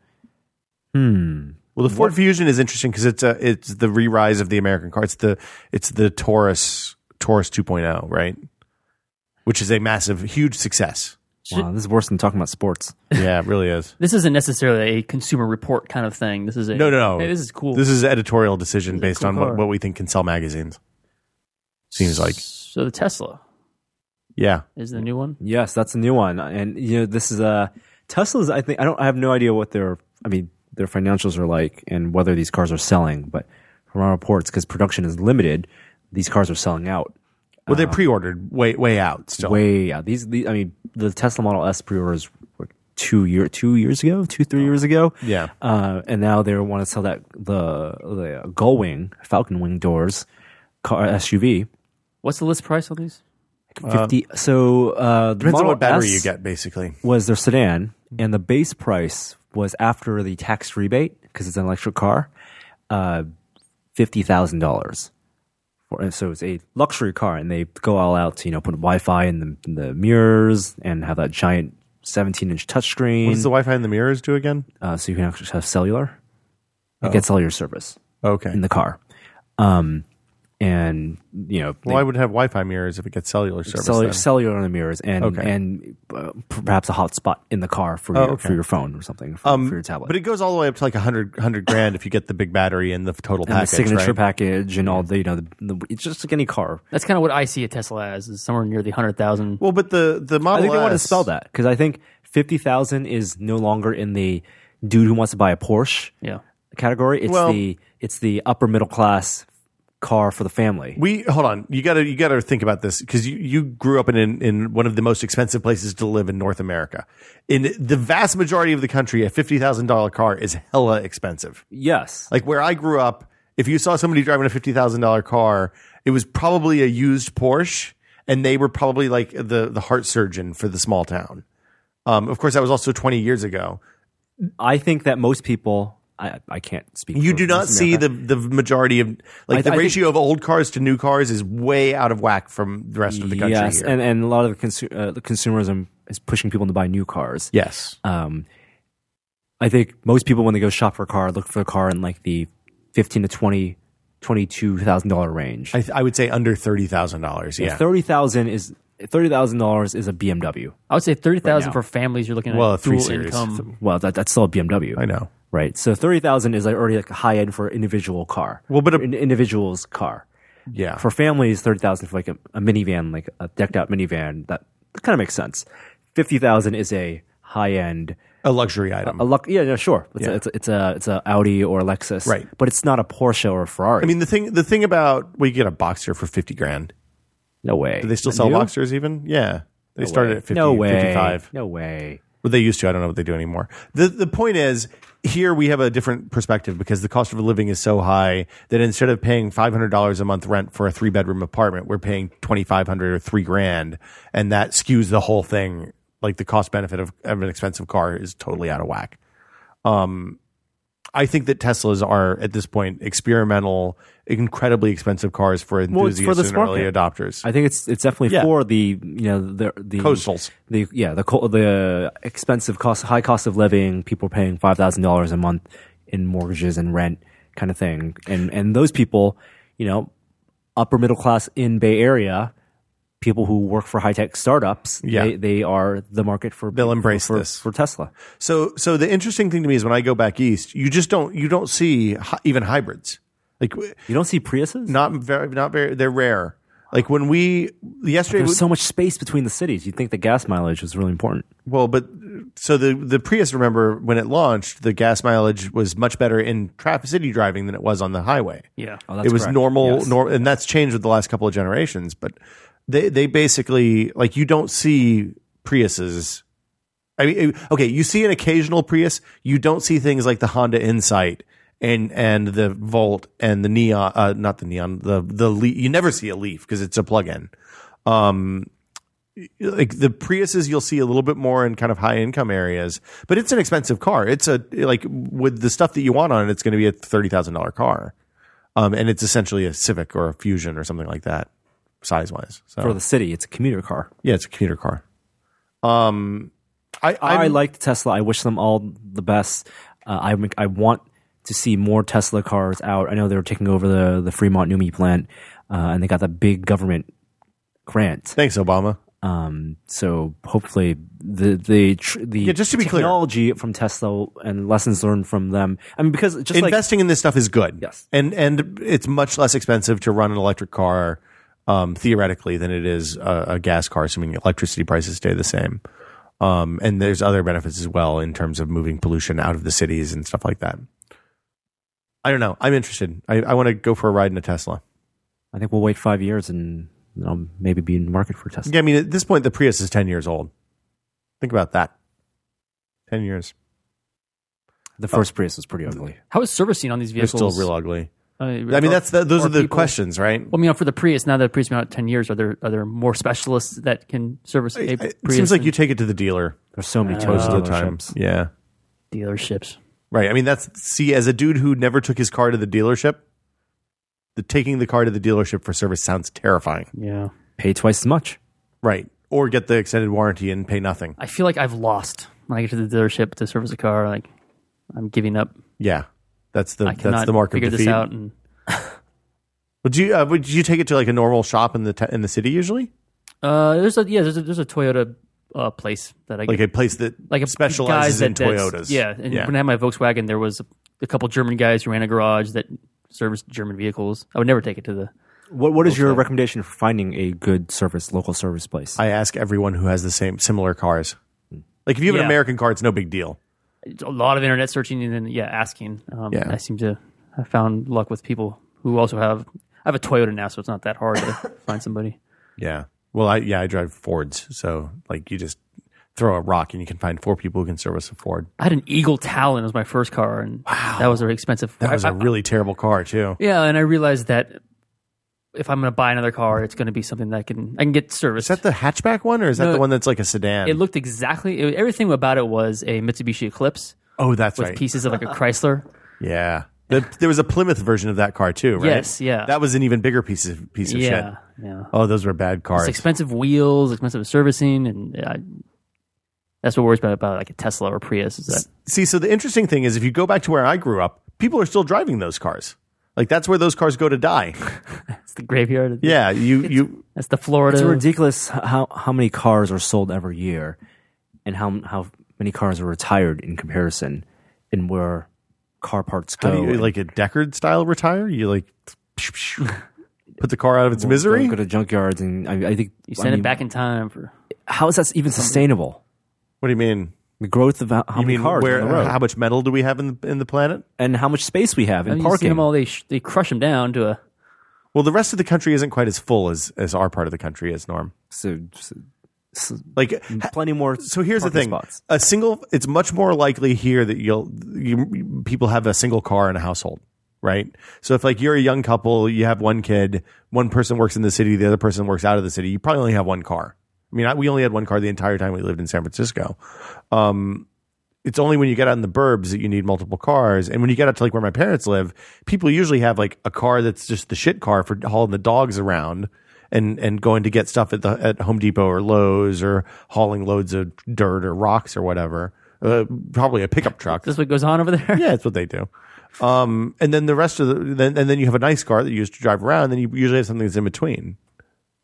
[SPEAKER 2] Well, the Ford Fusion is interesting because it's a, it's the re-rise of the American car. It's the it's the Taurus Taurus 2.0, right? Which is a massive, huge
[SPEAKER 3] *laughs*
[SPEAKER 2] success.
[SPEAKER 3] Wow, this is worse than talking about sports.
[SPEAKER 2] Yeah, it really is.
[SPEAKER 4] This isn't necessarily a consumer report kind of thing. This is a
[SPEAKER 2] No, no, no.
[SPEAKER 4] Hey, this is cool.
[SPEAKER 2] This is an editorial decision based
[SPEAKER 3] cool
[SPEAKER 2] on
[SPEAKER 3] car.
[SPEAKER 2] what, what we think can sell magazines. Seems like
[SPEAKER 4] so the Tesla
[SPEAKER 2] yeah.
[SPEAKER 4] is the new one.
[SPEAKER 3] Yes, that's a new one, and you know this is a Tesla's. I think I don't. I have no idea what their. I mean, their financials are like, and whether these cars are selling. But from our reports, because production is limited, these cars are selling out
[SPEAKER 2] Well, they
[SPEAKER 3] Uh,
[SPEAKER 2] pre-ordered way way out still.
[SPEAKER 3] way out. These, these. I mean, the Tesla Model S pre-orders were two year, two years ago, two three years ago.
[SPEAKER 2] Yeah.
[SPEAKER 3] uh, and now they want to sell that the the Gull Wing Falcon Wing doors car SUV.
[SPEAKER 4] What's the list price on these?
[SPEAKER 3] Fifty. so uh, the
[SPEAKER 2] Uh, Depends
[SPEAKER 3] Model
[SPEAKER 2] on what battery
[SPEAKER 3] S-
[SPEAKER 2] you get, basically.
[SPEAKER 3] was their sedan,
[SPEAKER 2] Mm-hmm.
[SPEAKER 3] and the base price was after the tax rebate because it's an electric car, uh, fifty thousand dollars. And so it's a luxury car, and they go all out to you know put Wi-Fi in the, in the mirrors and have that giant seventeen-inch
[SPEAKER 2] What does
[SPEAKER 3] touchscreen,
[SPEAKER 2] the Wi-Fi in the mirrors do again?
[SPEAKER 3] uh, so you can actually have cellular.
[SPEAKER 2] Oh.
[SPEAKER 3] It gets all your service
[SPEAKER 2] Okay.
[SPEAKER 3] in the car, um, and you know
[SPEAKER 2] well, I would have Wi-Fi mirrors if it gets cellular service.
[SPEAKER 3] cellular,
[SPEAKER 2] then.
[SPEAKER 3] cellular on the mirrors and
[SPEAKER 2] Okay. Oh,
[SPEAKER 3] and uh, perhaps a hotspot in the car for your,
[SPEAKER 2] okay. Um,
[SPEAKER 3] for your phone or something for, for your tablet.
[SPEAKER 2] But it goes all the way up to like 100, 100 grand if you get the big battery and the total
[SPEAKER 3] and
[SPEAKER 2] package.
[SPEAKER 3] the signature
[SPEAKER 2] right?
[SPEAKER 3] package and all the you know the, the, it's just like any car.
[SPEAKER 4] That's kind of what I see a Tesla as is somewhere near the hundred thousand.
[SPEAKER 2] Well, but the the
[SPEAKER 3] I
[SPEAKER 2] Model
[SPEAKER 3] think they want to
[SPEAKER 2] S-
[SPEAKER 3] spell that because I think fifty thousand is no longer in the dude who wants to buy a Porsche
[SPEAKER 4] Yeah,
[SPEAKER 3] category. It's
[SPEAKER 2] Well-
[SPEAKER 3] the it's the upper middle class car for the family.
[SPEAKER 2] We hold on. You gotta you gotta think about this because you, you grew up in, in in one of the most expensive places to live in North America. In the vast majority of the country, a fifty thousand dollar car is hella expensive.
[SPEAKER 3] Yes,
[SPEAKER 2] Like where I grew up, if you saw somebody driving a fifty thousand dollar car, it was probably a used Porsche, and they were probably like the the heart surgeon for the small town. Um, of course, that was also twenty years ago.
[SPEAKER 3] I think that most people. I, I can't speak.
[SPEAKER 2] You
[SPEAKER 3] for
[SPEAKER 2] do not
[SPEAKER 3] North
[SPEAKER 2] see
[SPEAKER 3] America.
[SPEAKER 2] the the majority of like
[SPEAKER 3] I-
[SPEAKER 2] the
[SPEAKER 3] I think-
[SPEAKER 2] ratio of old cars to new cars is way out of whack from the rest of the country.
[SPEAKER 3] yes,
[SPEAKER 2] here.
[SPEAKER 3] and and a lot of the, consu- uh, the consumerism is pushing people to buy new cars.
[SPEAKER 2] yes.
[SPEAKER 3] um, I think most people when they go shop for a car look for a car in like the fifteen to twenty, twenty-two thousand dollar range.
[SPEAKER 2] I, th- I would say under thirty thousand dollars. Yeah.
[SPEAKER 3] Thirty thousand is thirty thousand dollars is a BMW.
[SPEAKER 4] I would say thirty thousand
[SPEAKER 3] Right now.
[SPEAKER 4] for families. You're looking at
[SPEAKER 2] Well, a three
[SPEAKER 4] dual
[SPEAKER 2] series.
[SPEAKER 4] income.
[SPEAKER 3] Well, that, that's still a BMW.
[SPEAKER 2] I know.
[SPEAKER 3] right? So thirty thousand is like already like high end for an individual car.
[SPEAKER 2] Well, but a-
[SPEAKER 3] an individual's car
[SPEAKER 2] Yeah.
[SPEAKER 3] for families, thirty thousand for like a, a minivan, like a decked out minivan. That, that kind of makes sense. Fifty thousand is a high end.
[SPEAKER 2] a luxury item.
[SPEAKER 3] A luck, yeah, yeah, sure. It's,
[SPEAKER 2] Yeah.
[SPEAKER 3] A, it's, a, it's a it's a Audi or a Lexus,
[SPEAKER 2] Right.
[SPEAKER 3] But it's not a Porsche or a Ferrari.
[SPEAKER 2] I mean, the thing the thing about well, you get a boxer for fifty grand.
[SPEAKER 3] no way.
[SPEAKER 2] Do they still sell boxers even? Yeah. They started at 50,
[SPEAKER 3] no way.
[SPEAKER 2] 55.
[SPEAKER 3] No way.
[SPEAKER 2] Well, they used to. I don't know what they do anymore. The the point is, here we have a different perspective because the cost of living is so high that instead of paying five hundred dollars a month rent for a three bedroom apartment, we're paying twenty five hundred or three grand, and that skews the whole thing. Like the cost benefit of, of an expensive car is totally out of whack. Um, I think that Teslas are at this point experimental, incredibly expensive cars for
[SPEAKER 3] Well, it's
[SPEAKER 2] enthusiasts
[SPEAKER 3] for this
[SPEAKER 2] and early
[SPEAKER 3] market.
[SPEAKER 2] adopters.
[SPEAKER 3] I think it's it's definitely
[SPEAKER 2] Yeah.
[SPEAKER 3] for the you know the the
[SPEAKER 2] Coastals.
[SPEAKER 3] the yeah the co- the expensive cost high cost of living people paying five thousand dollars a month in mortgages and rent kind of thing and and those people you know upper middle class in Bay Area people who work for high tech startups
[SPEAKER 2] Yeah.
[SPEAKER 3] they, they are the market for
[SPEAKER 2] They'll embrace
[SPEAKER 3] for,
[SPEAKER 2] this.
[SPEAKER 3] for Tesla
[SPEAKER 2] So, so the interesting thing to me is when I go back east, you just don't you don't see hy- even hybrids. Like w-
[SPEAKER 3] you don't see Priuses
[SPEAKER 2] not very, not very. They're rare. Like when we yesterday,
[SPEAKER 3] there's so much space between the cities you'd think the gas mileage was really important
[SPEAKER 2] well, but so the the Prius. Remember when it launched, the gas mileage was much better in traffic city driving than it was on the highway.
[SPEAKER 4] Yeah,
[SPEAKER 3] Oh, that's
[SPEAKER 2] it was
[SPEAKER 3] correct.
[SPEAKER 2] normal,
[SPEAKER 3] Yes.
[SPEAKER 2] nor- and that's changed with the last couple of generations. But they they basically like you don't see Priuses. I mean, it- okay, you see an occasional Prius. You don't see things like the Honda Insight and and the Volt and the Neon, uh, not the Neon, the the Le- you never see a Leaf because it's a plug-in. like the Priuses you'll see a little bit more in kind of high income areas, but it's an expensive car. It's a like with the stuff that you want on it, it's going to be a thirty thousand dollar car, um, and it's essentially a Civic or a Fusion or something like that, size wise. So
[SPEAKER 3] for the city it's a commuter car
[SPEAKER 2] yeah, it's a commuter car. Um, I,
[SPEAKER 3] I,
[SPEAKER 2] I'm-
[SPEAKER 3] like Tesla. I wish them all the best. Uh, I I want to see more Tesla cars out. I know they were taking over the the Fremont Numi plant, uh, and they got that big government grant.
[SPEAKER 2] Thanks, Obama.
[SPEAKER 3] Um, so hopefully the the tr- the
[SPEAKER 2] Yeah, just to be clear.
[SPEAKER 3] technology from Tesla and lessons learned from them. I mean, because just like
[SPEAKER 2] Investing in this stuff is good.
[SPEAKER 3] Yes.
[SPEAKER 2] and and it's much less expensive to run an electric car um, theoretically than it is a, a gas car, assuming electricity prices stay the same. Um, and there's other benefits as well in terms of moving pollution out of the cities and stuff like that. I don't know. I'm interested. I, I want to go for a ride in a Tesla.
[SPEAKER 3] I think we'll wait five years and I'll maybe be in the market for Tesla.
[SPEAKER 2] Yeah, I mean, at this point, the Prius is 10 years old. Think about that. 10 years.
[SPEAKER 3] The first Prius was pretty ugly.
[SPEAKER 4] How is servicing on these
[SPEAKER 2] They're
[SPEAKER 4] vehicles?
[SPEAKER 2] still real ugly.
[SPEAKER 4] Uh,
[SPEAKER 2] I mean, that's the, those are the
[SPEAKER 4] people-
[SPEAKER 2] questions, right?
[SPEAKER 4] Well, you know, for the Prius, now that the Prius has been out ten years, are there are there more specialists that can service a
[SPEAKER 2] It, it
[SPEAKER 4] Prius?
[SPEAKER 2] seems like
[SPEAKER 4] than
[SPEAKER 2] you take it to the dealer
[SPEAKER 3] There's so many
[SPEAKER 2] most
[SPEAKER 3] Tesla
[SPEAKER 2] of the
[SPEAKER 4] Uh,
[SPEAKER 2] time.
[SPEAKER 3] dealerships.
[SPEAKER 2] Yeah.
[SPEAKER 4] dealerships.
[SPEAKER 2] Right. I mean, that's see, as a dude who never took his car to the dealership, the taking the car to the dealership for service sounds terrifying.
[SPEAKER 4] Yeah,
[SPEAKER 3] Pay twice as much.
[SPEAKER 2] Right. Or get the extended warranty and pay nothing.
[SPEAKER 4] I feel like I've lost when I get to the dealership to service a car. Like I'm giving up.
[SPEAKER 2] Yeah. That's the
[SPEAKER 4] I
[SPEAKER 2] that's
[SPEAKER 4] cannot
[SPEAKER 2] the mark of
[SPEAKER 4] figure
[SPEAKER 2] defeat.
[SPEAKER 4] this out. And
[SPEAKER 2] Would you uh, would you take it to like a normal shop in the t- in the city usually?
[SPEAKER 4] uh, there's a yeah, there's a, there's a Toyota uh, place that I
[SPEAKER 2] Like a place that like
[SPEAKER 4] a
[SPEAKER 2] specializes
[SPEAKER 4] guys
[SPEAKER 2] in
[SPEAKER 4] that- that's-
[SPEAKER 2] Toyotas.
[SPEAKER 4] Yeah, and
[SPEAKER 2] yeah.
[SPEAKER 4] when I had my Volkswagen, there was a couple German guys who ran a garage that serviced German vehicles. I would never take it to the.
[SPEAKER 3] What What is your recommendation for finding a good service, local service place?
[SPEAKER 2] I ask everyone who has the same similar cars. Like if you have an
[SPEAKER 4] Yeah.
[SPEAKER 2] American car, it's no big deal.
[SPEAKER 4] It's a lot of internet searching and then yeah, asking. Um,
[SPEAKER 2] Yeah.
[SPEAKER 4] I seem to have found luck with people who also have. I have a Toyota now, so it's not that
[SPEAKER 2] *laughs*
[SPEAKER 4] hard to find somebody.
[SPEAKER 2] Yeah. Well, I yeah I drive Fords, so like you just throw a rock and you can find four people who can service a Ford.
[SPEAKER 4] I had an Eagle Talon as my first car, and that was a very expensive.
[SPEAKER 2] That
[SPEAKER 4] I-
[SPEAKER 2] was a
[SPEAKER 4] I-
[SPEAKER 2] really terrible car too.
[SPEAKER 4] yeah, and I realized that if I'm going to buy another car, it's going to be something that I can I can get
[SPEAKER 2] Is
[SPEAKER 4] serviced.
[SPEAKER 2] that the hatchback one, or is that
[SPEAKER 4] No,
[SPEAKER 2] the one that's like a sedan?
[SPEAKER 4] it looked exactly it, everything about it was a Mitsubishi Eclipse
[SPEAKER 2] oh, that's
[SPEAKER 4] with
[SPEAKER 2] right.
[SPEAKER 4] pieces of like a
[SPEAKER 2] *laughs*
[SPEAKER 4] Chrysler.
[SPEAKER 2] Yeah, The- there was a Plymouth version of that car too, right?
[SPEAKER 4] Yes, yeah.
[SPEAKER 2] That was an even bigger piece of piece of
[SPEAKER 4] yeah,
[SPEAKER 2] shit.
[SPEAKER 4] yeah.
[SPEAKER 2] Oh, those were bad cars.
[SPEAKER 4] It's expensive wheels, expensive servicing, and uh, that's what worries me about like a Tesla or Prius. Is that
[SPEAKER 2] See, so the interesting thing is, if you go back to where I grew up, people are still driving those cars. Like that's where those cars go to die. *laughs*
[SPEAKER 4] it's the graveyard? of the-
[SPEAKER 2] Yeah, you you
[SPEAKER 4] that's the Florida.
[SPEAKER 3] It's ridiculous how how many cars are sold every year, and how how many cars are retired in comparison, and where car parts go.
[SPEAKER 2] how do you-
[SPEAKER 3] and
[SPEAKER 2] like a Deckard style retire. You
[SPEAKER 3] *laughs*
[SPEAKER 2] like put the car out of its misery.
[SPEAKER 3] Go to junkyards, and I, I think
[SPEAKER 4] you send it back in time for.
[SPEAKER 3] How is that even sustainable?
[SPEAKER 2] What do you mean?
[SPEAKER 3] The growth of how, how
[SPEAKER 2] You
[SPEAKER 3] many
[SPEAKER 2] mean
[SPEAKER 3] cars
[SPEAKER 2] where?
[SPEAKER 3] on the road,
[SPEAKER 2] How much metal do we have in the, in the planet?
[SPEAKER 3] and how much space we have in
[SPEAKER 4] I mean, you see
[SPEAKER 3] parking.
[SPEAKER 4] them all. They sh- they crush them down to a.
[SPEAKER 2] Well, the rest of the country isn't quite as full as as our part of the country is, Norm.
[SPEAKER 3] so, so- so
[SPEAKER 2] Like
[SPEAKER 3] plenty more.
[SPEAKER 2] so here's the
[SPEAKER 3] parking
[SPEAKER 2] thing
[SPEAKER 3] spots.
[SPEAKER 2] a single it's much more likely here that you'll you, people have a single car in a household right so if like you're a young couple you have one kid one person works in the city the other person works out of the city you probably only have one car i mean I, we only had one car the entire time we lived in san francisco um it's only when you get out in the burbs that you need multiple cars. And when you get out to like where my parents live, people usually have like a car that's just the shit car for hauling the dogs around and and going to get stuff at the at Home Depot or Lowe's or hauling loads of dirt or rocks or whatever. Uh, probably a pickup truck.
[SPEAKER 4] This is what goes on over there.
[SPEAKER 2] Yeah, that's what they do. Um, and then the rest of the then and then you have a nice car that you use to drive around. And then you usually have something that's in between.
[SPEAKER 4] *laughs*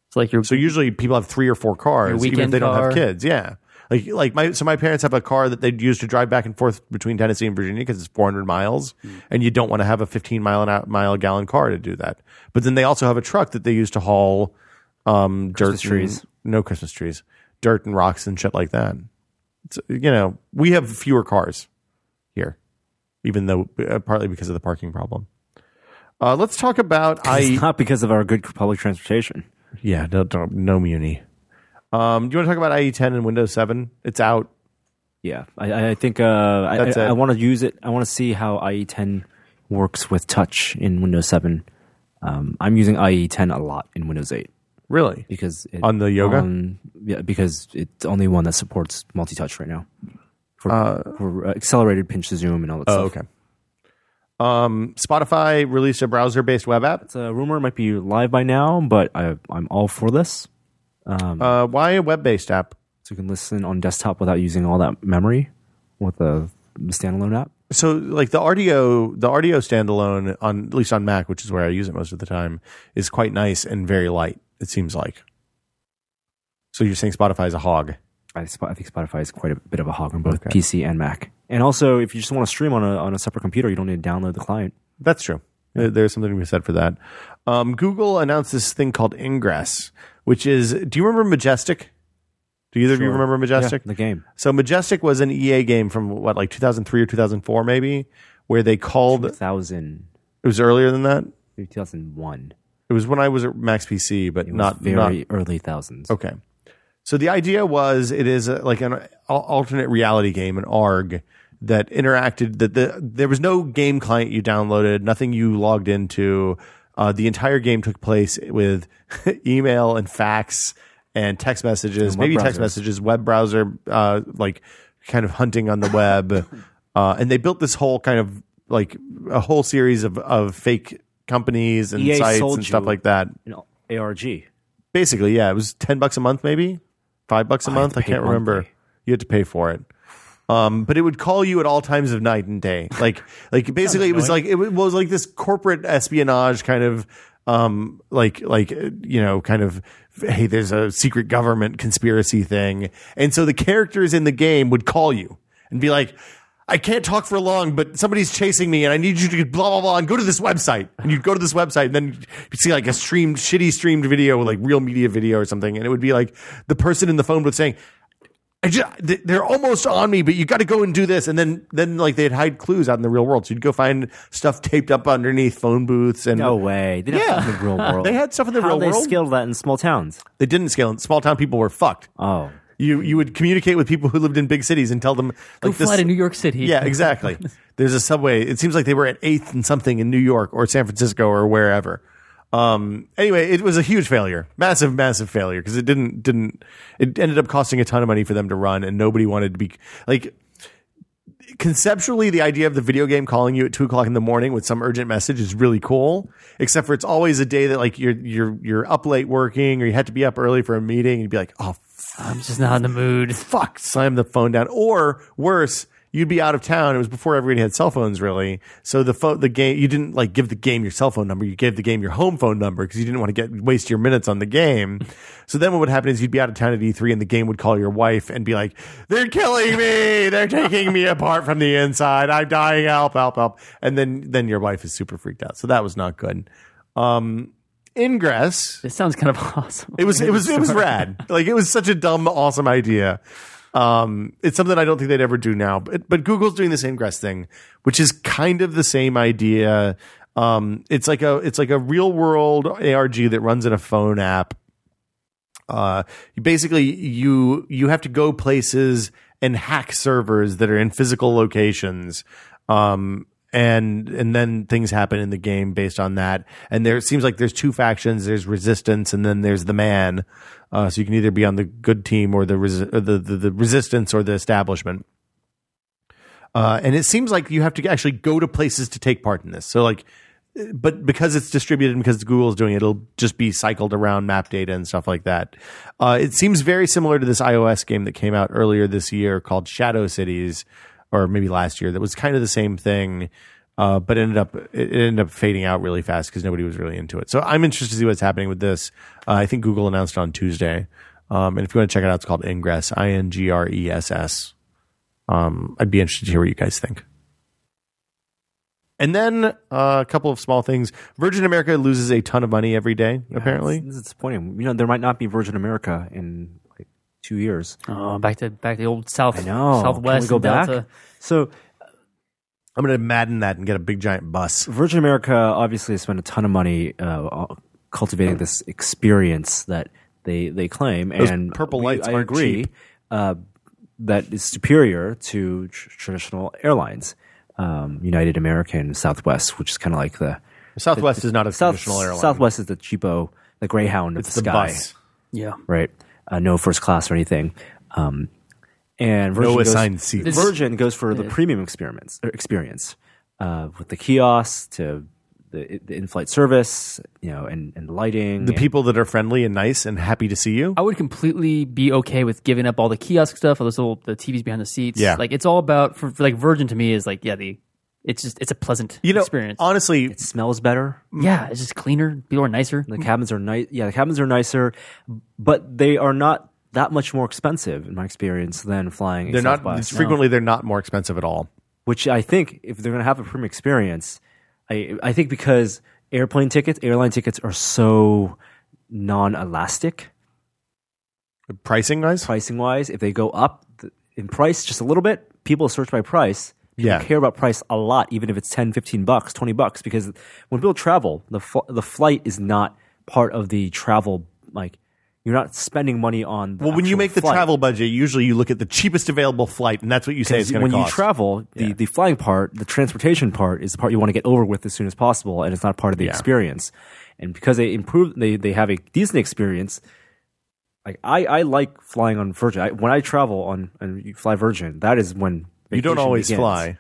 [SPEAKER 4] It's like your
[SPEAKER 2] So usually people have three or four cars, even if
[SPEAKER 4] weekend
[SPEAKER 2] they don't
[SPEAKER 4] car.
[SPEAKER 2] have kids. Yeah. Like, like my so my parents have a car that they'd use to drive back and forth between Tennessee and Virginia because it's 400 miles,
[SPEAKER 3] Mm.
[SPEAKER 2] and you don't want to have a 15 mile an hour, mile gallon car to do that. But then they also have a truck that they use to haul um, dirt
[SPEAKER 3] Christmas trees.
[SPEAKER 2] and- no Christmas trees, dirt and rocks and shit like that. It's, you know, we have fewer cars here, even though uh, partly because of the parking problem. Uh, let's talk about I.
[SPEAKER 3] it's not because of our good public transportation.
[SPEAKER 2] Yeah, no, don't, no Muni. Um, do you want to talk about IE10 and Windows 7? It's out.
[SPEAKER 3] Yeah, I, I think uh, I,
[SPEAKER 2] That's
[SPEAKER 3] I,
[SPEAKER 2] it.
[SPEAKER 3] I want to use it. I want to see how IE10 works with touch in Windows 7. Um, I'm using IE10 a lot in Windows 8
[SPEAKER 2] Really?
[SPEAKER 3] because it,
[SPEAKER 2] On the yoga?
[SPEAKER 3] on- yeah, because it's the only one that supports multi-touch right now for, for uh, accelerated pinch to zoom and all that
[SPEAKER 2] Oh,
[SPEAKER 3] stuff.
[SPEAKER 2] okay. Um, Spotify released a browser-based web app.
[SPEAKER 3] It's a rumor it might be live by now, but I, I'm all for this.
[SPEAKER 2] Hmm. Uh, why a web-based app?
[SPEAKER 3] so you can listen on desktop without using all that memory with the, the standalone app.
[SPEAKER 2] so like the RDO the RDO standalone on at least on Mac, which is where I use it most of the time, is quite nice and very light. It seems like. So you're saying Spotify is a hog?
[SPEAKER 3] I, Sp- I think Spotify is quite a bit of a hog on both PC and Mac. And also, if you just want to stream on a on a separate computer, you don't need to download the client.
[SPEAKER 2] That's true. There- There's something to be said for that. Um, Google announced this thing called Ingress, which is. Do you remember Majestic? Do either of you
[SPEAKER 3] Sure.
[SPEAKER 2] remember Majestic?
[SPEAKER 3] The game.
[SPEAKER 2] So Majestic was an EA game from what, like 2003 or 2004, maybe, where they called. It
[SPEAKER 3] 2000,
[SPEAKER 2] was earlier than that.
[SPEAKER 3] 2001.
[SPEAKER 2] It was when I was at Max PC, but
[SPEAKER 3] It was
[SPEAKER 2] not
[SPEAKER 3] very
[SPEAKER 2] not
[SPEAKER 3] early thousands.
[SPEAKER 2] Okay. So the idea was it is a, like an al- alternate reality game, an ARG that interacted that the there was no game client you downloaded, nothing you logged into. Uh, the entire game took place with *laughs* email and fax and text messages,
[SPEAKER 3] And web
[SPEAKER 2] maybe text
[SPEAKER 3] browsers.
[SPEAKER 2] messages, web browser, uh, like kind of hunting on the
[SPEAKER 3] *laughs*
[SPEAKER 2] web. Uh, and they built this whole kind of like a whole series of, of fake companies and
[SPEAKER 3] EA
[SPEAKER 2] sites
[SPEAKER 3] E sold
[SPEAKER 2] and stuff
[SPEAKER 3] you-
[SPEAKER 2] like that
[SPEAKER 3] You know, ARG.
[SPEAKER 2] basically yeah it was 10 bucks a month maybe 5 bucks a
[SPEAKER 3] I had
[SPEAKER 2] month
[SPEAKER 3] to
[SPEAKER 2] i
[SPEAKER 3] pay
[SPEAKER 2] can't remember
[SPEAKER 3] monthly.
[SPEAKER 2] you had to pay for it um, but it would call you at all times of night and day like like basically it was like it was like this corporate espionage kind of um like like uh, you know kind of hey there's a secret government conspiracy thing and so the characters in the game would call you and be like I can't talk for long, but somebody's chasing me, and I need you to blah blah blah and go to this website. And you'd go to this website, and then you'd see like a streamed, shitty streamed video, like real media video or something, and it would be like the person in the phone booth saying, "I just th- they're almost on me, but you got to go and do this." And then then like they'd hide clues out in the real world, so you'd go find stuff taped up underneath phone booths and.
[SPEAKER 3] No way. They didn't have
[SPEAKER 2] Yeah.
[SPEAKER 3] that in the real
[SPEAKER 2] *laughs*
[SPEAKER 3] world.
[SPEAKER 2] They had stuff in the
[SPEAKER 3] How
[SPEAKER 2] real
[SPEAKER 3] they
[SPEAKER 2] world.
[SPEAKER 3] scaled that in small towns.
[SPEAKER 2] They didn't scale. and Small town people were fucked.
[SPEAKER 3] Oh.
[SPEAKER 2] You you would communicate with people who lived in big cities and tell them
[SPEAKER 4] Go
[SPEAKER 2] like
[SPEAKER 4] fly
[SPEAKER 2] this.
[SPEAKER 4] to New York City.
[SPEAKER 2] Yeah, exactly. There's a subway. It seems like they were at eighth and something in New York or San Francisco or wherever. Um, anyway, it was a huge failure, massive, massive failure because it didn't didn't it ended up costing a ton of money for them to run, and nobody wanted to be like conceptually the idea of the video game calling you at two o'clock in the morning with some urgent message is really cool. Except for it's always a day that like you're you're you're up late working or you had to be up early for a meeting and you'd be like, oh
[SPEAKER 4] I'm just not in the
[SPEAKER 2] *laughs*
[SPEAKER 4] mood.
[SPEAKER 2] fuck, slam the phone down. Or worse, you'd be out of town. It was before everybody had cell phones, really. So the phone, the game, you didn't like give the game your cell phone number. You gave the game your home phone number because you didn't want to get waste your minutes on the game. So then what would happen is you'd be out of town at E3 and the game would call your wife and be like, "They're killing me. They're taking me apart from the inside. I'm dying. Help! Help! Help!" And then then your wife is super freaked out. So that was not good. Um, ingress
[SPEAKER 4] It sounds kind of *laughs* awesome.
[SPEAKER 2] it was it was it was rad. Like it was such a dumb, awesome idea. Um, it's something I don't think they'd ever do now. But but Google's doing this ingress thing, which is kind of the same idea. Um, it's like a it's like a real world ARG that runs in a phone app. Uh, you basically you you have to go places and hack servers that are in physical locations. Um, and and then things happen in the game based on that. And there it seems like there's two factions. There's resistance, and then there's the man. Uh, so you can either be on the good team or the resi- or the, the the resistance or the establishment. Uh, and it seems like you have to actually go to places to take part in this. So like, but because it's distributed and because Google's doing it, it'll just be cycled around map data and stuff like that. Uh, it seems very similar to this iOS game that came out earlier this year called Shadow Cities, or maybe last year. That was kind of the same thing, uh, but ended up it it ended up fading out really fast because nobody was really into it. So I'm interested to see what's happening with this. Uh, I think Google announced it on Tuesday, um, and if you want to check it out, it's called Ingress, I N G R E S S. Um, I'd be interested to hear what you guys think. And then uh, a couple of small things. Virgin America loses a ton of money every day, apparently.
[SPEAKER 3] This is disappointing. You know, there might not be Virgin America in like two years.
[SPEAKER 4] *laughs* Oh, back to back to the old South
[SPEAKER 3] I know. Can
[SPEAKER 4] Southwest
[SPEAKER 3] we go
[SPEAKER 4] and
[SPEAKER 3] back?
[SPEAKER 4] Delta.
[SPEAKER 3] So
[SPEAKER 2] I'm going to madden that and get a big giant bus.
[SPEAKER 3] Virgin America obviously has spent a ton of money uh, cultivating this experience that they they claim, and
[SPEAKER 2] purple
[SPEAKER 3] we-
[SPEAKER 2] lights
[SPEAKER 3] I
[SPEAKER 2] aren't
[SPEAKER 3] agree
[SPEAKER 2] cheap.
[SPEAKER 3] uh, that is superior to tr- traditional airlines, um, United, American, Southwest, which is kind of like the
[SPEAKER 2] Southwest is not a
[SPEAKER 3] South,
[SPEAKER 2] traditional airline.
[SPEAKER 3] Southwest is the cheapo, the Greyhound of
[SPEAKER 2] It's
[SPEAKER 3] the
[SPEAKER 2] the
[SPEAKER 3] sky,
[SPEAKER 2] bus.
[SPEAKER 4] Yeah.
[SPEAKER 3] right? Uh, no first class or anything. Um, and Virgin
[SPEAKER 2] No
[SPEAKER 3] goes-
[SPEAKER 2] assigned seats.
[SPEAKER 4] This-
[SPEAKER 3] Virgin goes for the premium experiments er, experience uh, with the kiosks to the, the in-flight service, you know, and, and lighting.
[SPEAKER 2] The people that are friendly and nice and happy to see
[SPEAKER 3] Oh,
[SPEAKER 2] you.
[SPEAKER 4] I would completely be okay with giving up all the kiosk stuff, all those little the TVs behind the seats.
[SPEAKER 2] Yeah.
[SPEAKER 4] like it's all about for, for like Virgin to me is like yeah the it's just it's a pleasant
[SPEAKER 2] You know,
[SPEAKER 4] experience.
[SPEAKER 2] honestly,
[SPEAKER 3] it smells better.
[SPEAKER 4] yeah, it's just cleaner. People are nicer.
[SPEAKER 3] The cabins are nice. Yeah, the cabins are nicer, but they are not that much more expensive in my experience than flying. a
[SPEAKER 2] they're not
[SPEAKER 3] Southwest.
[SPEAKER 2] it's frequently they're not more expensive at all.
[SPEAKER 3] which I think if they're going to have a premium experience, I I think because airplane tickets, airline tickets are so non-elastic
[SPEAKER 2] Pricing wise,
[SPEAKER 3] pricing wise. If they go up th- in price just a little bit, people search by price. People
[SPEAKER 2] Yeah.
[SPEAKER 3] care about price a lot, even if it's 10, 15 bucks, 20 bucks, because when people travel, the fl- the flight is not part of the travel. Like you're not spending money on. The
[SPEAKER 2] well, when you
[SPEAKER 3] actual
[SPEAKER 2] make the
[SPEAKER 3] flight.
[SPEAKER 2] travel budget, usually you look at the cheapest available flight, and that's what you say it's going
[SPEAKER 3] Because when
[SPEAKER 2] to cost.
[SPEAKER 3] you travel, the, the flying part, the transportation part, is the part you want to get over with as soon as possible, and it's not part of the experience. And because they improve, they they have a decent experience. Like I, I like flying on Virgin. I, when I travel on and you fly Virgin, that is when
[SPEAKER 2] you don't
[SPEAKER 3] vacation
[SPEAKER 2] always
[SPEAKER 3] begins.
[SPEAKER 2] fly,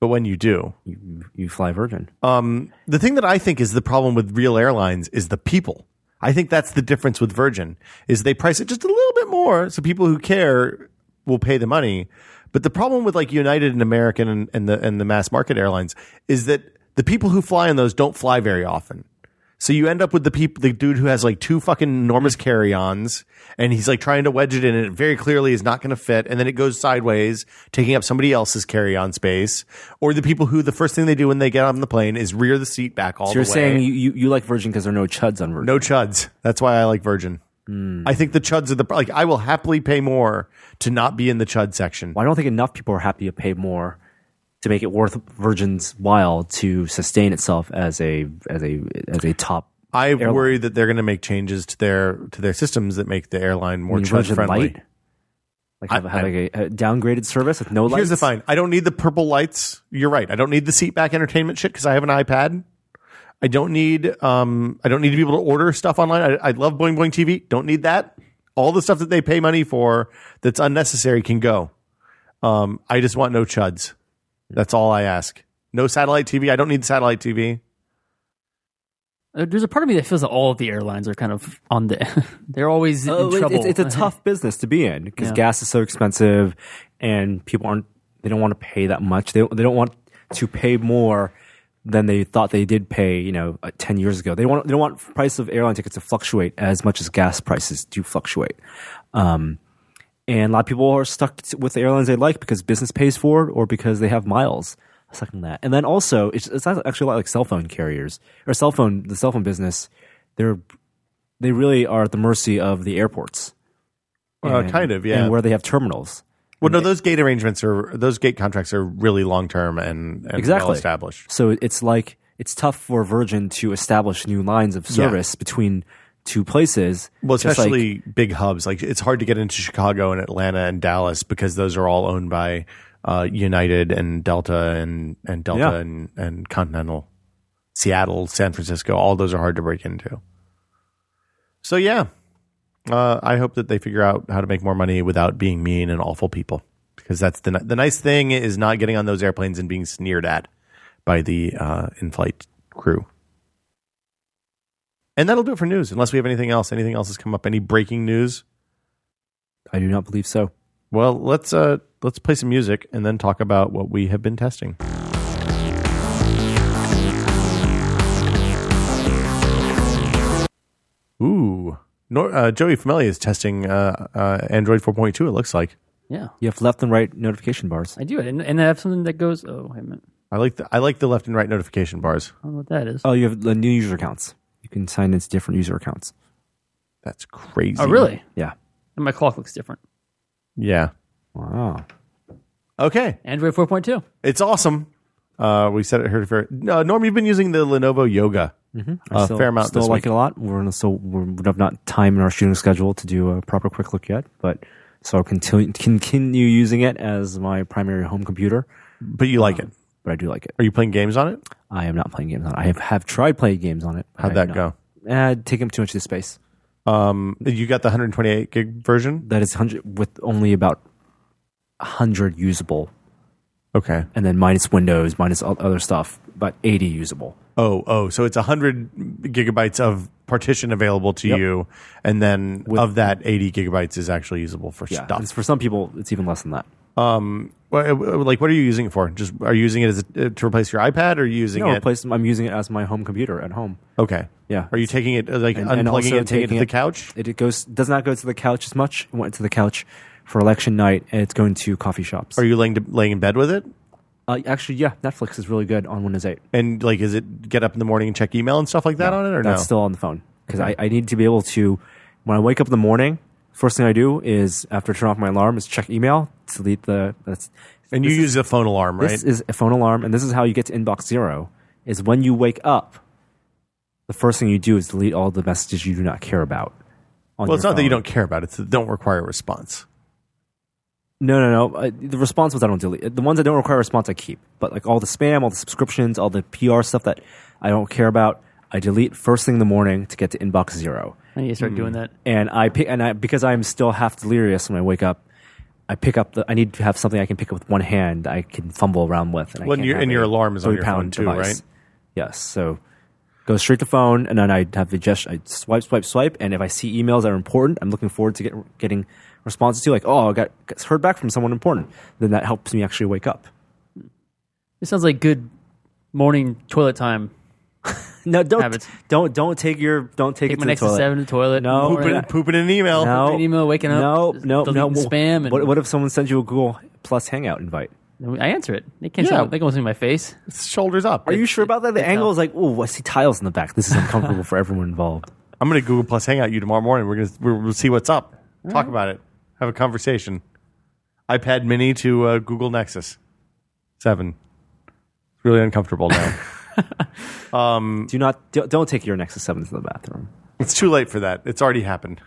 [SPEAKER 2] but when you do,
[SPEAKER 3] You, you fly Virgin.
[SPEAKER 2] Um, the thing that I think is the problem with real airlines is the people. I think that's the difference with Virgin is they price it just a little bit more, so people who care will pay the money. But the problem with like United and American and, and the and the mass market airlines is that the people who fly on those don't fly very often. So you end up with the people, the dude who has like two fucking enormous carry-ons, and he's like trying to wedge it in, and it very clearly is not going to fit. And then it goes sideways, taking up somebody else's carry-on space, or the people who the first thing they do when they get on the plane is rear the seat back all
[SPEAKER 3] So you're
[SPEAKER 2] the way.
[SPEAKER 3] saying you, you, you like Virgin because there are no chuds on Virgin.
[SPEAKER 2] no chuds. That's why I like Virgin.
[SPEAKER 3] Hmm.
[SPEAKER 2] I think the chuds are the like. I will happily pay more to not be in the chud section.
[SPEAKER 3] Well, I don't think enough people are happy to pay more to make it worth Virgin's while to sustain itself as a as a as a top
[SPEAKER 2] I worry that they're going to make changes to their to their systems that make the airline more
[SPEAKER 3] You mean
[SPEAKER 2] chud
[SPEAKER 3] Virgin
[SPEAKER 2] friendly.
[SPEAKER 3] Light? Like have, have like a, a downgraded service with no lights.
[SPEAKER 2] Here's the fine. I don't need the purple lights. You're right. I don't need the seat back entertainment shit because I have an iPad. I don't need um I don't need to be able to order stuff online. I, I love Boing Boing TV. Don't need that. All the stuff that they pay money for that's unnecessary can go. Um, I just want no chuds. That's all I ask. No satellite TV. I don't need satellite TV.
[SPEAKER 4] Uh, There's a part of me that feels that all of the airlines are kind of on the. *laughs* they're always
[SPEAKER 3] Oh,
[SPEAKER 4] in
[SPEAKER 3] it's-
[SPEAKER 4] trouble.
[SPEAKER 3] It's, it's a tough business to be in because
[SPEAKER 4] Yeah.
[SPEAKER 3] gas is so expensive, and people aren't. They don't want to pay that much. They they don't want to pay more than they thought they did pay. You know, uh, ten years ago. They want they don't want price of airline tickets to fluctuate as much as gas prices do fluctuate. Um, and a lot of people are stuck t- with the airlines they like because business pays for it or because they have miles stuck in that. And then also, it's, it's actually a lot like cell phone carriers or cell phone the cell phone business. They're they really are at the mercy of the airports.
[SPEAKER 2] Uh, kind of, yeah.
[SPEAKER 3] And where they have terminals.
[SPEAKER 2] Well, no, those gate arrangements are those gate contracts are really long term and, and
[SPEAKER 3] Exactly.
[SPEAKER 2] well established.
[SPEAKER 3] So it's like it's tough for Virgin to establish new lines of service between two places.
[SPEAKER 2] Well,
[SPEAKER 3] just like-
[SPEAKER 2] especially big hubs. Like it's hard to get into Chicago and Atlanta and Dallas because those are all owned by uh, United and Delta and and Delta
[SPEAKER 3] Yeah.
[SPEAKER 2] and, and Continental, Seattle, San Francisco. All those are hard to break into. So yeah, uh, I hope that they figure out how to make more money without being mean and awful people. Because that's the ni- the nice thing is not getting on those airplanes and being sneered at by the uh, in flight crew. And that'll do it for news, unless we have anything else. Anything else has come up? Any breaking news?
[SPEAKER 3] I do not believe so.
[SPEAKER 2] Well, let's uh, let's play some music and then talk about what we have been testing. Ooh, Nor- uh, Joey Fameli is testing uh, uh, Android 4.2. It looks like
[SPEAKER 4] yeah,
[SPEAKER 3] You have left and right notification bars.
[SPEAKER 4] I do. And, and I have something that goes. Oh, wait a minute.
[SPEAKER 2] I like the, I like the left and right notification bars.
[SPEAKER 4] I don't know what that is.
[SPEAKER 3] Oh, you have the new user accounts. You can sign into different user accounts.
[SPEAKER 2] That's crazy.
[SPEAKER 4] oh, really?
[SPEAKER 3] Yeah.
[SPEAKER 4] And my clock looks different.
[SPEAKER 2] Yeah.
[SPEAKER 3] Wow.
[SPEAKER 2] Okay,
[SPEAKER 4] Android 4.2.
[SPEAKER 2] it's awesome. Uh, we said it here for uh, Norm. You've been using the Lenovo Yoga
[SPEAKER 3] Mm-hmm. I
[SPEAKER 2] a fair amount
[SPEAKER 3] Still
[SPEAKER 2] this
[SPEAKER 3] like
[SPEAKER 2] week.
[SPEAKER 3] it a lot. We're gonna still we're, we have not time in our shooting schedule to do a proper quick look yet, but so I'll continue continue using it as my primary home computer.
[SPEAKER 2] but you like it.
[SPEAKER 3] But I do like it.
[SPEAKER 2] Are you playing games on it?
[SPEAKER 3] I am not playing games on it. I have, have tried playing games on it. but
[SPEAKER 2] How'd
[SPEAKER 3] I
[SPEAKER 2] that
[SPEAKER 3] have
[SPEAKER 2] go?
[SPEAKER 3] not. Uh, taking up too much of the space.
[SPEAKER 2] Um, you got the 128 gig version.
[SPEAKER 3] That is hundred with only about hundred usable
[SPEAKER 2] Okay.
[SPEAKER 3] and then minus Windows, minus all other stuff, about 80 usable.
[SPEAKER 2] Oh, oh. So it's 100 gigabytes of partition available to
[SPEAKER 3] Yep.
[SPEAKER 2] you. And then of that, 80 gigabytes is actually usable for
[SPEAKER 3] Yeah,
[SPEAKER 2] stuff.
[SPEAKER 3] it's for some people, it's even less than that.
[SPEAKER 2] Well, uh, like, what are you using it for? Just are you using it as a, uh, to replace your iPad, or are you using
[SPEAKER 3] No,
[SPEAKER 2] it?
[SPEAKER 3] replace, I'm using it as my home computer at home.
[SPEAKER 2] okay,
[SPEAKER 3] Yeah.
[SPEAKER 2] Are you taking it uh, like
[SPEAKER 3] And-
[SPEAKER 2] unplugging
[SPEAKER 3] and also
[SPEAKER 2] it, and taking it to
[SPEAKER 3] taking
[SPEAKER 2] the
[SPEAKER 3] it-
[SPEAKER 2] couch?
[SPEAKER 3] It, it goes does not go to the couch as much. It went to the couch for election night, and it's going to coffee shops.
[SPEAKER 2] Are you laying to, laying in bed with it?
[SPEAKER 3] uh, actually, yeah, Netflix is really good on Windows 8.
[SPEAKER 2] And like, is it get up in the morning and check email and stuff like that on it, or
[SPEAKER 3] That's
[SPEAKER 2] no?
[SPEAKER 3] still on the phone because I, I need to be able to when I wake up in the morning. First thing I do is after I turn off my alarm is check email, delete the. That's,
[SPEAKER 2] and you
[SPEAKER 3] this
[SPEAKER 2] use a phone alarm, right?
[SPEAKER 3] This is a phone alarm, and this is how you get to inbox zero. Is when you wake up, the first thing you do is delete all the messages you do not care about. on
[SPEAKER 2] well, it's
[SPEAKER 3] your
[SPEAKER 2] not that you
[SPEAKER 3] phone.
[SPEAKER 2] don't care about it; it's that don't require a response.
[SPEAKER 3] No, no, no. Uh, the response ones I don't delete. The ones that don't require a response, I keep. But like all the spam, all the subscriptions, all the PR stuff that I don't care about, I delete first thing in the morning to get to inbox zero.
[SPEAKER 4] I need to
[SPEAKER 3] Hmm.
[SPEAKER 4] start doing that.
[SPEAKER 3] And I pick, and I because I'm still half delirious when I wake up. I pick up the. I need to have something I can pick up with one hand. I can fumble around with. And, I
[SPEAKER 2] Well,
[SPEAKER 3] can't
[SPEAKER 2] and your-
[SPEAKER 3] have
[SPEAKER 2] and your
[SPEAKER 3] a
[SPEAKER 2] alarm is on your
[SPEAKER 3] three-pound
[SPEAKER 2] phone too, right?
[SPEAKER 3] Yes. So go straight to phone, and then I have the gesture. I swipe, swipe, swipe, and if I see emails that are important, I'm looking forward to get, getting responses to like, oh, I got got heard back from someone important. Then that helps me actually wake up.
[SPEAKER 4] It sounds like good morning toilet time.
[SPEAKER 3] No, don't
[SPEAKER 4] Habits.
[SPEAKER 3] don't don't take your don't take,
[SPEAKER 4] Take
[SPEAKER 3] it to
[SPEAKER 4] my
[SPEAKER 3] the
[SPEAKER 4] next to
[SPEAKER 3] toilet.
[SPEAKER 4] seven to the toilet.
[SPEAKER 3] No,
[SPEAKER 4] Morning.
[SPEAKER 2] Pooping, pooping in an email.
[SPEAKER 3] Oh, No,
[SPEAKER 4] An email, waking up,
[SPEAKER 3] No,
[SPEAKER 4] just
[SPEAKER 3] no, no.
[SPEAKER 4] deleting spam and-
[SPEAKER 3] what, what if someone sends you a Google Plus Hangout invite?
[SPEAKER 4] I answer it. They can't.
[SPEAKER 2] Yeah.
[SPEAKER 4] See, they can't see my face.
[SPEAKER 2] It's shoulders up.
[SPEAKER 3] Are you sure about that? The
[SPEAKER 4] it's
[SPEAKER 3] angle
[SPEAKER 4] not-
[SPEAKER 3] is like, oh, I see tiles in the back. This is uncomfortable for everyone involved.
[SPEAKER 2] I'm going to Google Plus Hangout you tomorrow morning. We're going to we'll see what's up. Talk about it. Have a conversation. iPad Mini to uh, Google Nexus Seven. It's really uncomfortable *laughs* now.
[SPEAKER 3] Do not don't, don't take your Nexus Seven to the bathroom.
[SPEAKER 2] it's too late for that. It's already happened.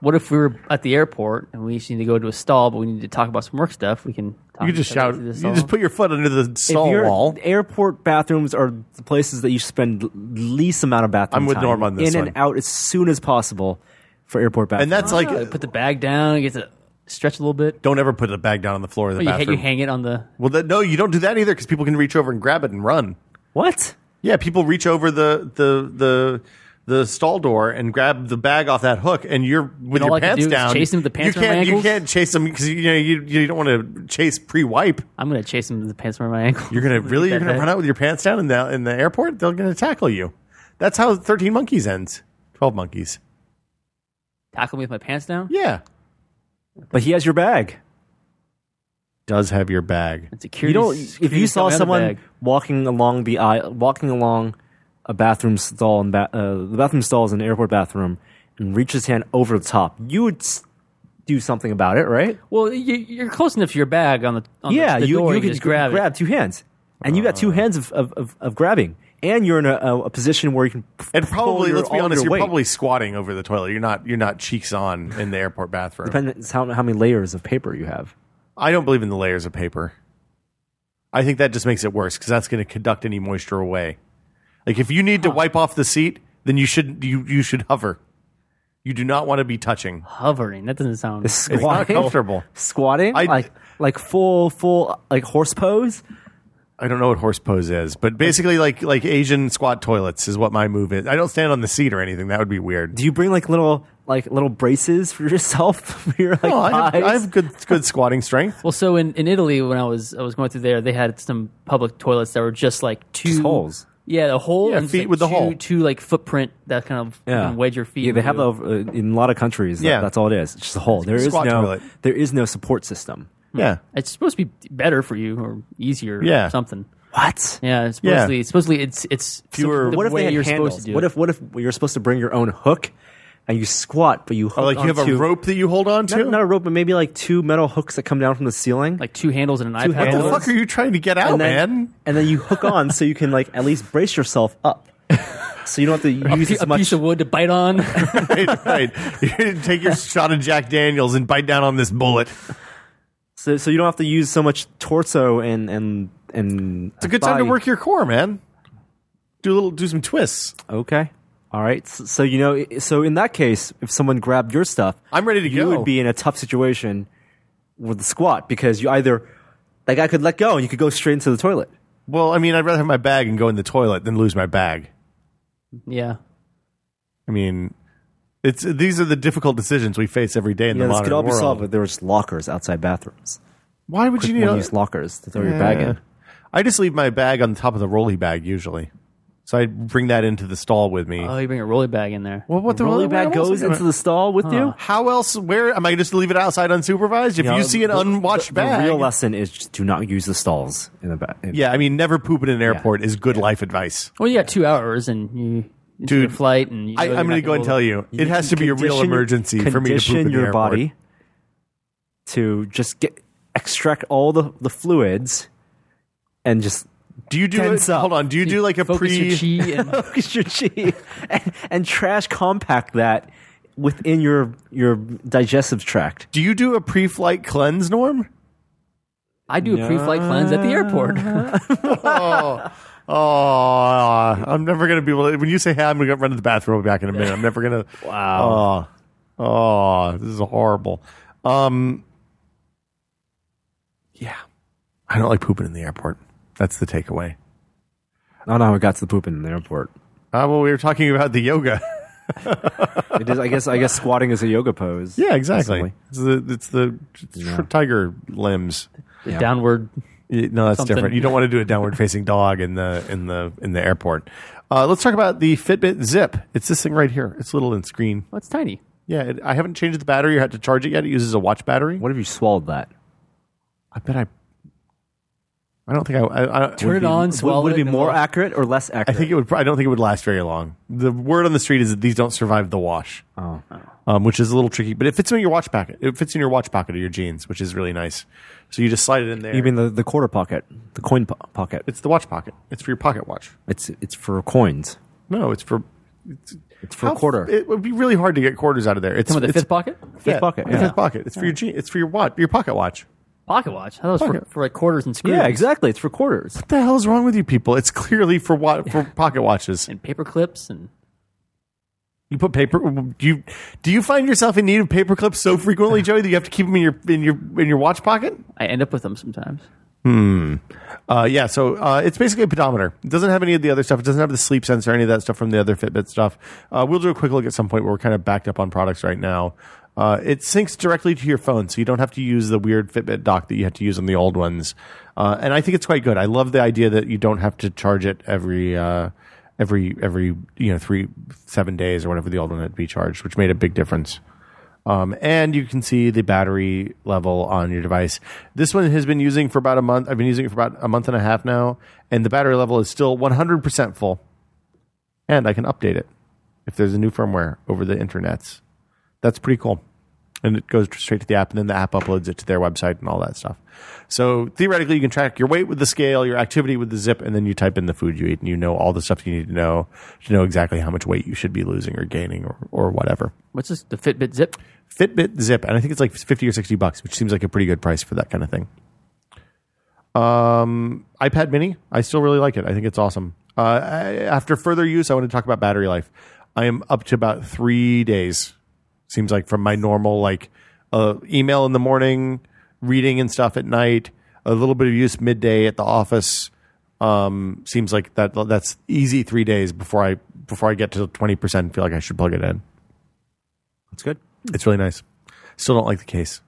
[SPEAKER 4] What if we were at the airport and we just need to go to a stall, but we need to talk about some work stuff? We can. Talk
[SPEAKER 2] You can just
[SPEAKER 4] each other
[SPEAKER 2] shout.
[SPEAKER 4] through
[SPEAKER 2] You
[SPEAKER 4] the
[SPEAKER 2] just
[SPEAKER 4] stall.
[SPEAKER 2] put your foot under the
[SPEAKER 3] If
[SPEAKER 2] stall
[SPEAKER 3] you're-
[SPEAKER 2] wall.
[SPEAKER 3] Airport bathrooms are the places that you spend l- least amount of bathroom.
[SPEAKER 2] I'm with
[SPEAKER 3] time
[SPEAKER 2] Norm on this
[SPEAKER 3] In
[SPEAKER 2] one.
[SPEAKER 3] and out as soon as possible for airport bathrooms.
[SPEAKER 2] And that's like,
[SPEAKER 4] Oh, put the bag down. Get to stretch a little bit.
[SPEAKER 2] don't ever put the bag down on the floor of the
[SPEAKER 4] Oh, You, ha-
[SPEAKER 2] bathroom.
[SPEAKER 4] you hang it on the.
[SPEAKER 2] well, that, no, you don't do that either because people can reach over and grab it and run.
[SPEAKER 3] what?
[SPEAKER 2] Yeah, people reach over the the the the stall door and grab the bag off that hook, and you're with
[SPEAKER 4] all
[SPEAKER 2] your
[SPEAKER 4] I can
[SPEAKER 2] pants
[SPEAKER 4] do is
[SPEAKER 2] down.
[SPEAKER 4] chase them with the pants
[SPEAKER 2] you
[SPEAKER 4] around my
[SPEAKER 2] can't you
[SPEAKER 4] ankles?
[SPEAKER 2] can't chase them because you know you, you don't want to chase pre wipe.
[SPEAKER 4] I'm gonna chase him with the pants around my ankle.
[SPEAKER 2] You're gonna really you're gonna run out with your pants down in the in the airport. They're gonna tackle you. That's how Thirteen Monkeys ends. Twelve Monkeys.
[SPEAKER 4] tackle me with my pants down.
[SPEAKER 2] Yeah,
[SPEAKER 3] But he has your bag.
[SPEAKER 2] does have your bag.
[SPEAKER 4] And
[SPEAKER 3] You
[SPEAKER 4] security.
[SPEAKER 3] don't. If you
[SPEAKER 4] security's
[SPEAKER 3] saw
[SPEAKER 4] coming out of the
[SPEAKER 3] someone
[SPEAKER 4] bag.
[SPEAKER 3] walking along the aisle, walking along a bathroom stall and ba- uh, the bathroom stall is an airport bathroom, and reach his hand over the top, you would s- do something about it, right?
[SPEAKER 4] well, you, you're close enough to your bag on the. On
[SPEAKER 3] yeah,
[SPEAKER 4] the, the
[SPEAKER 3] you,
[SPEAKER 4] door,
[SPEAKER 3] you
[SPEAKER 4] can
[SPEAKER 3] could
[SPEAKER 4] just grab, it.
[SPEAKER 3] two hands, and you got
[SPEAKER 2] Uh.
[SPEAKER 3] two hands of, of, of, of grabbing, and you're in a, a, a position where you can. p-
[SPEAKER 2] And
[SPEAKER 3] pull
[SPEAKER 2] probably,
[SPEAKER 3] your-
[SPEAKER 2] let's be
[SPEAKER 3] all of
[SPEAKER 2] honest,
[SPEAKER 3] your
[SPEAKER 2] you're
[SPEAKER 3] weight.
[SPEAKER 2] probably squatting over the toilet. You're not you're not cheeks on in the airport bathroom.
[SPEAKER 3] depends how how many layers of paper you have. *laughs*
[SPEAKER 2] I don't believe in the layers of paper. I think that just makes it worse because that's going to conduct any moisture away. Like if you need to wipe off the seat, then you should you you should hover. You do not want to be touching.
[SPEAKER 4] hovering. That doesn't sound.
[SPEAKER 2] It's not
[SPEAKER 3] Squatting,
[SPEAKER 2] comfortable.
[SPEAKER 3] squatting,
[SPEAKER 2] I-
[SPEAKER 3] like like full full like horse pose.
[SPEAKER 2] I don't know what horse pose is, but basically like like Asian squat toilets is what my move is. I don't stand on the seat or anything. That would be weird.
[SPEAKER 3] Do you bring like little like little braces for *laughs* yourself for your like
[SPEAKER 2] No, Oh, I have,
[SPEAKER 3] thighs?
[SPEAKER 2] I have good good squatting strength.
[SPEAKER 3] *laughs*
[SPEAKER 4] Well, so in, in Italy, when I was I was going through there, they had some public toilets that were just like two
[SPEAKER 3] Just holes.
[SPEAKER 4] Yeah, the hole
[SPEAKER 2] Yeah,
[SPEAKER 4] and
[SPEAKER 2] feet
[SPEAKER 4] like
[SPEAKER 2] with the
[SPEAKER 4] two,
[SPEAKER 2] hole.
[SPEAKER 4] two like footprint that kind of you can wedge your feet.
[SPEAKER 3] Yeah, they have
[SPEAKER 4] into.
[SPEAKER 3] over, uh, in a lot of countries. that-
[SPEAKER 2] Yeah.
[SPEAKER 3] that's all it is. It's just a hole. There is
[SPEAKER 2] Squat
[SPEAKER 3] no
[SPEAKER 2] toilet.
[SPEAKER 3] there is no support system.
[SPEAKER 2] Yeah.
[SPEAKER 4] It's supposed to be better for you or easier. or
[SPEAKER 2] Yeah.
[SPEAKER 4] something.
[SPEAKER 3] What?
[SPEAKER 4] Yeah, it's supposedly supposedly it's it's
[SPEAKER 2] Fewer-
[SPEAKER 4] the
[SPEAKER 3] what if
[SPEAKER 4] way
[SPEAKER 3] they had
[SPEAKER 4] you're
[SPEAKER 3] handles?
[SPEAKER 4] supposed to do.
[SPEAKER 3] what
[SPEAKER 4] it.
[SPEAKER 3] if what if you're supposed to bring your own hook and you squat, but you hook
[SPEAKER 2] Or Oh, like you have a
[SPEAKER 3] onto-
[SPEAKER 2] rope that you hold on to.
[SPEAKER 3] not, not a rope, but maybe like two metal hooks that come down from the ceiling.
[SPEAKER 4] like two handles and an
[SPEAKER 3] Two
[SPEAKER 4] iPad?
[SPEAKER 2] what the
[SPEAKER 3] handles.
[SPEAKER 2] fuck are you trying to get out,
[SPEAKER 3] and then,
[SPEAKER 2] Oh, man? *laughs*
[SPEAKER 3] and then you hook on so you can like at least brace yourself up, so you don't have to
[SPEAKER 4] A,
[SPEAKER 3] use
[SPEAKER 4] pi-
[SPEAKER 3] as
[SPEAKER 4] a
[SPEAKER 3] much.
[SPEAKER 4] piece of wood to bite on. *laughs*
[SPEAKER 2] right, right. You take your shot of Jack Daniels and bite down on this bullet.
[SPEAKER 3] so, so you don't have to use so much torso and and and.
[SPEAKER 2] It's a good time to work your core, man. Do a little, do some twists.
[SPEAKER 3] Okay. All right. So, so you know, i- so in that case, if someone grabbed your stuff,
[SPEAKER 2] I'm ready to
[SPEAKER 3] you
[SPEAKER 2] go.
[SPEAKER 3] would be in a tough situation with the squat because you either Like I could let go and you could go straight into the toilet.
[SPEAKER 2] Well, I mean, I'd rather have my bag and go in the toilet than lose my bag.
[SPEAKER 4] Yeah.
[SPEAKER 2] I mean, it's these are the difficult decisions we face every day in
[SPEAKER 3] Yeah,
[SPEAKER 2] the
[SPEAKER 3] this
[SPEAKER 2] modern
[SPEAKER 3] could all be
[SPEAKER 2] world.
[SPEAKER 3] solved, but there was lockers outside bathrooms.
[SPEAKER 2] Why would you need
[SPEAKER 3] One
[SPEAKER 2] all-
[SPEAKER 3] use lockers to throw your bag
[SPEAKER 2] Yeah.
[SPEAKER 3] in.
[SPEAKER 2] I just leave my bag on top of the rolly bag usually, so I bring that into the stall with me.
[SPEAKER 4] Oh, you bring a rolly bag in there.
[SPEAKER 2] well, Uh, what the
[SPEAKER 3] Rolly
[SPEAKER 2] what
[SPEAKER 3] bag
[SPEAKER 2] else
[SPEAKER 3] goes
[SPEAKER 2] am I-
[SPEAKER 3] into the stall with you.
[SPEAKER 2] How else? Where am I? Just leave it outside unsupervised? If you,
[SPEAKER 3] know,
[SPEAKER 2] see an
[SPEAKER 3] the-
[SPEAKER 2] unwatched
[SPEAKER 3] the,
[SPEAKER 2] bag,
[SPEAKER 3] The real lesson is just do not use the stalls in the back.
[SPEAKER 2] yeah, I mean, never poop in an airport is good life advice.
[SPEAKER 4] Well, you got two hours and you you
[SPEAKER 2] Dude,
[SPEAKER 4] take a flight and you
[SPEAKER 2] I,
[SPEAKER 4] know
[SPEAKER 2] I'm
[SPEAKER 4] you're
[SPEAKER 2] going to
[SPEAKER 4] not
[SPEAKER 2] go and
[SPEAKER 4] roll-
[SPEAKER 2] tell you, it has to be a real
[SPEAKER 3] Condition-
[SPEAKER 2] emergency for me to poop in
[SPEAKER 3] condition
[SPEAKER 2] the
[SPEAKER 3] your
[SPEAKER 2] airport.
[SPEAKER 3] body to just get extract all the, the fluids and just *laughs*
[SPEAKER 2] Do you do?
[SPEAKER 3] Tense
[SPEAKER 2] it-
[SPEAKER 3] up.
[SPEAKER 2] Hold on. Do you do like a
[SPEAKER 4] Focus
[SPEAKER 2] pre?
[SPEAKER 4] your chi
[SPEAKER 2] *laughs*
[SPEAKER 4] and
[SPEAKER 3] focus your chi and, and trash compact that within your your digestive tract.
[SPEAKER 2] Do you do a pre-flight cleanse, Norm?
[SPEAKER 4] I do a pre-flight cleanse at the airport.
[SPEAKER 2] Uh-huh.
[SPEAKER 4] *laughs*
[SPEAKER 2] Oh, I'm never going to be able. to... When you say, "Hey, I'm going to run to the bathroom I'll be back in a minute," I'm never going to. wow. Oh, oh, this is horrible. Um, yeah, I don't like pooping in the airport. That's the takeaway.
[SPEAKER 3] I don't know how it got to the poop in the airport.
[SPEAKER 2] Uh, well, we were talking about the yoga.
[SPEAKER 3] It is, I guess. I guess squatting is a yoga pose.
[SPEAKER 2] yeah, exactly.
[SPEAKER 3] Possibly.
[SPEAKER 2] It's the it's the tr- tiger limbs.
[SPEAKER 4] The Downward.
[SPEAKER 2] Y- No, that's
[SPEAKER 4] Something.
[SPEAKER 2] different. You don't want to do a downward facing dog in the in the in the airport. Uh, let's talk about the Fitbit Zip. It's this thing right here. It's little and screen.
[SPEAKER 4] Well, it's tiny.
[SPEAKER 2] Yeah, it, I haven't changed the battery or had to charge it yet. It uses a watch battery.
[SPEAKER 3] What if you swallowed that?
[SPEAKER 2] I bet I. I don't think I. I, I
[SPEAKER 4] Turn it on. Swallow
[SPEAKER 3] Would, would it be
[SPEAKER 4] and
[SPEAKER 3] more
[SPEAKER 4] it'll-
[SPEAKER 3] accurate or less
[SPEAKER 2] I
[SPEAKER 3] accurate?
[SPEAKER 2] think it would. I don't think it would last very long. The word on the street is that these don't survive the wash,
[SPEAKER 3] Oh.
[SPEAKER 2] um, which is a little tricky. But it fits in your watch pocket. It fits in your watch pocket or your jeans, which is really nice. So you just slide it in there.
[SPEAKER 3] You mean the, the quarter pocket, the coin po- pocket?
[SPEAKER 2] it's the watch pocket. It's for your pocket watch.
[SPEAKER 3] It's it's for coins.
[SPEAKER 2] No, it's for
[SPEAKER 3] It's for
[SPEAKER 2] How
[SPEAKER 3] a quarter.
[SPEAKER 2] f- It would be really hard to get quarters out of there. It's
[SPEAKER 4] Come with a
[SPEAKER 2] it's-
[SPEAKER 4] fifth pocket?
[SPEAKER 2] yeah,
[SPEAKER 3] fifth pocket,
[SPEAKER 2] the
[SPEAKER 3] yeah.
[SPEAKER 2] fifth pocket. It's for your jean. It's for your watch. Your pocket watch.
[SPEAKER 4] Pocket watch. I thought it was for,
[SPEAKER 2] Pocket.
[SPEAKER 4] for like quarters and screws.
[SPEAKER 3] yeah, exactly. It's for quarters.
[SPEAKER 2] What the hell is wrong with you people? It's clearly for wa- for pocket watches.
[SPEAKER 4] And paper clips and
[SPEAKER 2] You put paper. Do you do you find yourself in need of paper clips so frequently, Joey, that you have to keep them in your in your in your watch pocket?
[SPEAKER 4] I end up with them sometimes.
[SPEAKER 2] Uh, yeah, so uh, it's basically a pedometer. It doesn't have any of the other stuff. It doesn't have the sleep sensor, any of that stuff from the other Fitbit stuff. Uh, we'll do a quick look at some point where we're kind of backed up on products right now. Uh, it syncs directly to your phone, so you don't have to use the weird Fitbit dock that you had to use on the old ones. Uh, and I think it's quite good. I love the idea that you don't have to charge it every uh, every every you know three seven days or whatever the old one had to be charged, which made a big difference. Um, and you can see the battery level on your device. This one has been using for about a month. I've been using it for about a month and a half now, and the battery level is still 100% full. And I can update it if there's a new firmware over the internets. That's pretty cool. And it goes straight to the app, and then the app uploads it to their website and all that stuff. So theoretically, you can track your weight with the scale, your activity with the zip, and then you type in the food you eat, and you know all the stuff you need to know to know exactly how much weight you should be losing or gaining or, or whatever.
[SPEAKER 4] What's this? The Fitbit Zip?
[SPEAKER 2] Fitbit Zip, and I think it's like fifty or sixty bucks, which seems like a pretty good price for that kind of thing. Um, iPad Mini, I still really like it. I think it's awesome. Uh, I- after further use, I want to talk about battery life. I am up to about three days. Seems like from my normal like uh, email in the morning, reading and stuff at night, a little bit of use midday at the office. Um, seems like that that's easy three days before I before I get to twenty percent. Feel like I should plug it in.
[SPEAKER 3] That's good.
[SPEAKER 2] It's really nice. Still don't like the case.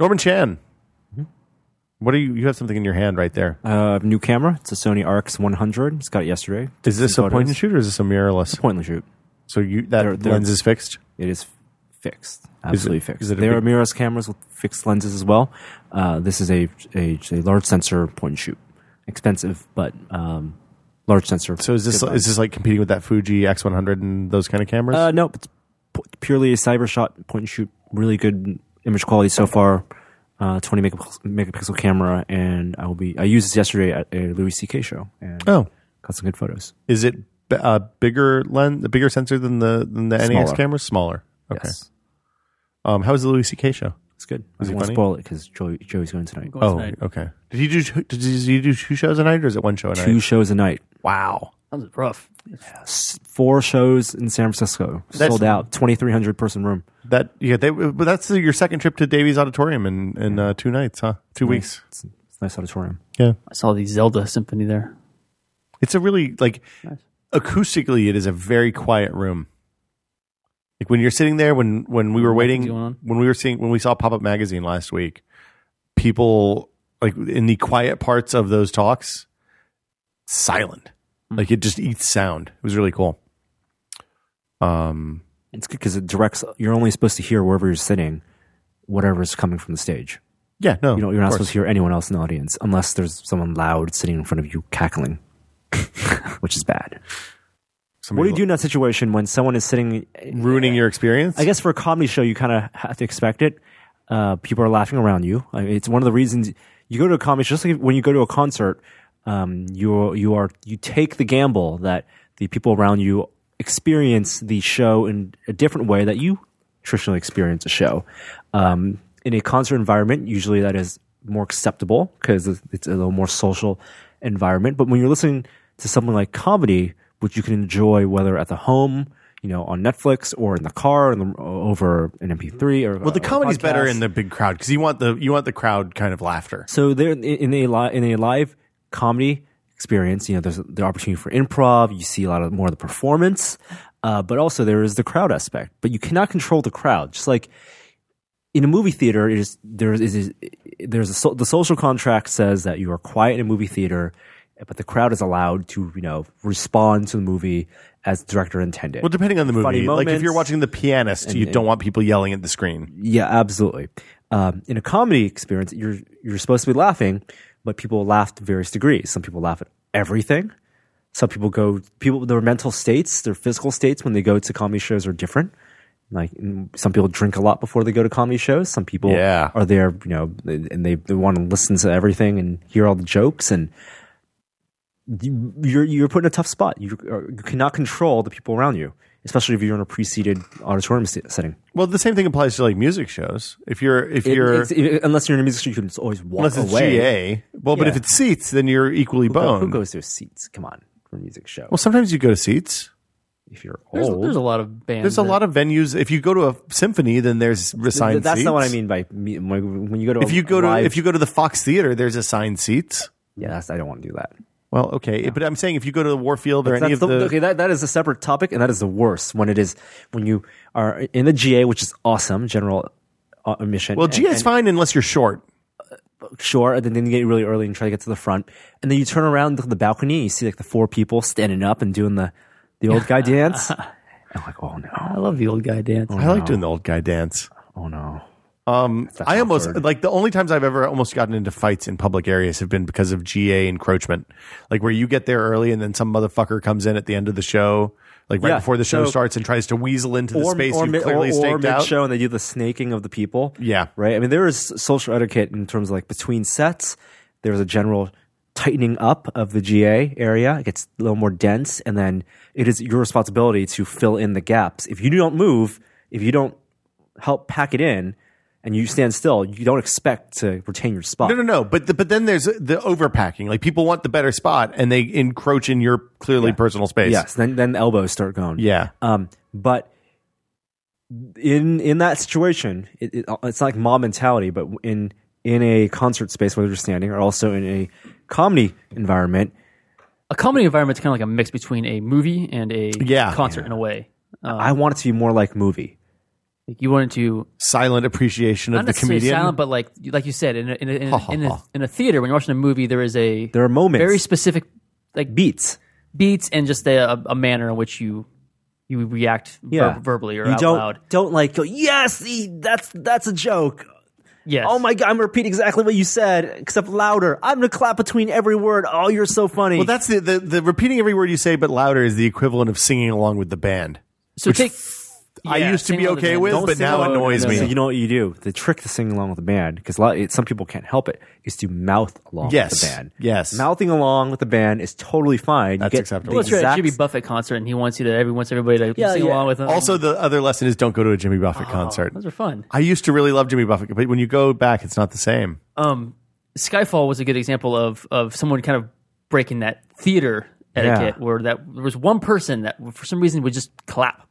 [SPEAKER 2] Norman Chan. What do you you have something in your hand right there?
[SPEAKER 3] Uh, new camera. It's a Sony RX100. Just got it yesterday.
[SPEAKER 2] Is this
[SPEAKER 3] some
[SPEAKER 2] a point
[SPEAKER 3] photos.
[SPEAKER 2] and shoot or is this a mirrorless?
[SPEAKER 3] Point and shoot.
[SPEAKER 2] So you that
[SPEAKER 3] They're- they're-
[SPEAKER 2] lens is fixed.
[SPEAKER 3] It is fixed. Absolutely fixed.
[SPEAKER 2] is it a
[SPEAKER 3] there
[SPEAKER 2] big-
[SPEAKER 3] are mirrorless cameras with fixed lenses as well. Uh, this is a, a a large sensor point and shoot. Expensive, but um, large sensor.
[SPEAKER 2] So is this
[SPEAKER 3] Good
[SPEAKER 2] is this like competing with that Fuji X100 and those kind of cameras?
[SPEAKER 3] Uh, no, it's pu- purely a CyberShot point and shoot. Really good image quality so far. Uh, 20 megapixel, megapixel camera, and I will be. I used this yesterday at a Louis C.K. show, and
[SPEAKER 2] oh,
[SPEAKER 3] got some good photos.
[SPEAKER 2] is it b- a bigger lens, a bigger sensor than the than the NAX
[SPEAKER 3] Smaller.
[SPEAKER 2] cameras? Smaller. Okay.
[SPEAKER 3] Yes,
[SPEAKER 2] Um, how was the Louis C.K. show?
[SPEAKER 3] it's good.
[SPEAKER 2] Was
[SPEAKER 3] I
[SPEAKER 2] he
[SPEAKER 3] won't
[SPEAKER 2] funny?
[SPEAKER 3] spoil it because Joey, Joey's going tonight.
[SPEAKER 4] Going
[SPEAKER 2] Oh,
[SPEAKER 4] tonight.
[SPEAKER 2] okay. Did you do two- did you do two shows a night or is it one show a
[SPEAKER 3] Two
[SPEAKER 2] night?
[SPEAKER 3] shows a night,
[SPEAKER 2] Wow.
[SPEAKER 4] That was rough.
[SPEAKER 3] S- four shows in San Francisco,
[SPEAKER 2] That's-
[SPEAKER 3] sold out, twenty three hundred person room.
[SPEAKER 2] That yeah, they, but that's your second trip to Davies Auditorium in in uh, two nights, huh? Two weeks.
[SPEAKER 3] It's, it's nice auditorium.
[SPEAKER 2] Yeah.
[SPEAKER 4] I saw the Zelda symphony there.
[SPEAKER 2] It's a really like acoustically it is a very quiet room. Like when you're sitting there when when we were waiting
[SPEAKER 4] going on?
[SPEAKER 2] when we were seeing when we saw Pop Up Magazine last week, people like in the quiet parts of those talks, silent.
[SPEAKER 3] Hmm.
[SPEAKER 2] Like it just eats sound. It was really cool. Um
[SPEAKER 3] It's good because it directs. You're only supposed to hear wherever you're sitting, whatever's coming from the stage.
[SPEAKER 2] yeah, no.
[SPEAKER 3] You know, you're
[SPEAKER 2] of
[SPEAKER 3] not
[SPEAKER 2] course.
[SPEAKER 3] supposed to hear anyone else in the audience unless there's someone loud sitting in front of you cackling, *laughs* which is bad. What do
[SPEAKER 2] Somebody
[SPEAKER 3] you do in that situation when someone is sitting?
[SPEAKER 2] ruining your experience?
[SPEAKER 3] I guess for a comedy show, you kind of have to expect it. Uh, people are laughing around you. I mean, it's one of the reasons you go to a comedy. Just like when you go to a concert, um, you you are you take the gamble that the people around you experience the show in a different way that you traditionally experience a show. Um, in a concert environment, usually that is more acceptable because it's a little more social environment. But when you're listening to something like comedy, which you can enjoy whether at the home, you know, on Netflix or in the car and over an MP3 or
[SPEAKER 2] well, the comedy's better
[SPEAKER 3] in
[SPEAKER 2] in the big crowd because you want the you want the crowd kind of laughter.
[SPEAKER 3] so there in- in a li- in a live comedy experience, you know, there's the opportunity for improv. You see a lot of more of the performance, uh, but also there is the crowd aspect. But you cannot control the crowd, just like in a movie theater. It is there is, is there's a so, the social contract says that you are quiet in a movie theater, but the crowd is allowed to you know respond to the movie as director intended.
[SPEAKER 2] Well, depending on the
[SPEAKER 3] Funny
[SPEAKER 2] movie, like if
[SPEAKER 3] moments.
[SPEAKER 2] you're watching The Pianist, you don't want people yelling at the screen.
[SPEAKER 3] Yeah, absolutely. Um, in a comedy experience, you're you're supposed to be laughing, but people laugh to various degrees. Some people laugh at everything. Some people go people their mental states, their physical states when they go to comedy shows are different. Like mm, some people drink a lot before they go to comedy shows. Some people
[SPEAKER 2] Yeah.
[SPEAKER 3] are there, you know, and they, they want to listen to everything and hear all the jokes and you- you're you're put in a tough spot. You, you cannot control the people around you, especially if you're in a preceded auditorium se- setting.
[SPEAKER 2] Well, the same thing applies to like music shows. If you're if
[SPEAKER 3] It-
[SPEAKER 2] you're
[SPEAKER 3] it's- it- unless you're in a music studio, you can just always walk
[SPEAKER 2] unless it's
[SPEAKER 3] away.
[SPEAKER 2] GA, well, but
[SPEAKER 3] Yeah.
[SPEAKER 2] if it's seats, then you're equally
[SPEAKER 3] Who go-
[SPEAKER 2] boned.
[SPEAKER 3] Who goes to seats? Come on, for a music show.
[SPEAKER 2] well, sometimes you go to seats.
[SPEAKER 3] if you're
[SPEAKER 4] There's,
[SPEAKER 3] old,
[SPEAKER 4] there's a lot of bands.
[SPEAKER 2] There's a
[SPEAKER 4] that-
[SPEAKER 2] lot of venues. If you go to a symphony, then there's
[SPEAKER 3] Th-
[SPEAKER 2] assigned.
[SPEAKER 3] that's
[SPEAKER 2] seats.
[SPEAKER 3] not what I mean by me- when when you go to.
[SPEAKER 2] If
[SPEAKER 3] a,
[SPEAKER 2] you go
[SPEAKER 3] a
[SPEAKER 2] to
[SPEAKER 3] live-
[SPEAKER 2] if you go to the Fox Theater, there's assigned seats.
[SPEAKER 3] yeah, that's, I don't want to do that.
[SPEAKER 2] Well, okay, but I'm saying if you go to the Warfield or any
[SPEAKER 3] That's
[SPEAKER 2] of
[SPEAKER 3] the,
[SPEAKER 2] the,
[SPEAKER 3] okay, that, that is a separate topic, and that is the worst when it is when you are in the GA, which is awesome, general uh, admission.
[SPEAKER 2] well,
[SPEAKER 3] and-
[SPEAKER 2] GA is
[SPEAKER 3] and-
[SPEAKER 2] fine unless you're short.
[SPEAKER 3] sure, and then you get really early and try to get to the front, and then you turn around to the balcony, and you see like the four people standing up and doing the the old
[SPEAKER 2] *laughs*
[SPEAKER 3] guy dance. I'm like, oh no,
[SPEAKER 4] I love the old guy dance.
[SPEAKER 2] I like doing the old guy dance.
[SPEAKER 3] oh no.
[SPEAKER 2] Um, I almost like the only times I've ever almost gotten into fights in public areas have been because of GA encroachment, like where you get there early and then some motherfucker comes in at the end of the show, like right
[SPEAKER 3] Yeah,
[SPEAKER 2] before the show
[SPEAKER 3] so-
[SPEAKER 2] starts and tries to weasel into the space you
[SPEAKER 3] mid-
[SPEAKER 2] clearly
[SPEAKER 3] or,
[SPEAKER 2] staked out.
[SPEAKER 3] show and they do the snaking of the people.
[SPEAKER 2] Yeah.
[SPEAKER 3] Right? I mean, there is social etiquette in terms of like between sets, there's a general tightening up of the GA area. It gets a little more dense. And then it is your responsibility to fill in the gaps. If you don't move, if you don't help pack it in, and you stand still, you don't expect to retain your spot.
[SPEAKER 2] No, no, no. But the, but then there's the overpacking. Like people want the better spot and they encroach in your clearly personal space.
[SPEAKER 3] Yes, then then elbows start going.
[SPEAKER 2] Yeah.
[SPEAKER 3] Um, but in in that situation, it, it, it's not like mob mentality, but in in a concert space where they're standing, or also in a comedy environment,
[SPEAKER 4] A comedy environment's kind of like a mix between a movie and a
[SPEAKER 2] Yeah.
[SPEAKER 4] concert in a way.
[SPEAKER 3] I want it to be more like movie.
[SPEAKER 4] Like you wanted to
[SPEAKER 2] Silent appreciation of
[SPEAKER 4] not
[SPEAKER 2] the
[SPEAKER 4] necessarily
[SPEAKER 2] comedian.
[SPEAKER 4] silent, but like like you said, in a, in a, in,
[SPEAKER 2] Ha,
[SPEAKER 4] a,
[SPEAKER 2] ha,
[SPEAKER 4] in, a,
[SPEAKER 2] ha.
[SPEAKER 4] in a theater when you're watching a movie, there is a
[SPEAKER 3] There are moments,
[SPEAKER 4] very specific like
[SPEAKER 3] beats.
[SPEAKER 4] beats and just a, a- a manner in which you you react ver-
[SPEAKER 3] Yeah,
[SPEAKER 4] verbally or
[SPEAKER 3] you
[SPEAKER 4] out
[SPEAKER 3] don't
[SPEAKER 4] loud.
[SPEAKER 3] don't like go. Yes, he- that's that's a joke.
[SPEAKER 4] Yes.
[SPEAKER 3] Oh my god, I'm repeating exactly what you said, except louder. I'm gonna clap between every word. Oh, you're so funny.
[SPEAKER 2] well, that's the, the, the repeating every word you say, but louder is the equivalent of singing along with the band.
[SPEAKER 4] So take.
[SPEAKER 2] I
[SPEAKER 4] Yeah,
[SPEAKER 2] used to
[SPEAKER 4] sing
[SPEAKER 2] be
[SPEAKER 4] along with
[SPEAKER 2] okay
[SPEAKER 4] the
[SPEAKER 2] with,
[SPEAKER 4] band.
[SPEAKER 2] but
[SPEAKER 3] sing
[SPEAKER 2] now
[SPEAKER 3] along with
[SPEAKER 2] annoys
[SPEAKER 3] the band. So
[SPEAKER 2] me.
[SPEAKER 3] you know what you do? The trick to singing along with the band, because some people can't help it, is to mouth along with
[SPEAKER 2] Yes.
[SPEAKER 3] the band.
[SPEAKER 2] Yes.
[SPEAKER 3] Mouthing along with the band is totally fine.
[SPEAKER 2] That's
[SPEAKER 3] you get
[SPEAKER 2] acceptable.
[SPEAKER 3] the
[SPEAKER 2] Well,
[SPEAKER 4] That's right. It
[SPEAKER 3] exact-
[SPEAKER 4] should be Buffett concert, and he wants you to every wants everybody to
[SPEAKER 3] Yeah,
[SPEAKER 4] sing
[SPEAKER 3] yeah.
[SPEAKER 4] along with him.
[SPEAKER 2] Also, the other lesson is don't go to a Jimmy Buffett
[SPEAKER 3] oh,
[SPEAKER 2] concert.
[SPEAKER 4] those are fun.
[SPEAKER 2] I used to really love Jimmy Buffett, but when you go back, it's not the same.
[SPEAKER 4] Um, Skyfall was a good example of of someone kind of breaking that theater etiquette, where that there was one person that for some reason would just clap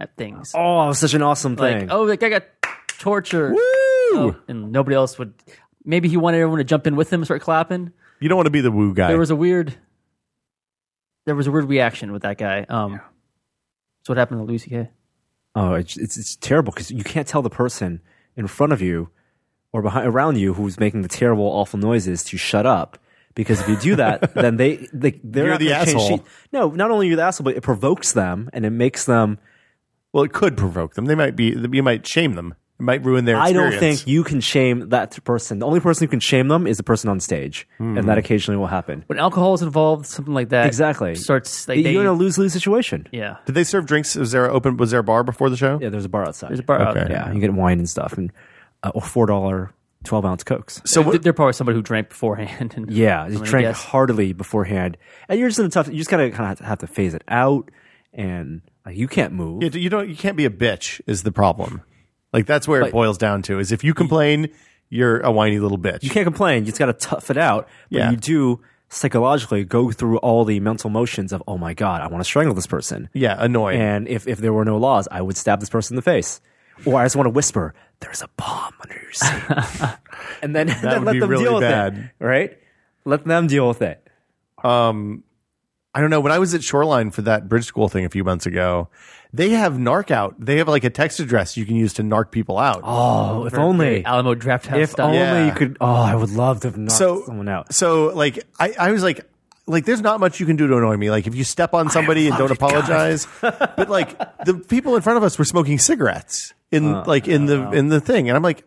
[SPEAKER 4] at things.
[SPEAKER 3] oh, such an awesome
[SPEAKER 4] like,
[SPEAKER 3] thing.
[SPEAKER 4] oh, that guy got tortured.
[SPEAKER 2] Woo!
[SPEAKER 4] Oh, and nobody else would. maybe he wanted everyone to jump in with him and start clapping.
[SPEAKER 2] You don't want to be the woo guy.
[SPEAKER 4] There was a weird, there was a weird reaction with that guy. Um, So what happened to Lucy K?
[SPEAKER 3] Oh, it's it's, it's terrible because you can't tell the person in front of you or behind around you who's making the terrible, awful noises to shut up. Because if you
[SPEAKER 2] *laughs*
[SPEAKER 3] do that, then they they they're
[SPEAKER 2] You're
[SPEAKER 3] not
[SPEAKER 2] the
[SPEAKER 3] gonna change
[SPEAKER 2] asshole.
[SPEAKER 3] sheet. No, not only are you the asshole, but it provokes them and it makes them.
[SPEAKER 2] well, it could provoke them. They might be. You might shame them. It might ruin their.
[SPEAKER 3] I
[SPEAKER 2] Experience.
[SPEAKER 3] don't think you can shame that person. The only person who can shame them is the person on stage, and that occasionally will happen.
[SPEAKER 4] When alcohol is involved, something like that
[SPEAKER 3] Exactly.
[SPEAKER 4] starts. Like,
[SPEAKER 3] You're
[SPEAKER 4] they,
[SPEAKER 3] in a lose lose situation.
[SPEAKER 4] yeah,
[SPEAKER 2] Did they serve drinks? Was there a open? Was there a bar before the show?
[SPEAKER 3] Yeah, there's a bar outside.
[SPEAKER 4] there's a bar.
[SPEAKER 2] Okay.
[SPEAKER 4] Out.
[SPEAKER 3] Yeah, you get wine and stuff, and uh, or four dollar twelve ounce cokes.
[SPEAKER 2] So
[SPEAKER 4] Th-
[SPEAKER 2] what,
[SPEAKER 4] They're probably somebody who drank beforehand. And
[SPEAKER 3] Yeah, you
[SPEAKER 4] I'm gonna
[SPEAKER 3] drank
[SPEAKER 4] guess.
[SPEAKER 3] heartily beforehand, and you're just in a tough. You just gotta kind of have to phase it out, and like, you can't move.
[SPEAKER 2] Yeah, you don't. You can't be a bitch. Is the problem? Like that's where it boils down to. Is if you complain, you're a whiny little bitch.
[SPEAKER 3] You can't complain. You just gotta tough it out. But
[SPEAKER 2] Yeah.
[SPEAKER 3] you do psychologically go through all the mental motions of, oh my god, I want to strangle this person.
[SPEAKER 2] yeah, annoying.
[SPEAKER 3] And if if there were no laws, I would stab this person in the face, or I just want to whisper, "There's a bomb under your seat," and then, *laughs* then
[SPEAKER 2] would
[SPEAKER 3] let
[SPEAKER 2] be
[SPEAKER 3] them
[SPEAKER 2] really
[SPEAKER 3] deal with
[SPEAKER 2] bad.
[SPEAKER 3] it. Right? Let them deal with it.
[SPEAKER 2] I don't know. When I was at Shoreline for that bridge school thing a few months ago, they have narc out. They have like a text address you can use to narc people out.
[SPEAKER 3] Oh, if only.
[SPEAKER 4] *laughs* Alamo Draft House
[SPEAKER 3] If
[SPEAKER 4] style.
[SPEAKER 3] only
[SPEAKER 2] Yeah.
[SPEAKER 3] you could. Oh, I would love to have knocked
[SPEAKER 2] so
[SPEAKER 3] someone out.
[SPEAKER 2] So like I, I was like like there's not much you can do to annoy me. Like if you step on somebody and don't apologize. but like the people in front of us were smoking cigarettes in
[SPEAKER 3] Uh,
[SPEAKER 2] like in the in the thing. And I'm like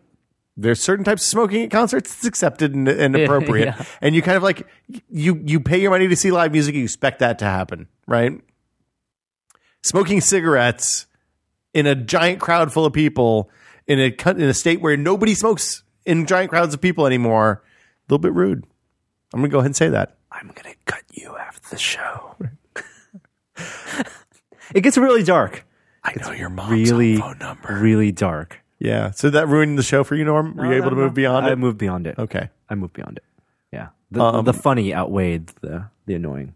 [SPEAKER 2] there's certain types of smoking at concerts it's accepted and, and
[SPEAKER 4] *laughs* Yeah,
[SPEAKER 2] appropriate.
[SPEAKER 4] yeah.
[SPEAKER 2] And you kind of like you you pay your money to see live music, you expect that to happen, right? Smoking cigarettes in a giant crowd full of people in a coun- in a state where nobody smokes in giant crowds of people anymore. A little bit rude. I'm gonna go ahead and say that.
[SPEAKER 3] I'm gonna cut you after the show. *laughs* it gets really dark.
[SPEAKER 2] I know your mom's
[SPEAKER 3] Really, really dark.
[SPEAKER 2] Yeah. So that ruined the show for you, Norm. Were you able to move beyond
[SPEAKER 3] I
[SPEAKER 2] it?
[SPEAKER 3] moved beyond it.
[SPEAKER 2] okay. Um,
[SPEAKER 3] I moved beyond it. Yeah, the, the funny outweighed the the annoying.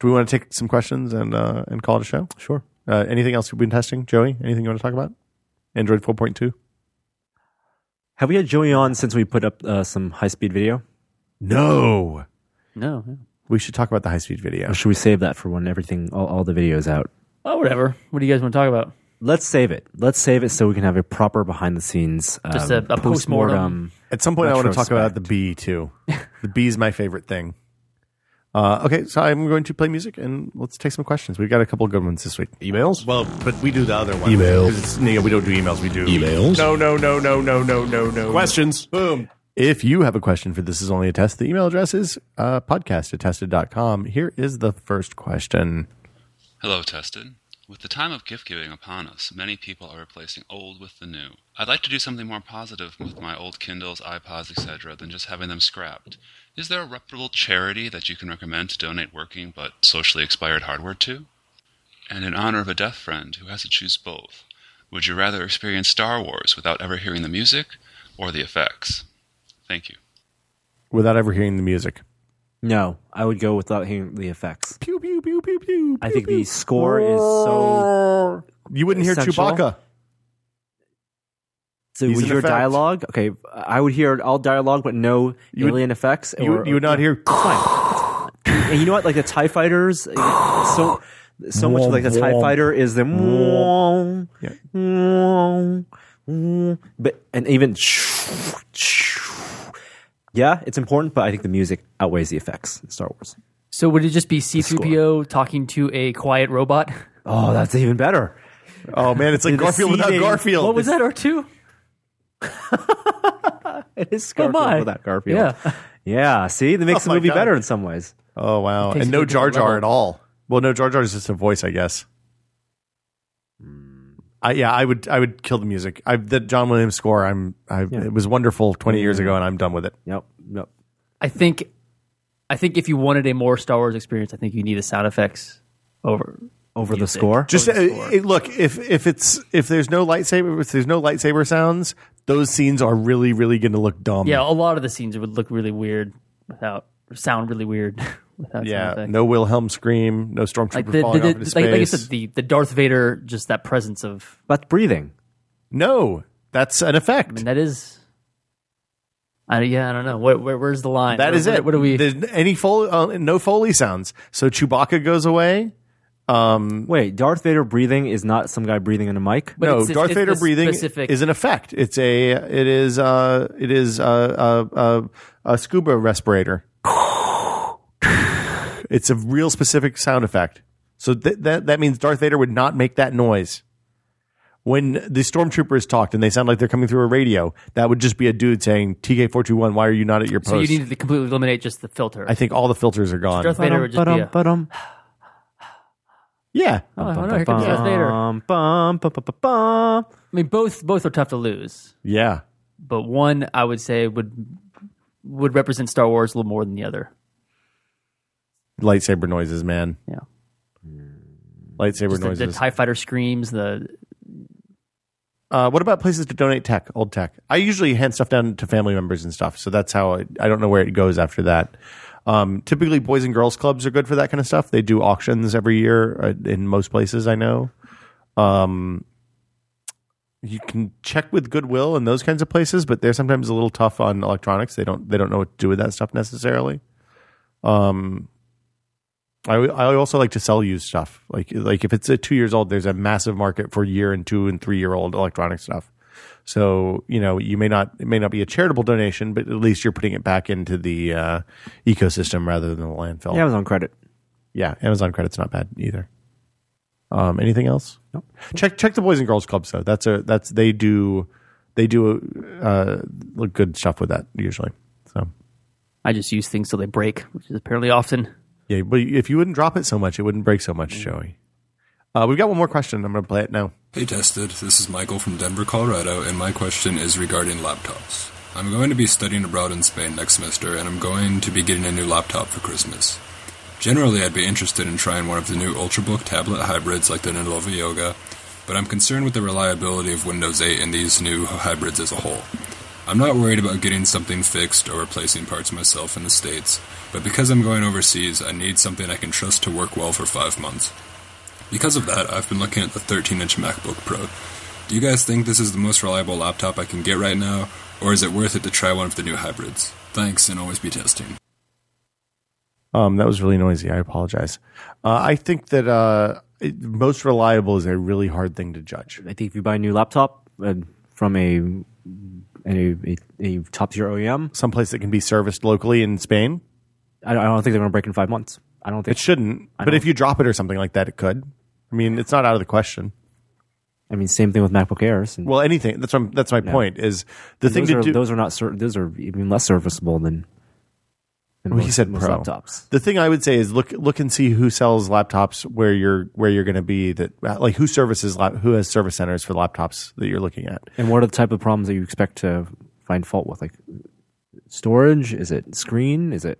[SPEAKER 2] Do we want to take some questions and uh, and call it a show?
[SPEAKER 3] Sure.
[SPEAKER 2] Uh, anything else we've been testing, Joey? Anything you want to talk about? Android 4.2.
[SPEAKER 3] Have we had Joey on since we put up uh, some high speed video?
[SPEAKER 2] No.
[SPEAKER 4] No, no.
[SPEAKER 2] We should talk about the high speed video.
[SPEAKER 3] Or should we save that for when everything, all, all the videos out?
[SPEAKER 4] Oh, whatever. What do you guys want to talk about?
[SPEAKER 3] Let's save it. Let's save it so we can have a proper behind the scenes, um,
[SPEAKER 4] Just a- a
[SPEAKER 3] post-mortem.
[SPEAKER 4] post-mortem.
[SPEAKER 2] At some point, I want to talk about
[SPEAKER 3] Retrospect.
[SPEAKER 2] the bee too. the bee is my favorite thing. Uh, okay, so I'm going to play music and let's take some questions. We've got a couple good ones this week. Emails? Well, but we do the other one.
[SPEAKER 1] Emails.
[SPEAKER 2] 'Cause it's- no, we don't do emails. We do
[SPEAKER 1] Emails.
[SPEAKER 2] No, no, no, no, no, no, no, no.
[SPEAKER 1] Questions. Boom.
[SPEAKER 2] If you have a question for This Is Only a Test, the email address is uh, podcast at tested.com. Here is the first question.
[SPEAKER 5] Hello, Tested. With the time of gift giving upon us, many people are replacing old with the new. I'd like to do something more positive with my old Kindles, iPods, etc., than just having them scrapped. Is there a reputable charity that you can recommend to donate working but socially expired hardware to? And in honor of a deaf friend who has to choose both, would you rather experience Star Wars without ever hearing the music or the effects? Thank you.
[SPEAKER 2] Without ever hearing the music.
[SPEAKER 3] No, I would go without hearing the effects.
[SPEAKER 2] Pew, pew, pew, pew, pew.
[SPEAKER 3] I think
[SPEAKER 4] *laughs*
[SPEAKER 3] the score is so.
[SPEAKER 2] You wouldn't hear
[SPEAKER 3] Essential.
[SPEAKER 2] Chewbacca.
[SPEAKER 3] So
[SPEAKER 2] He's
[SPEAKER 3] we
[SPEAKER 2] an
[SPEAKER 3] hear
[SPEAKER 2] effect.
[SPEAKER 3] dialogue. Okay, I would hear all dialogue, but no
[SPEAKER 2] You would-
[SPEAKER 3] alien effects.
[SPEAKER 2] You,
[SPEAKER 3] or-
[SPEAKER 2] would- you would not
[SPEAKER 4] *laughs*
[SPEAKER 2] hear.
[SPEAKER 3] It's fine. and you know what? Like the Tie Fighters, so so much of, like the Tie Fighter is the. But and even yeah, it's important, but I think the music outweighs the effects in Star Wars.
[SPEAKER 4] So would it just be C-3PO talking to a quiet robot?
[SPEAKER 3] Oh, that's even better.
[SPEAKER 2] Oh, man, it's like
[SPEAKER 3] The
[SPEAKER 2] Garfield without
[SPEAKER 3] seating.
[SPEAKER 2] Garfield.
[SPEAKER 4] What was that? Or two?
[SPEAKER 3] It is
[SPEAKER 4] Oh,
[SPEAKER 3] Garfield
[SPEAKER 4] my.
[SPEAKER 3] without Garfield.
[SPEAKER 4] Yeah.
[SPEAKER 3] *laughs* yeah. See, that makes
[SPEAKER 2] Oh,
[SPEAKER 3] the
[SPEAKER 2] my
[SPEAKER 3] movie
[SPEAKER 2] God.
[SPEAKER 3] better in some ways.
[SPEAKER 2] Oh, wow.
[SPEAKER 4] takes
[SPEAKER 2] And
[SPEAKER 4] it to
[SPEAKER 2] no
[SPEAKER 4] a
[SPEAKER 2] Jar
[SPEAKER 4] different
[SPEAKER 2] Jar
[SPEAKER 4] level.
[SPEAKER 2] at all. Well, no Jar Jar is just a voice, I guess. I, yeah, I would I would kill the music. I, the John Williams score, I'm I, it was wonderful 20
[SPEAKER 4] Mm-hmm.
[SPEAKER 2] years ago and I'm done with it.
[SPEAKER 3] Yep. Yep.
[SPEAKER 4] I think, I think if you wanted a more Star Wars experience, I think you need the sound effects over.
[SPEAKER 3] Over the score.
[SPEAKER 2] Just uh, it- look if if it's if there's no lightsaber if there's no lightsaber sounds, those scenes are really really going to look dumb.
[SPEAKER 4] Yeah, a lot of the scenes would look really weird without or sound really weird *laughs* without sound
[SPEAKER 2] yeah.
[SPEAKER 4] effects.
[SPEAKER 2] No Wilhelm scream, no stormtrooper
[SPEAKER 4] like the, the,
[SPEAKER 2] falling
[SPEAKER 4] the-
[SPEAKER 2] off into
[SPEAKER 4] like,
[SPEAKER 2] space.
[SPEAKER 4] like I said, the, the Darth Vader, just that presence of
[SPEAKER 3] but breathing.
[SPEAKER 2] no, that's an effect.
[SPEAKER 4] and that is. I, yeah, I don't know. Where, where, where's the line?
[SPEAKER 2] That is
[SPEAKER 4] Where-
[SPEAKER 2] it.
[SPEAKER 4] What do we?
[SPEAKER 2] There's any Foley? Uh, no Foley sounds. So Chewbacca goes away.
[SPEAKER 3] Wait, Darth Vader breathing is not some guy breathing in a mic.
[SPEAKER 4] But
[SPEAKER 2] no,
[SPEAKER 4] it's- it's-
[SPEAKER 2] Darth
[SPEAKER 4] it's
[SPEAKER 2] Vader
[SPEAKER 4] the
[SPEAKER 2] breathing
[SPEAKER 4] specific-
[SPEAKER 2] is an effect. It's a. It is. Uh, it is a, a, a, a scuba respirator. *sighs* it's a real specific sound effect. So th- that that means Darth Vader would not make that noise. When the stormtroopers talked and they sound like they're coming through a radio, that would just be a dude saying TK four two one. Why are you not at your post?
[SPEAKER 4] so you need to completely eliminate just the filter.
[SPEAKER 2] I think all the filters are gone.
[SPEAKER 4] Darth Vader would just be a,
[SPEAKER 3] Ba-dum,
[SPEAKER 2] yeah,
[SPEAKER 4] oh, no, here comes Darth Vader. I
[SPEAKER 3] ba-dum, bum, ba- ba- ba- bum.
[SPEAKER 4] mean, both both are tough to lose,
[SPEAKER 2] yeah.
[SPEAKER 4] but one I would say would would represent Star Wars a little more than the other.
[SPEAKER 2] Lightsaber noises, man.
[SPEAKER 4] Yeah,
[SPEAKER 2] Lightsaber
[SPEAKER 4] Just the, the
[SPEAKER 2] noises.
[SPEAKER 4] Tie Fighter screams. The
[SPEAKER 2] Uh, what about places to donate tech, old tech? I usually hand stuff down to family members and stuff, so that's how I, I don't know where it goes after that. Um, typically, boys and girls clubs are good for that kind of stuff. They do auctions every year uh, in most places I know. Um, you can check with Goodwill and those kinds of places, but they're sometimes a little tough on electronics. They don't they don't know what to do with that stuff necessarily. Um, I, I also like to sell used stuff. Like like if it's a two years old, there's a massive market for year and two and three year old electronic stuff. So you know you may not it may not be a charitable donation, but at least you're putting it back into the uh, ecosystem rather than the landfill.
[SPEAKER 3] Yeah, Amazon credit.
[SPEAKER 2] Yeah, Amazon credit's not bad either. Um, anything else? No. Check check the Boys and Girls Club though. That's a that's they do they do uh, good stuff with that usually. So
[SPEAKER 4] I just use things till they break, which is apparently often.
[SPEAKER 2] Yeah, but if you wouldn't drop it so much, it wouldn't break so much, Joey. Uh, we've got one more question. I'm going to play it now.
[SPEAKER 1] Hey Tested, this is Michael from Denver, Colorado, and my question is regarding laptops. I'm going to be studying abroad in Spain next semester, and I'm going to be getting a new laptop for Christmas. Generally, I'd be interested in trying one of the new Ultrabook tablet hybrids like the Lenovo Yoga, but I'm concerned with the reliability of Windows 8 and these new hybrids as a whole. I'm not worried about getting something fixed or replacing parts myself in the States, but because I'm going overseas, I need something I can trust to work well for five months. Because of that, I've been looking at the 13 inch MacBook Pro. Do you guys think this is the most reliable laptop I can get right now, or is it worth it to try one of the new hybrids? Thanks, and always be testing.
[SPEAKER 2] Um, that was really noisy. I apologize. Uh, I think that uh, it, most reliable is a really hard thing to judge.
[SPEAKER 3] I think if you buy a new laptop uh, from a a, a, a top tier E OEM,
[SPEAKER 2] Someplace that can be serviced locally in Spain,
[SPEAKER 3] I, I don't think they're going to break in five months. I don't
[SPEAKER 2] it
[SPEAKER 3] think.
[SPEAKER 2] shouldn't. But if you drop it or something like that, it could. I mean, it's not out of the question.
[SPEAKER 3] I mean, same thing with MacBook Airs. And
[SPEAKER 2] Well, anything. That's what I'm- that's my point. Is the thing
[SPEAKER 3] those,
[SPEAKER 2] to
[SPEAKER 3] are,
[SPEAKER 2] do?
[SPEAKER 3] those are not. Ser- those are even less serviceable than. than
[SPEAKER 2] Well, he
[SPEAKER 3] most-
[SPEAKER 2] said
[SPEAKER 3] most
[SPEAKER 2] pro.
[SPEAKER 3] laptops.
[SPEAKER 2] The thing I would say is look look and see who sells laptops where you're where you're going to be that like who services lap, who has service centers for laptops that you're looking at.
[SPEAKER 3] And what are the type of problems that you expect to find fault with? Like storage? Is it screen? Is it?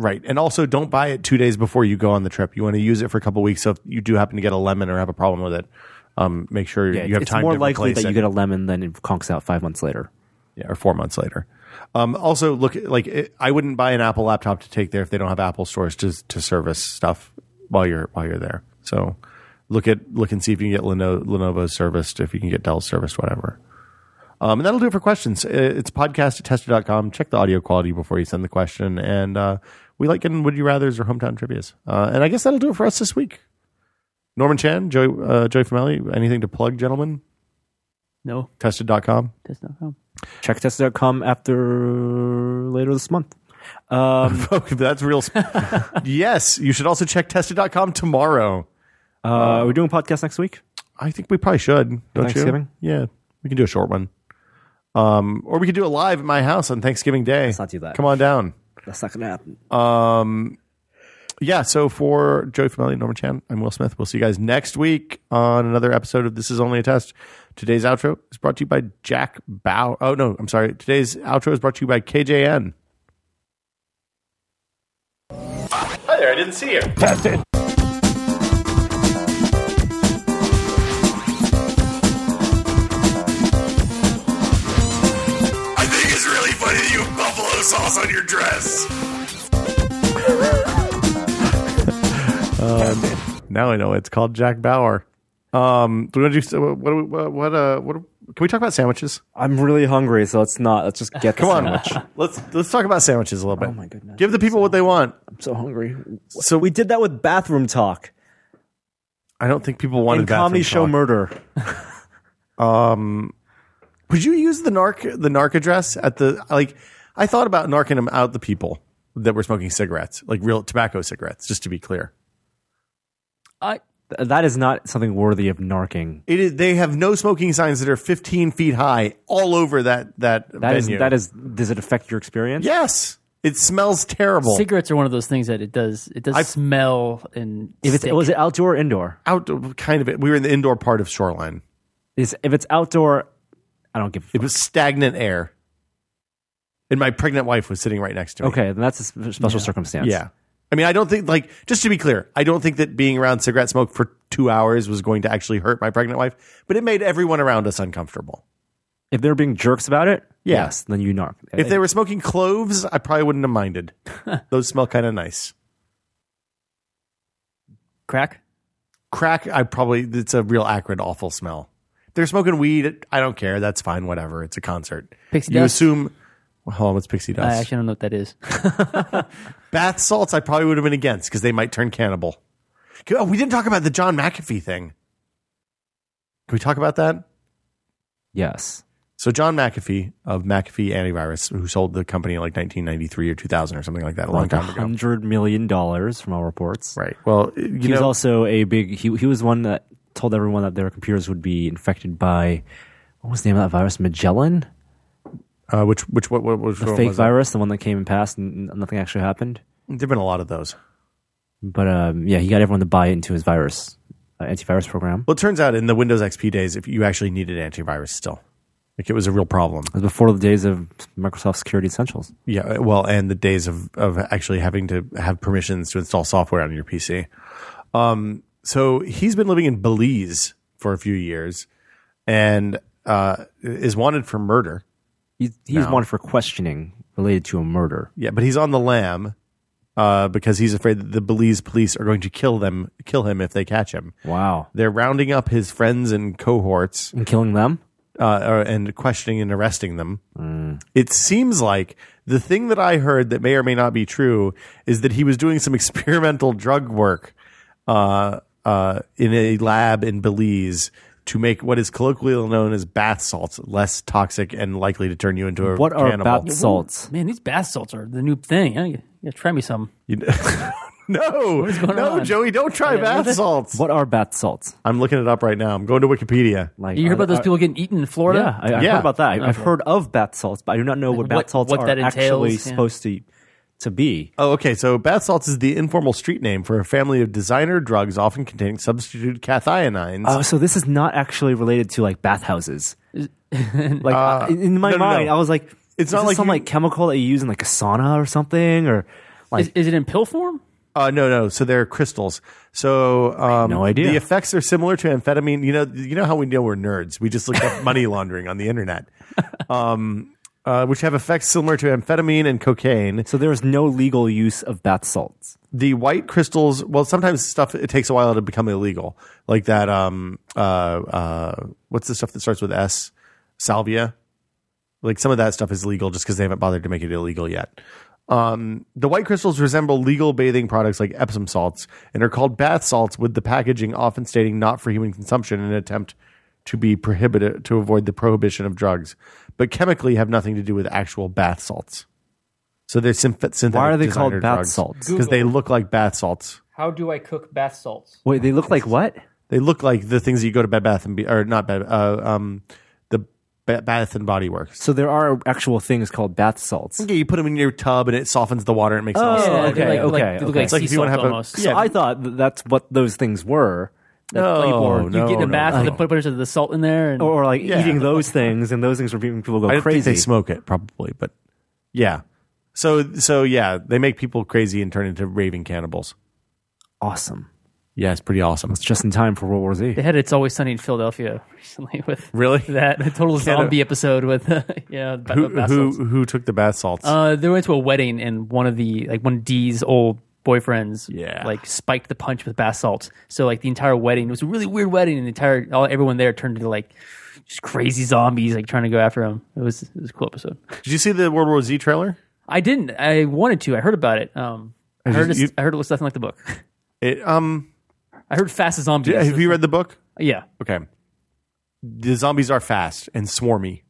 [SPEAKER 2] Right. And also don't buy it 2 days before you go on the trip. You want to use it for a couple weeks so if you do happen to get a lemon or have a problem with it, um, make sure you have
[SPEAKER 3] it's
[SPEAKER 2] time
[SPEAKER 3] more
[SPEAKER 2] to
[SPEAKER 3] likely
[SPEAKER 2] replace
[SPEAKER 3] that
[SPEAKER 2] it.
[SPEAKER 3] you get a lemon than it conks out five months later.
[SPEAKER 2] yeah, or four months later. Um, also, look at- like it, I wouldn't buy an Apple laptop to take there if they don't have Apple stores to to service stuff while you're while you're there. So look at look and see if you can get Leno, Lenovo serviced, if you can get Dell serviced, whatever. Um, and that'll do it for questions. Uh, It's podcast at tester.com. Check the audio quality before you send the question. And uh, we like getting Would You Rathers or Hometown Trivias. Uh, and I guess that'll do it for us this week. Norman Chan, Joey, uh, Joey Famelli, anything to plug, gentlemen?
[SPEAKER 4] No,
[SPEAKER 2] Tested.com.
[SPEAKER 4] that's not how.
[SPEAKER 3] Check test.com after later this month. Um,
[SPEAKER 2] Okay, *laughs* That's real. Sp- yes, you should also check tested.com tomorrow.
[SPEAKER 3] uh, are we doing a podcast next week?
[SPEAKER 2] I think we probably should. Don't
[SPEAKER 3] Thanksgiving?
[SPEAKER 2] you? Yeah, we can do a short one. Um, or we could do it live at my house on Thanksgiving Day. Let's
[SPEAKER 3] not do that.
[SPEAKER 2] Come on down.
[SPEAKER 3] That's not going to happen.
[SPEAKER 2] Yeah. So for Joey Family, Norman Chan, I'm Will Smith. We'll see you guys next week on another episode of This Is Only a Test. Today's outro is brought to you by Jack Bow. Oh no, I'm sorry. Today's outro is brought to you by KJN. Hi there. I didn't see you.
[SPEAKER 6] I think it's really funny that you have buffalo sauce on your dress.
[SPEAKER 2] Now I know it's called Jack Bauer. Um, do we want to do so what? do we- What? What? Uh, what? Can we talk about sandwiches?
[SPEAKER 3] I'm really hungry, so let's not. Let's just *laughs* get.
[SPEAKER 2] Come
[SPEAKER 3] the
[SPEAKER 2] on, *laughs*
[SPEAKER 3] sandwich.
[SPEAKER 2] let's let's talk about sandwiches a little bit.
[SPEAKER 3] my goodness.
[SPEAKER 2] Give the people what they want.
[SPEAKER 3] I'm so hungry.
[SPEAKER 2] So
[SPEAKER 3] We did that with bathroom talk
[SPEAKER 2] I don't think people wanted
[SPEAKER 3] and comedy
[SPEAKER 2] bathroom
[SPEAKER 3] show
[SPEAKER 2] talk.
[SPEAKER 3] murder.
[SPEAKER 2] Would you use the narc the narc address at the like? I thought about narking them out the people that were smoking cigarettes, like real tobacco cigarettes. Just to be clear,
[SPEAKER 4] I
[SPEAKER 3] Th- That is not something worthy of narking.
[SPEAKER 2] it is they have no smoking signs that are 15 feet high all over that that,
[SPEAKER 3] That is.
[SPEAKER 2] venue.
[SPEAKER 3] That is. Does it affect your experience?
[SPEAKER 2] yes, it smells terrible.
[SPEAKER 4] cigarettes are one of those things that it does it does smell and
[SPEAKER 3] If it's
[SPEAKER 4] stick.
[SPEAKER 3] was it outdoor or indoor?
[SPEAKER 2] Out kind of it. We were in the indoor part of shoreline.
[SPEAKER 3] Is if it's outdoor, I don't give. A
[SPEAKER 2] It
[SPEAKER 3] fuck.
[SPEAKER 2] was stagnant air, and my pregnant wife was sitting right next to me.
[SPEAKER 3] Okay, then that's a sp- special circumstance.
[SPEAKER 2] Yeah. I mean, I don't think, like, just to be clear, I don't think that being around cigarette smoke for two hours was going to actually hurt my pregnant wife, but it made everyone around us uncomfortable.
[SPEAKER 3] If they're being jerks about it,
[SPEAKER 2] Yeah.
[SPEAKER 3] yes, then you narc.
[SPEAKER 2] If they were smoking cloves, I probably wouldn't have
[SPEAKER 3] *laughs*
[SPEAKER 2] minded. Those smell kind of nice.
[SPEAKER 4] crack
[SPEAKER 2] Crack, I probably, it's a real acrid, awful smell. If they're smoking weed, I don't care. That's fine. Whatever. It's a concert.
[SPEAKER 4] Pixie
[SPEAKER 2] you
[SPEAKER 4] dust?
[SPEAKER 2] assume, well, hold on, what's pixie
[SPEAKER 3] Uh,
[SPEAKER 4] I
[SPEAKER 2] dust?
[SPEAKER 4] actually don't know what that is.
[SPEAKER 2] Bath salts, I probably would have been against because they might turn cannibal. Oh, we didn't talk about the John McAfee thing. Can we talk about that?
[SPEAKER 3] yes,
[SPEAKER 2] So John McAfee of McAfee Antivirus, who sold the company in like 1993 or 2000 or something like that, a long
[SPEAKER 3] like a
[SPEAKER 2] time ago.
[SPEAKER 3] hundred million dollars from all reports.
[SPEAKER 2] Right. Well, you
[SPEAKER 3] He was
[SPEAKER 2] know,
[SPEAKER 3] also a big. He he was one that told everyone that their computers would be infected by what was the name of that virus? Magellan,
[SPEAKER 2] uh, which which what what, which
[SPEAKER 3] the
[SPEAKER 2] one
[SPEAKER 3] fake
[SPEAKER 2] was that?
[SPEAKER 3] virus, the one that came and passed, and n- nothing actually happened.
[SPEAKER 2] There've been a lot of those.
[SPEAKER 3] But um, yeah, he got everyone to buy into his virus uh, antivirus program.
[SPEAKER 2] Well, it turns out in the Windows XP days, if you actually needed antivirus still, like it was a real problem.
[SPEAKER 3] It was before the days of Microsoft Security Essentials.
[SPEAKER 2] Yeah. uh, Well, and the days of of actually having to have permissions to install software on your PC. Um. So he's been living in Belize for a few years, and uh, is wanted for murder.
[SPEAKER 3] He, he's wanted for questioning related to a murder.
[SPEAKER 2] Yeah, but he's on the lam uh, because he's afraid that the Belize police are going to kill them, kill him if they catch him.
[SPEAKER 3] Wow.
[SPEAKER 2] They're rounding up his friends and cohorts
[SPEAKER 3] And killing them?
[SPEAKER 2] uh, or- and questioning and arresting them.
[SPEAKER 3] Mm.
[SPEAKER 2] It seems like the thing that I heard that may or may not be true is that he was doing some *laughs* experimental drug work uh, uh, in a lab in Belize to make what is colloquially known as bath salts less toxic and likely to turn you into a
[SPEAKER 3] What are
[SPEAKER 2] cannibal.
[SPEAKER 3] bath salts?
[SPEAKER 4] Man, these bath salts are the new thing. Huh? You, you try me some.
[SPEAKER 2] You know- *laughs* no,
[SPEAKER 4] going
[SPEAKER 2] no,
[SPEAKER 4] on?
[SPEAKER 2] Joey, don't try bath salts.
[SPEAKER 3] What are bath salts?
[SPEAKER 2] I'm looking it up right now. I'm going to Wikipedia.
[SPEAKER 3] Like
[SPEAKER 4] You hear
[SPEAKER 3] are
[SPEAKER 4] about
[SPEAKER 3] they-
[SPEAKER 4] those
[SPEAKER 3] are-
[SPEAKER 4] people getting eaten in
[SPEAKER 3] Yeah,
[SPEAKER 4] Florida?
[SPEAKER 3] I, I've
[SPEAKER 2] Yeah.
[SPEAKER 3] heard about that. I've heard of bath salts, but I do not know what
[SPEAKER 4] Like
[SPEAKER 3] bath
[SPEAKER 4] what-
[SPEAKER 3] salts
[SPEAKER 4] what
[SPEAKER 3] are
[SPEAKER 4] that entails,
[SPEAKER 3] actually
[SPEAKER 4] yeah. Uh,
[SPEAKER 3] supposed to to be.
[SPEAKER 2] Oh, okay. So bath salts is the informal street name for a family of designer drugs often containing substituted cathionines.
[SPEAKER 3] Oh, so this is not actually related to like bathhouses. *laughs* like uh, in my
[SPEAKER 2] no, no,
[SPEAKER 3] mind,
[SPEAKER 2] no.
[SPEAKER 3] I was like,
[SPEAKER 2] It's
[SPEAKER 3] is
[SPEAKER 2] not
[SPEAKER 3] this
[SPEAKER 2] like
[SPEAKER 3] some
[SPEAKER 2] you-
[SPEAKER 3] like chemical that you use in like a sauna or something, or like
[SPEAKER 4] Is, is it in pill form?
[SPEAKER 2] Uh, no, no. So they're crystals. So um,
[SPEAKER 3] no idea.
[SPEAKER 2] The effects are similar to amphetamine. You know, you know how we know we're nerds. We just look
[SPEAKER 3] *laughs*
[SPEAKER 2] up money laundering on the internet, um, uh, which have effects similar to amphetamine and cocaine.
[SPEAKER 3] so. There is no legal use of bath salts.
[SPEAKER 2] the white crystals well sometimes stuff it takes a while to become illegal like that um uh uh what's the stuff that starts with s salvia like some of that stuff is legal just because they haven't bothered to make it illegal yet um the white crystals resemble legal bathing products like epsom salts and are called bath salts with the packaging often stating not for human consumption in an attempt to be prohibited to avoid the prohibition of drugs but chemically have nothing to do with actual bath salts so they're synthet- synthetic
[SPEAKER 3] Why are they
[SPEAKER 2] designer
[SPEAKER 3] called bath
[SPEAKER 2] drugs
[SPEAKER 3] salts?
[SPEAKER 2] because they look like bath salts.
[SPEAKER 4] How do I cook bath salts?
[SPEAKER 3] Wait, they look like what?
[SPEAKER 2] They look like the things that you go to Bed Bath and Be- or not Bed uh, um the ba- Bath and Body Works.
[SPEAKER 3] So there are actual things called bath salts.
[SPEAKER 2] Yeah, you put them in your tub and it softens the water and it makes it all
[SPEAKER 3] Oh,
[SPEAKER 2] soft.
[SPEAKER 4] Yeah, they
[SPEAKER 3] okay,
[SPEAKER 4] look like,
[SPEAKER 3] okay,
[SPEAKER 4] They look
[SPEAKER 3] okay.
[SPEAKER 4] like
[SPEAKER 2] It's like
[SPEAKER 4] sea
[SPEAKER 2] if you wanna
[SPEAKER 4] salt
[SPEAKER 2] have a-
[SPEAKER 4] almost.
[SPEAKER 2] yeah.
[SPEAKER 3] So I thought th- that's what those things were,
[SPEAKER 2] No,
[SPEAKER 4] Or you
[SPEAKER 2] Oh, no,
[SPEAKER 4] get in a
[SPEAKER 2] no,
[SPEAKER 4] bath
[SPEAKER 2] no.
[SPEAKER 4] and then put a bunch of the salt in there. And,
[SPEAKER 3] or like
[SPEAKER 2] Yeah.
[SPEAKER 3] eating those things, and those things were making people go
[SPEAKER 2] I don't
[SPEAKER 3] crazy.
[SPEAKER 2] think they smoke it probably, but yeah. So so yeah, they make people crazy and turn into raving cannibals.
[SPEAKER 3] awesome.
[SPEAKER 2] Yeah, it's pretty awesome.
[SPEAKER 3] It's just in time for World War Z.
[SPEAKER 4] they had It's Always Sunny in Philadelphia *laughs* recently with
[SPEAKER 2] Really?
[SPEAKER 4] that the total zombie episode with, *laughs* uh, yeah, ba-
[SPEAKER 2] Who
[SPEAKER 4] bath
[SPEAKER 2] who
[SPEAKER 4] salts.
[SPEAKER 2] who took the bath salts?
[SPEAKER 4] Uh, they went to a wedding and one of the like one of Dee's old boyfriends
[SPEAKER 2] Yeah.
[SPEAKER 4] like spiked the punch with bath salts. So like the entire wedding it was a really weird wedding and the entire all everyone there turned into like just crazy zombies like trying to go after him. It was it was a cool episode.
[SPEAKER 2] Did you see the World War Z trailer?
[SPEAKER 4] I didn't. I wanted to. I heard about it. Um, I heard.
[SPEAKER 2] just-
[SPEAKER 4] it's-
[SPEAKER 2] you-
[SPEAKER 4] I heard it looks nothing like the book. *laughs*
[SPEAKER 2] It um.
[SPEAKER 4] I heard fast as zombies.
[SPEAKER 2] have you read the book?
[SPEAKER 4] yeah.
[SPEAKER 2] Okay. The zombies are fast and swarmy,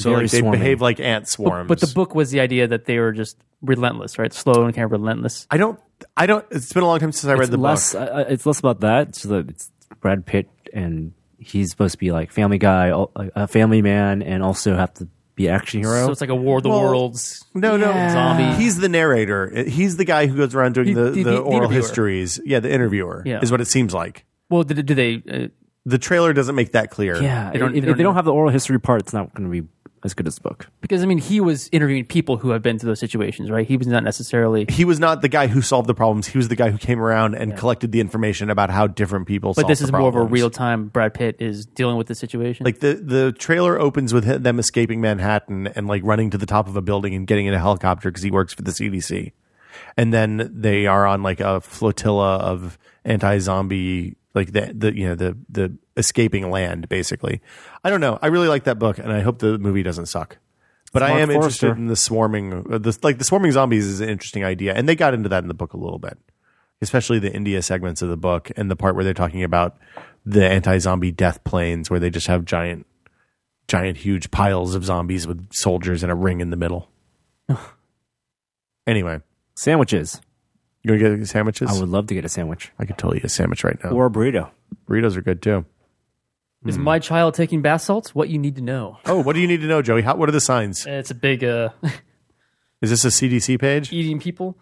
[SPEAKER 2] so
[SPEAKER 3] Very
[SPEAKER 2] like they
[SPEAKER 3] swarmy.
[SPEAKER 2] behave like ant swarms.
[SPEAKER 4] But the book was the idea that they were just relentless, right? Slow and kind of relentless.
[SPEAKER 2] I don't. I don't. It's been a long time since I read
[SPEAKER 3] It's
[SPEAKER 2] the
[SPEAKER 3] less.
[SPEAKER 2] book.
[SPEAKER 3] Uh, uh, it's less about that. So that it's Brad Pitt, and he's supposed to be like Family Guy, al- a family man, and also have to be an action hero.
[SPEAKER 4] So it's like a War of the
[SPEAKER 2] Well,
[SPEAKER 4] Worlds.
[SPEAKER 2] No, no,
[SPEAKER 4] Zombie.
[SPEAKER 2] He's the narrator. He's the guy who goes around doing
[SPEAKER 4] The-
[SPEAKER 2] the,
[SPEAKER 4] the-
[SPEAKER 2] the,
[SPEAKER 4] the
[SPEAKER 2] oral
[SPEAKER 4] interviewer.
[SPEAKER 2] histories. Yeah, the interviewer
[SPEAKER 4] Yeah.
[SPEAKER 2] is what it seems like.
[SPEAKER 4] Well, do, do they? Uh,
[SPEAKER 2] The trailer doesn't make that clear.
[SPEAKER 3] yeah,
[SPEAKER 4] They don't-
[SPEAKER 3] if- if they
[SPEAKER 4] they don't
[SPEAKER 3] don't,
[SPEAKER 4] know.
[SPEAKER 3] have the oral history part. It's not going to be as good as the book.
[SPEAKER 4] because I mean, he was interviewing people who have been through those situations, right? He was not necessarily.
[SPEAKER 2] he was not the guy who solved the problems. He was the guy who came around and collected the information about how different people.
[SPEAKER 4] But this
[SPEAKER 2] solve
[SPEAKER 4] is
[SPEAKER 2] the
[SPEAKER 4] more of a
[SPEAKER 2] problems.
[SPEAKER 4] real time. Brad Pitt is dealing with the situation.
[SPEAKER 2] Like the the trailer opens with them escaping Manhattan and like running to the top of a building and getting in a helicopter because he works for the CDC, and then they are on like a flotilla of anti zombie like the the you know the the escaping land basically. I don't know. I really like that book and I hope the movie doesn't suck. But I
[SPEAKER 3] Mark
[SPEAKER 2] am interested
[SPEAKER 3] Forster.
[SPEAKER 2] in the swarming, uh, the, like the swarming zombies is an interesting idea, and they got into that in the book a little bit especially the India segments of the book and the part where they're talking about the anti-zombie death planes where they just have giant giant huge piles of zombies with soldiers and a ring in the middle. anyway,
[SPEAKER 3] Sandwiches.
[SPEAKER 2] you going to get sandwiches?
[SPEAKER 3] I would love to get a sandwich
[SPEAKER 2] I could totally get Oh. a sandwich right now.
[SPEAKER 3] or a burrito.
[SPEAKER 2] Burritos are good too.
[SPEAKER 4] is
[SPEAKER 2] Hmm.
[SPEAKER 4] my child taking bath salts? What you need to know.
[SPEAKER 2] Oh, what do you need to know, Joey? How, what are the signs?
[SPEAKER 4] It's a big uh, *laughs*
[SPEAKER 2] Is this a CDC
[SPEAKER 3] *laughs*
[SPEAKER 2] page?
[SPEAKER 4] eating people.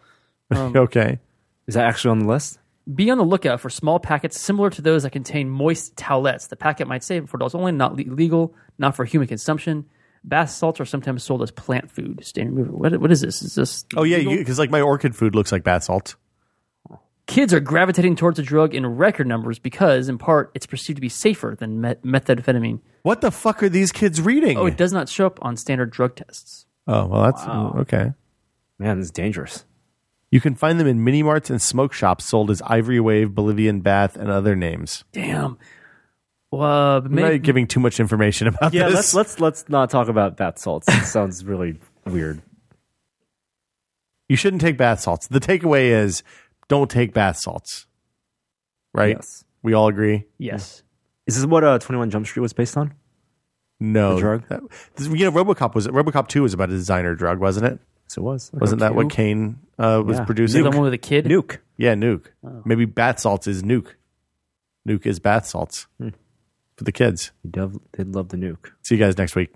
[SPEAKER 2] *laughs*
[SPEAKER 3] Um,
[SPEAKER 2] okay.
[SPEAKER 3] Is that actually on the list?
[SPEAKER 4] Be on the lookout for small packets similar to those that contain moist towelettes. The packet might say for adults only, not le- legal, not for human consumption. Bath salts are sometimes sold as plant food. Stain remover. What, what is this? Is this?
[SPEAKER 2] Oh yeah, because like my orchid food looks like bath salt.
[SPEAKER 4] Kids are gravitating towards the drug in record numbers because, in part, it's perceived to be safer than met- methamphetamine.
[SPEAKER 2] What the fuck are these kids reading?
[SPEAKER 4] Oh, it does not show up on standard drug tests.
[SPEAKER 2] Oh, well, that's okay.
[SPEAKER 3] Man, this is dangerous.
[SPEAKER 2] You can find them in mini marts and smoke shops sold as Ivory Wave, Bolivian Bath, and other names.
[SPEAKER 4] Damn. Well, uh, but
[SPEAKER 2] I'm
[SPEAKER 4] many-
[SPEAKER 2] not giving too much information about
[SPEAKER 3] Yeah,
[SPEAKER 2] this.
[SPEAKER 3] let's let's let's not talk about bath salts. It sounds really weird.
[SPEAKER 2] you shouldn't take bath salts. The takeaway is don't take bath salts. Right?
[SPEAKER 3] Yes.
[SPEAKER 2] We all agree?
[SPEAKER 4] yes.
[SPEAKER 3] Is this what uh, Twenty One Jump Street was based on?
[SPEAKER 2] No.
[SPEAKER 3] The drug?
[SPEAKER 2] That- this- you know, Robocop was Robocop 2 was about a designer drug, wasn't it?
[SPEAKER 3] So it was. Okay.
[SPEAKER 2] Wasn't that what
[SPEAKER 4] Two?
[SPEAKER 2] Kane uh, was
[SPEAKER 3] Yeah.
[SPEAKER 2] producing?
[SPEAKER 4] The one with a kid.
[SPEAKER 3] Nuke.
[SPEAKER 2] Yeah, Nuke. Maybe bath salts is Nuke. Nuke is bath salts for the kids.
[SPEAKER 3] He dov- did love the nuke.
[SPEAKER 2] See you guys next week.